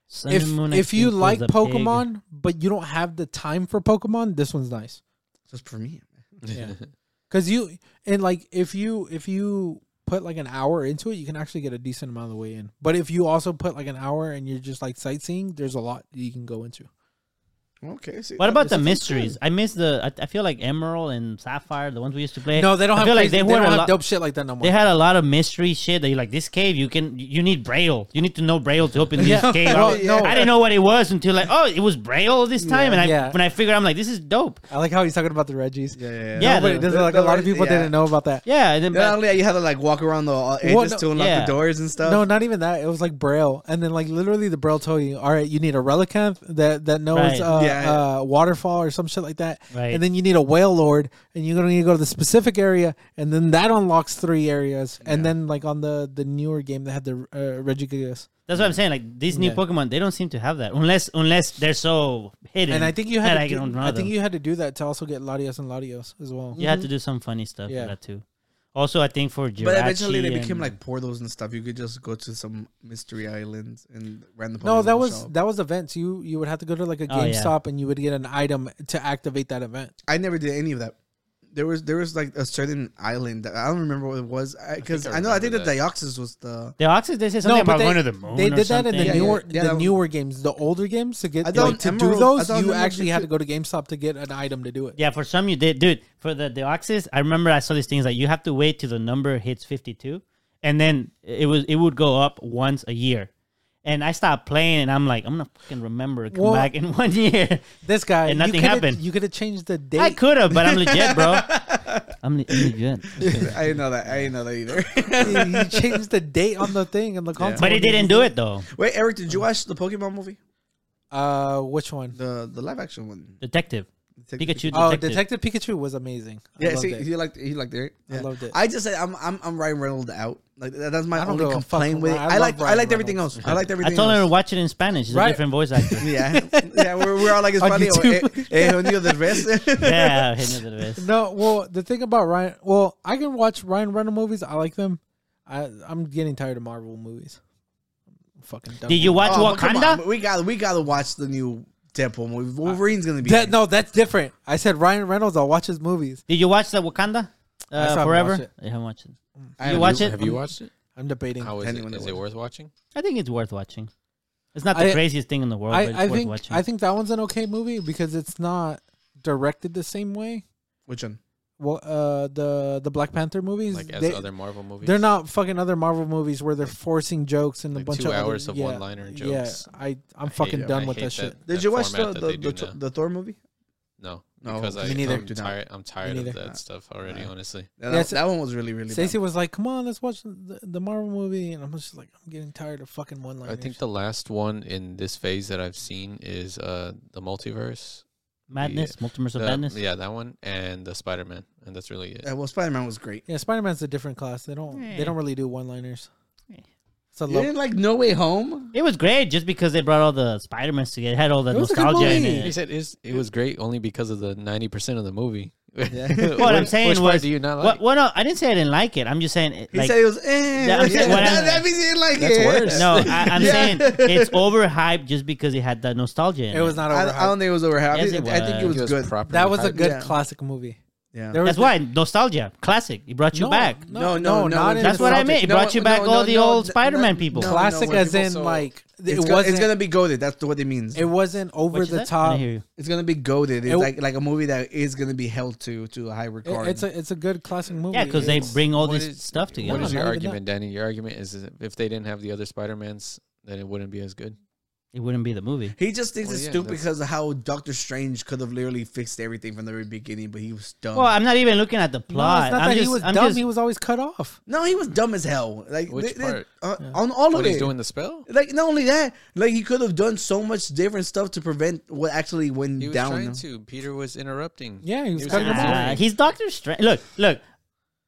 D: Sun
A: if
D: and Moon. I
A: if you
D: think, was
A: like
D: a pig.
A: Pokemon, but you don't have the time for Pokemon, this one's nice.
C: just for me.
A: Yeah, because you and like if you if you put like an hour into it, you can actually get a decent amount of the way in. But if you also put like an hour and you're just like sightseeing, there's a lot you can go into.
C: Okay. see,
D: What
C: that-
D: about
C: that
D: the
C: sounds
D: mysteries?
C: good.
D: I miss the. I, I feel like Emerald and Sapphire, the ones we used to play.
A: No, they don't
D: I
A: have
D: feel
A: crazy, they,
D: were
A: don't
D: a
A: have
D: lot-
A: dope shit like that no more.
D: They had a lot of mystery shit that you like. This cave, you can you need braille. You need to know braille to open this
A: Yeah.
D: cave.
A: Well,
D: I, was-
A: no.
D: I didn't know what it was until like, oh, it was braille this time. and I
A: Yeah.
D: when I figured, I'm like, this is dope.
A: I like how he's talking about the Reggies.
C: Yeah, yeah, yeah.
D: Yeah,
A: No, but
D: the-
A: it doesn't-
C: the-
A: like a
C: the
A: lot of
C: Reg-
A: people
C: yeah.
A: didn't know about that.
D: Yeah, and then
C: Not
D: but,
C: only you had to like walk around the uh, edges
A: no-
C: to unlock
D: yeah.
C: the doors and stuff.
A: No, not even that. It was like Braille, and then like literally the Braille told you, "All right, you need a relicanth that that knows
D: Right.
A: uh,
C: Yeah.
A: uh, waterfall or some shit like that,
D: Right.
A: and then you need a whale lord, and you're gonna need to go to the specific area, and then that unlocks three areas, and then like on the the newer game they had the uh, Regigigas,
D: that's what I'm saying. Like these new
A: Yeah.
D: Pokemon, they don't seem to have that unless unless they're so hidden.
A: and I think you
D: that
A: had
D: I
A: to
D: don't
A: do,
D: know
A: I think
D: them.
A: you had to do that to also get Latios and Latios as well.
D: You
C: Mm-hmm.
D: had to do some funny stuff
A: Yeah.
D: for that too. Also, I think for Jirachi
C: but eventually they
D: and-
C: became like portals and stuff. You could just go to some mystery islands and random.
A: No,
C: Pokemon
A: that was
C: shop.
A: that was events. You you would have to go to like a
D: Oh, yeah.
A: GameStop and you would get an item to activate that event.
C: I never did any of that. There was there was like a certain island that I don't remember what it was because I,
H: I
C: know I think the
H: remember that.
C: Dioxys was the.
D: the Oxys. They say something
A: but
D: about going to the moon.
A: They
D: or
A: did that in the
D: something.
C: Yeah, yeah,
A: newer
C: yeah,
A: the
C: that was-
A: newer games. The older games to get
C: I thought
A: like, to
C: Emerald-
A: do
C: I
A: those,
C: thought
A: you
C: Emerald
A: actually
C: did
A: had
C: too.
A: to go to GameStop to get an item to do it.
D: Yeah, for some you did, dude. For the Deoxys, I remember I saw these things like you have to wait till the number hits fifty two, and then it was it would go up once a year. And I stopped playing, and I'm like, I'm gonna fucking remember to come
A: Well-
D: back in one year.
A: This guy
D: And
A: you
D: nothing
A: coulda-
D: happened.
A: You could have changed the date.
D: I could have, but I'm legit, bro. I'm, le- I'm legit.
C: I didn't know that. I didn't know that either.
A: you changed the date on the thing and the console.
D: But it didn't do it though.
C: Wait, Eric, did you watch the Pokemon movie?
A: Uh, which one?
C: The the live action one.
D: Detective, Pikachu. Detective.
A: Oh, Detective Pikachu was amazing. I
C: Yeah,
A: loved
C: see,
A: it.
C: he liked he liked it. right?
A: I
C: Yeah.
A: loved it.
C: I just said I'm I'm I'm Ryan Reynolds out. Like that- that's
A: I
C: my
A: don't
C: only
A: give a fuck
C: complaint with it.
A: who- I
C: I,
A: love
C: liked I
A: Ryan
C: liked everything
A: Reynolds.
C: else. I
D: I
C: liked everything.
D: told her to
C: else.
D: watch it in Spanish. It's
A: Right.
D: a different voice actor.
C: Yeah, yeah, we're, we're all like it's
A: On
C: funny. Oh, eh,
A: YouTube.
C: eh, Eugenio del Reyes.
D: yeah, I know that it is.
A: No, well, the thing about Ryan, well, I can watch Ryan Reynolds movies. I like them. I I'm getting tired of Marvel movies. I'm fucking done.
D: Did
A: with
D: you watch
C: Oh, but come on,
D: Wakanda?
C: we got we got to watch the new Deadpool movie. Wolverine's gonna be
A: That, no, that's different. I said Ryan Reynolds. I'll watch his movies.
D: Did you watch the Wakanda?
A: still
D: Uh,
A: haven't
D: forever.
A: watched it.
D: I haven't watched it.
C: I
D: you
C: haven't-
D: watch it?
H: Have you watched it?
A: I'm debating.
H: How is
C: Anyone
H: it?
C: that
H: Is it
C: watches.
H: worth watching?
D: I think it's worth watching. It's not the
A: I-
D: craziest thing in the world, but it's
A: I, I
D: worth
A: think
D: watching.
A: I think that one's an okay movie because it's not directed the same way.
C: Which one?
A: Well, uh, the the Black Panther movies,
H: Like as
A: they,
H: other Marvel movies?
A: they're not fucking other Marvel movies where they're forcing jokes and a
H: Like
A: bunch
H: two
A: of
H: hours
A: other,
H: of
A: yeah,
H: one-liner jokes.
A: Yeah, I I'm
H: I
A: fucking
H: hate-
A: done
H: I
A: with
H: hate
A: that shit.
C: Did you watch the
H: format that
C: the
H: they
C: the,
H: do
C: Th-
H: now.
C: the Thor movie?
H: No,
C: No,
H: because
C: me
H: I,
A: neither.
H: I'm
C: Do not.
H: tired. I'm tired
A: neither.
H: of that stuff already. Honestly,
C: Yeah,
A: Yes.
C: that, that one was really really.
A: Stacey
C: bad.
A: was like, "Come on, let's watch the, the Marvel movie," and I'm just like, "I'm getting tired of fucking one
H: I
A: liners."
H: think the last one in this phase that I've seen is uh the multiverse.
D: Madness, Multiverse of
H: The-
D: Madness.
H: Yeah, that one and the Spider Man, and that's really it.
C: Yeah, well, Spider Man was great.
A: yeah, Spider Man's a different class. They don't they don't really do one liners.
D: Yeah.
A: It's a
C: You
A: low
C: didn't like No Way Home?
D: It was great just because they brought all the Spider Mans together. It had all the
A: It was a good
D: nostalgia in
A: movie.
H: He
D: it.
H: said it's, it was great only because of the ninety percent of the movie.
D: What I'm saying
H: which part
D: was-
H: do you not like?
D: What, what, no, I didn't say I didn't like it. I'm just saying, it,
C: He
D: like,
C: said it was. Eh.
D: Yeah, I'm saying- what I'm-
C: that, that means he didn't like
H: That's
C: it.
H: worse.
D: no, I, I'm
C: Yeah.
D: saying it's overhyped just because it had that nostalgia. In
A: It was not
C: I,
A: overhyped.
C: I don't think it was
D: Yes,
C: overhyped. I,
D: it
C: think- I think it
D: was.
C: was,
H: It was
C: good.
H: properly
A: that was a
H: hyped.
A: good
C: Yeah.
A: classic movie.
C: yeah.
A: There was
D: That's why nostalgia, classic. It brought you
A: No,
D: back.
C: No, no, no,
A: not
C: no.
A: in
D: That's what I
A: nostalgic.
D: meant. It
C: No,
D: brought you
C: no,
D: back
C: no,
D: all the
C: no,
D: old
C: no,
D: Spider-Man
C: no,
D: people.
C: no,
A: Classic
C: when
A: as
C: people
A: in
H: saw-
A: like it
C: It's, go,
A: wasn't.
C: it's gonna be goaded. That's what it means.
A: it wasn't over
D: What'd you
A: the
D: say? I didn't
A: top.
D: hear
A: It-
D: you.
C: it's gonna be goaded. It's
A: It-
C: like like a movie that is gonna be held to to a high regard.
A: It's a it's a good classic movie.
D: Yeah, because they
A: It's-
D: bring all
H: what
D: this
H: is-
D: stuff together.
H: What is
A: No,
H: your
A: not even
H: argument, Danny? Your argument is if they didn't have the other Spider Mans, then it wouldn't be as good.
D: it wouldn't be the movie.
C: He just thinks
H: Well,
C: it's
H: yeah,
C: stupid
H: that's-
C: because of how Doctor Strange could have literally fixed everything from the very beginning, but he was dumb.
D: Well, I'm not even looking at the plot.
A: No, it's not
D: I'm
A: that
D: just,
A: he was
D: I'm
A: dumb.
D: just-
A: he was always cut off.
C: no, he was dumb as hell. Like
H: Which
C: they- they-
H: part?
C: uh, on all
H: When
C: of
H: he's
C: it.
H: doing the spell?
C: like not only that, like he could have done so much different stuff to prevent what actually went
H: He was
C: down.
H: trying to. Peter was interrupting.
A: Yeah, he was cutting him off.
D: Ah, he's Doctor Strange. Look, look.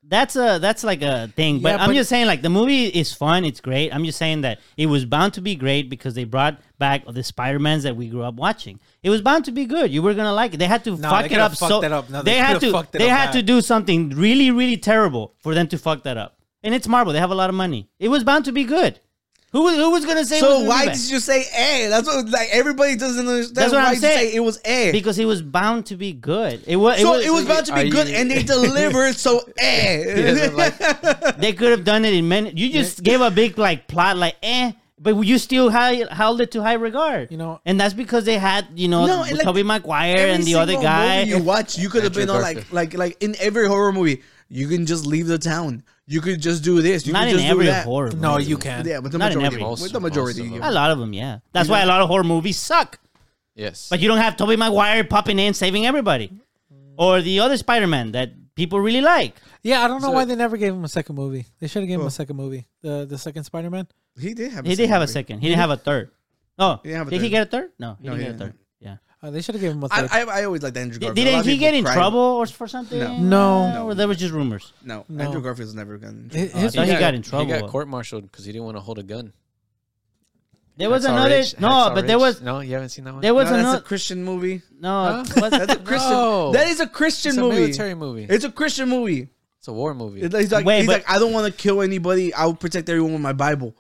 D: That's a that's like a thing, but
A: Yeah,
D: I'm
A: but-
D: just saying like the movie is fun, it's great. I'm just saying that it was bound to be great because they brought back the Spider Mans that we grew up watching. It was bound to be good. You were gonna like it. They had to
A: No,
D: fuck
A: they
D: it
A: could've
D: up.
A: fucked
D: so
A: that up. No,
D: they,
A: they
D: had
A: could've
D: to
A: fucked it
D: they
A: up
D: had to
A: bad.
D: do something really really terrible for them to fuck that up. And it's Marvel. They have a lot of money. It was bound to be good. Who was- who was gonna say? it was
C: So
D: gonna be
C: why
D: bad?
C: did you say eh? That's what like everybody doesn't understand.
D: That's what
C: why
D: I'm
C: you
D: saying.
C: Say it was eh.
D: Because it was bound to be good. It was.
C: so it was about to
H: Are
C: be good,
H: you-
C: and they delivered. So
H: He
C: eh.
H: doesn't like-
D: They could have done it in many. You just gave a big like plot, like eh, but you still high, held it to high regard.
A: You know-
D: and that's because they had you know
C: No, and, like,
D: Toby Maguire
C: Every
D: and the other
C: single
D: guy.
C: movie you watch, you could have
H: Andrew
C: been on
H: Garfield.
C: like like like in every horror movie. You can just leave the town. You could just do this. You
D: Not
C: could
D: in
C: just
D: every
C: do that.
D: horror. Movie.
A: No, you can't.
C: Yeah, but the
D: Not in
C: majority.
D: every-
C: With
H: Most-
C: the majority.
H: most of
C: you
H: them.
D: A
C: can.
D: lot of them, yeah. That's why a lot of horror movies suck.
H: yes.
D: But you don't have Toby Maguire popping in saving everybody, or the other Spider-Man that people really like.
A: Yeah, I don't know
H: So-
A: why they never gave him a second movie. They should have given him
C: Well-
A: a second movie. The the second Spider Man.
C: He did have.
D: He did have a
C: movie.
D: second. He didn't have a third. Oh,
C: He didn't have a
D: did he
C: third.
D: get a third? No, he
C: No,
D: didn't
C: he
D: get a third.
C: didn't.
D: Yeah.
A: Uh, they should have given him a third.
C: I, I, I always liked Andrew
D: Did,
C: Garfield. A lot
D: didn't
C: of
D: he
C: people
D: get in
C: cried.
D: trouble or for something?
A: No.
D: Or there was just rumors.
C: No,
A: No.
C: Andrew Garfield's never gotten.
A: Hi-
D: I
A: his-
D: thought he got in
H: He
D: trouble.
H: got court-martialed because he didn't want to hold a gun.
D: There was
H: Hacksaw
D: another
H: Ridge-
D: no,
H: Hacksaw
D: but there
H: Ridge.
D: was
H: No, you haven't seen that one.
D: there
C: No,
D: was
C: that's a
D: another
C: Christian movie.
D: no. it was-
C: That's a Christian.
H: No.
C: That is a Christian
H: it's a
C: movie.
H: military movie.
C: It's a Christian movie.
H: It's a war movie.
C: It's like- He's like,
D: Wait,
C: he's
D: but-
C: like I don't want to kill anybody. I'll protect everyone with my Bible.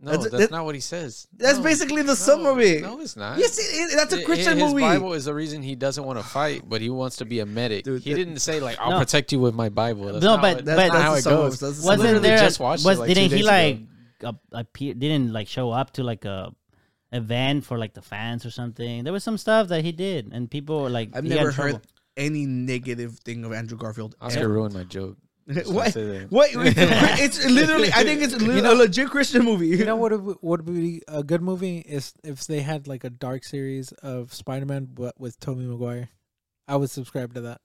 H: no,
C: that's-
H: that's,
C: that-
H: not what he says.
C: That's
H: No.
C: basically the
H: No,
C: sum of it.
H: No, it's not.
C: Yes, it, it, that's a
H: Hi-
C: Christian
H: his
C: movie.
H: Bible is the reason he doesn't want to fight, but he wants to be a medic.
C: Dude,
H: he
C: that-
H: didn't say like, "I'll
D: No.
H: protect you with my Bible." That's
D: No,
H: not
D: but- but-
H: what- that's not
D: That's
H: how
C: the
H: it
C: sum of- that's
H: goes.
C: the sum of
D: wasn't
H: literally
C: it.
D: there
H: just watched it,
D: was
H: like, two
D: didn't he
H: days
D: like a, a, pe- didn't like show up to like a event for like the fans or something? There was some stuff that he did, and people were like
C: I've
D: he got in
C: never heard
D: trouble.
C: any negative thing of Andrew Garfield.
H: Oscar
C: ever.
H: ruined my joke. Just don't
C: What?
H: say that.
C: What? It's literally. I think it's li- a legit Christian movie.
A: you know what would would be a good movie is if they had like a dark series of Spider Man but with Tobey Maguire. I would subscribe to that.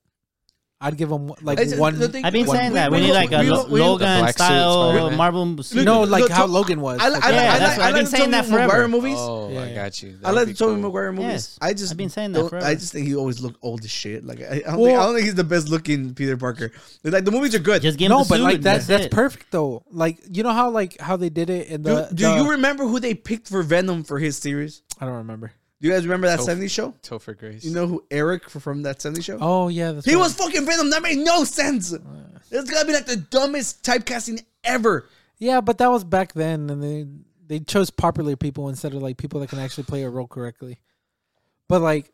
A: I'd give him like
C: It's-
A: one.
C: the thing-
D: I've been
C: One-
D: saying
C: we-
D: that
C: we
D: we need like
C: look-
D: a
C: we
D: Lo-
C: look- we look-
H: The
D: Logan
H: black suit
D: style
H: Spider-Man.
D: Marvel.
A: no,
C: Look,
A: like
C: look,
A: how
C: to-
A: Logan was.
C: I, li-
A: Like,
C: I, li-
D: Yeah,
C: I, li-
D: that's what
C: I
D: I've
C: like
D: been
C: the
D: saying
C: Tobey
D: that forever.
C: Maguire movies.
H: Oh,
A: Yeah,
H: I
A: yeah.
H: got you.
C: I
H: That would
C: like
H: be
C: the Tobey
H: cool.
C: Maguire movies.
D: Yes,
C: I just
D: I've been saying that
C: don't- I
D: forever.
C: just think he always looked old as shit. Like I, I, don't, think, I
A: Well-
C: don't think he's the best looking Peter Parker. It's Like the movies are good.
D: Just give him
A: no,
D: the
A: but
D: suit,
A: like that's that's
D: it.
A: perfect though. Like you know how like how they did it in
C: do
A: the.
C: do
A: the-
C: you remember who they picked for Venom for his series?
A: I don't remember.
C: Do you guys remember that
D: Oh.
H: Toph.
C: 70s show?
H: Topher Grace.
C: You know who Eric from that 70s show?
A: Oh yeah, that's
C: he
A: right.
C: was fucking Venom. That made no sense.
D: Uh.
C: It's gonna be like the dumbest typecasting ever.
A: Yeah, but that was back then, and they they chose popular people instead of like people that can actually play a role correctly. But like,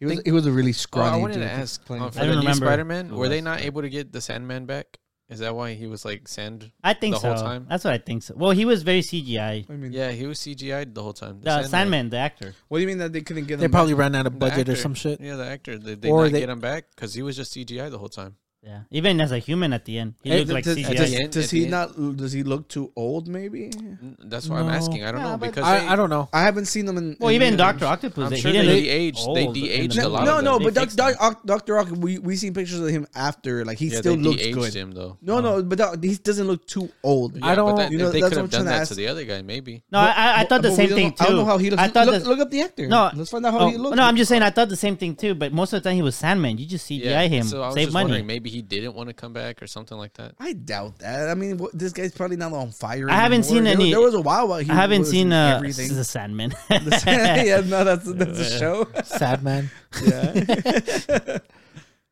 C: He was, he was a really
H: Oh, I
C: scrawny.
H: wanted
C: dude.
H: to ask uh, for
D: I don't
H: the new
D: remember
H: Spider-Man.
D: who
H: Were they
D: was,
H: not
D: but-
H: able to get the Sandman back? Is that why he was like sand?
D: I think
H: the
D: so.
H: whole time?
D: That's what I think so. Well, he was very CGI.
C: What do you mean?
H: Yeah, he was CGI'd the whole time.
D: The Sandman, the actor.
C: What do you mean that they couldn't get
A: they
C: him?
A: probably ran out of
H: the
A: budget or
H: actor.
A: some shit.
H: Yeah, the actor. Did they
A: Or
H: not
A: they-
H: get him back? Because he was just CGI the whole time.
D: Yeah, even as a human at the end, he
A: Hey,
D: looked like
C: Does,
D: CGI.
C: does-
H: At the end-
C: does
H: at
C: he
H: the
C: not? Does he look too old? Maybe.
H: N- That's why I'm
A: No.
H: asking. I don't
D: Yeah,
H: know
D: but-
H: because they-
A: I, I don't know.
C: I haven't seen him in.
D: Well,
C: in
D: even
C: years.
D: Doctor Octopus,
H: I'm
D: he
H: sure
D: didn't
H: they
D: look
H: de-aged- they
D: old in
H: de-aged
D: the
H: a lot
D: movie.
C: No,
H: of
C: no,
H: them.
C: but
D: They fixed
C: Doctor
D: him.
C: Doctor Ock, we we seen pictures of him after. Like he
H: Yeah,
C: still
H: they
C: looks
H: de-aged
C: good.
H: him though.
C: No,
D: Uh-huh.
C: no, but that, he doesn't look too old.
A: I don't-
H: But that,
C: you know,
H: if they
C: that's
H: could
C: what I'm
H: have
C: trying
H: done
C: to
H: that
C: ask.
H: to the other guy, maybe.
D: No, I, I, I thought the
C: But
D: same
C: we don't-
D: thing too.
C: I don't know how he looks.
D: I thought
C: look,
D: the-
C: look up the actor.
D: No,
C: let's find out how
D: oh,
C: he looks.
D: No, I'm just saying I thought the same thing too. But most of the time he was Sandman. You just CGI him,
H: So I was
D: save
H: just
D: money.
H: wondering, maybe he didn't want to come back or something like that.
C: I doubt that. I mean, what, this guy's probably not on fire.
D: I haven't
C: anymore.
D: seen
C: There-
D: any-
C: There was a while while he.
D: I haven't
C: was
D: seen
C: in
D: uh,
C: everything.
D: the Sandman.
C: yeah, no, that's that's a show.
A: Sad man.
C: yeah,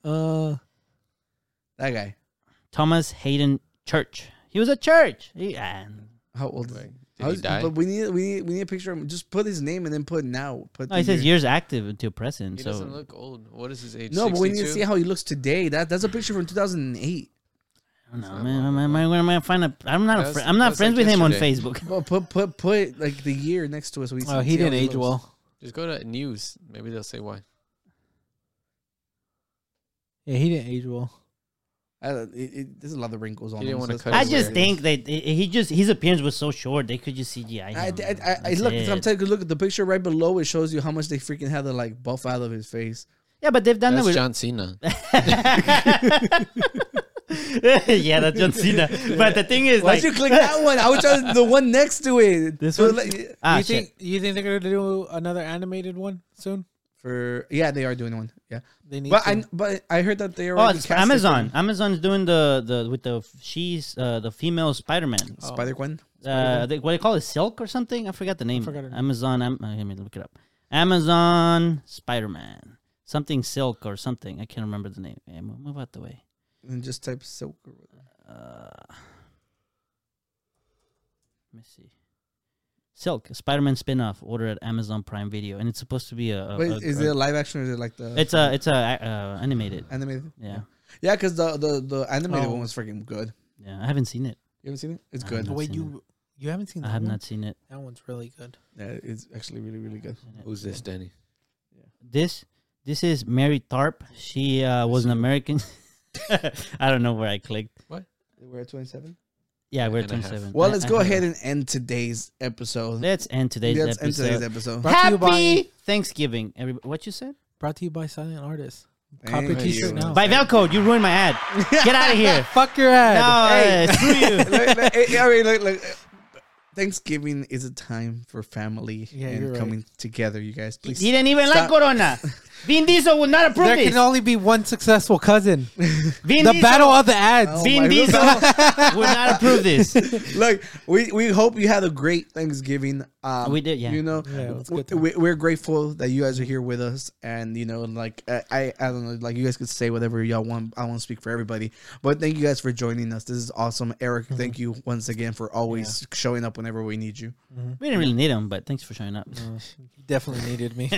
A: Uh,
C: that guy.
D: Thomas Hayden Church. He was a church. He, ah,
C: How old? is he?
H: Did
C: How
H: he
C: is-
H: die?
C: But we need we need we need a picture of him. Just put his name and then put now. Put
D: no,
C: the
D: he says
C: year.
D: years active until present.
H: He
D: so
H: doesn't look old. What is his age?
C: No, but we need to
H: 62?
C: see how he looks today. That that's a picture from 2008.
D: I don't know, man. I'm, I'm, I'm, gonna find a. I'm not. A
H: That's-
D: fri I'm not
H: that's
D: friends
H: like
D: with him on Facebook.
C: Well, put put put like the year next to us. So we
A: oh,
C: see
A: he
C: how
A: didn't age
C: looks.
A: well.
H: Just go to news. Maybe they'll say why.
A: Yeah, he didn't age well.
C: I don't, it, it, there's a lot of wrinkles on.
H: He didn't
C: him,
H: wanna
C: it's
H: cut
D: I
H: That's
C: kinda
D: just
C: weird.
D: think that i- he just his appearance was so short they could just CGI him.
C: I, I, I, I
D: That's
C: look.
D: it.
C: I'm telling you, look at the picture right below. It shows you how much they freaking had to like buff out of his face.
D: yeah, but they've done that
H: That's
D: with
H: John Cena.
D: yeah, that's John Cena. But the thing is,
C: Why'd
D: like,
C: you click that one? I was trying the one next to it.
D: This
C: So,
D: one?
C: like,
D: ah,
A: you
D: shit.
A: think you think they're gonna do another animated one soon?
C: for yeah, they are doing one. Yeah,
A: They need.
C: but
A: to.
C: I but I heard that they
D: Oh,
C: already
D: it's for
C: casted
D: Amazon. Amazon's doing the the with the f- she's uh, the female Spider Man.
C: Spider Gwen.
D: Uh, they, what they call it, Silk or something? I forgot the name.
A: forgot her name.
D: Amazon. Am, uh, let me look it up. Amazon Spider Man. Something Silk or something. I can't remember the name. Yeah, move, move out the way.
C: And just type silk. Or whatever.
D: Uh, let me see. Silk Spider Man spin off. Order at Amazon Prime Video, and it's supposed to be a. a-
C: Wait,
D: a-
C: is
D: a-
C: it a live action or is it like the
D: It's a it's a uh, animated.
C: animated?
D: Yeah,
C: Yeah, because the, the the animated
A: Oh.
C: one was freaking good.
D: yeah. I haven't seen it.
C: You haven't seen it? It's
D: I
C: good.
D: haven't
A: Wait,
D: seen
A: you you haven't seen
D: I
A: that
D: have
A: one?
D: not seen it.
A: That one's really good.
C: Yeah, it's actually really really good.
H: Who's this, Danny?
D: This this is Mary Tharp. She uh, was an American. I don't know where I clicked.
C: We're at twenty seven.
D: Yeah, we're
H: And a half.
D: twenty seven.
C: Well, let's go ahead and end today's episode.
D: let's end Uh-huh. today's
C: Let's end
D: episode.
C: today's episode.
A: Brought to you by-
D: Happy Thanksgiving, everybody. What you said?
A: Brought to you by Silent Artists.
C: Thank
A: Copy
C: you.
A: T-shirt now.
D: By Velcro, you ruined my ad. Get out of here.
A: Fuck your head.
D: no,
C: eh,
D: uh, screw you.
C: Like, like, eh, I mean, like, like, Thanksgiving is a time for family
A: Yeah, you're
C: and
A: right.
C: coming together. You guys, please.
D: He didn't even like
C: Stop.
D: Corona. Vin Diesel would not approve
A: There
D: this.
A: can only be one successful cousin.
D: Vin
A: The
D: Diesel,
A: battle of the ads.
C: Oh
D: Vin
C: my
D: Diesel
C: God.
D: would not approve this.
C: Look, we, we hope you had a great Thanksgiving. Um,
D: We did, yeah.
C: You know,
A: Yeah, it was
C: w-
A: good time.
C: we, we're grateful that you guys are here with us, and you know, like I, I, I don't know, like you guys could say whatever y'all want. I won't speak for everybody, but thank you guys for joining us. This is awesome, Eric.
A: Mm-hmm.
C: Thank you once again for always showing up whenever we need you.
D: We didn't really need him, but thanks for showing up.
C: Oh,
A: Definitely needed me.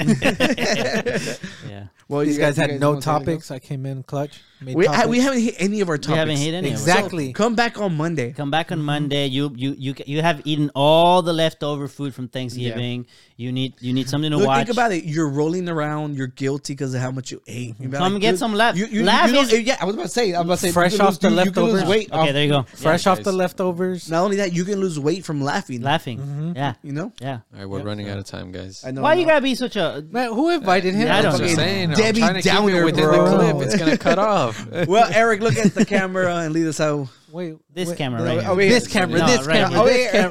D: Yeah.
C: Well,
A: These
C: you
A: guys
C: you
A: had no
C: want something to go?
A: topics. I came in clutch. Made
C: We, I,
A: topics.
C: we haven't hit any of our topics.
D: We haven't hit any of it.
A: Exactly.
C: Come back on Monday.
D: Come back on Monday. You you you ca- you have eaten all the leftover food from Thanksgiving. You need you need something to
C: Look,
D: watch.
C: think about it. You're rolling around. You're guilty because of how much you ate. You're
D: Come get
C: dude,
D: some left.
C: You, you,
D: Left
C: you don't- eh,
D: is-
C: yeah, I was about to say. I was about to say.
A: Fresh
C: you can
A: off
C: lose-
A: the
C: you- you can lose
A: leftovers.
C: weight
D: Okay,
C: off-
D: there you go.
A: Fresh
H: Yeah,
A: off
H: guys.
A: the leftovers.
C: Not only that, you can lose weight from laughing.
D: Laughing. Yeah.
C: You know.
D: Yeah.
H: All right, we're running out of time, guys.
C: know.
D: Why
C: I
D: you
C: know.
D: gotta be such a
A: Man, who invited him?
D: I don't
H: I'm
D: know.
H: just saying.
C: Debbie
H: I'm trying to keep
C: Downer,
H: it within
C: bro.
H: the clip. It's gonna cut off.
C: Well, Eric, look at the camera and lead us out.
A: Wait,
D: this
A: wait.
D: camera
C: no,
D: right
C: oh,
D: here.
C: wait.
A: This camera.
D: No,
A: this
D: right
A: camera.
D: here.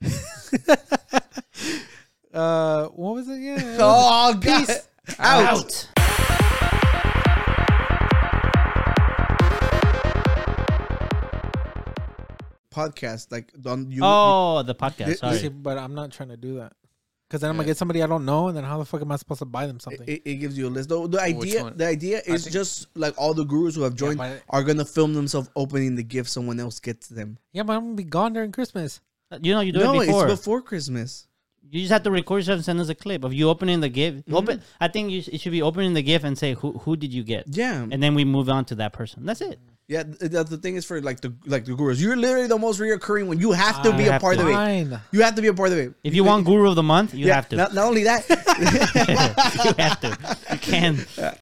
A: this
C: Over
A: camera. uh, what was it again?
C: Oh God! Out.
D: Out.
C: Podcast like on you.
D: Oh, the podcast.
C: This-
A: See,
D: Sorry.
A: but I'm not trying to do that because then I'm gonna get somebody I don't know, and then how the fuck am I supposed to buy them something?
C: It, it gives you a list. The, the idea,
H: one?
C: the idea is
H: think-
C: just like all the gurus who have joined
A: but-
C: are gonna film themselves opening the gift someone else gets them.
A: yeah, but I'm gonna be gone during Christmas.
D: You know you do
C: no,
D: it before.
C: it's before Christmas.
D: You just have to record yourself and send us a clip of you opening the gift. Open. I think you sh- it should be opening the gift and say who who did you get.
C: Yeah,
D: And then we move on to that person. That's it.
C: yeah. th- That's the thing is for like the like the gurus. You're literally the most reoccurring one. You have to
D: I
C: be a
D: have
C: part
D: to.
C: of it.
A: Fine.
C: You have to be a part of it.
D: If you want Guru of the Month, you
C: yeah,
D: have to.
C: Not, not only that,
D: you have to. You can.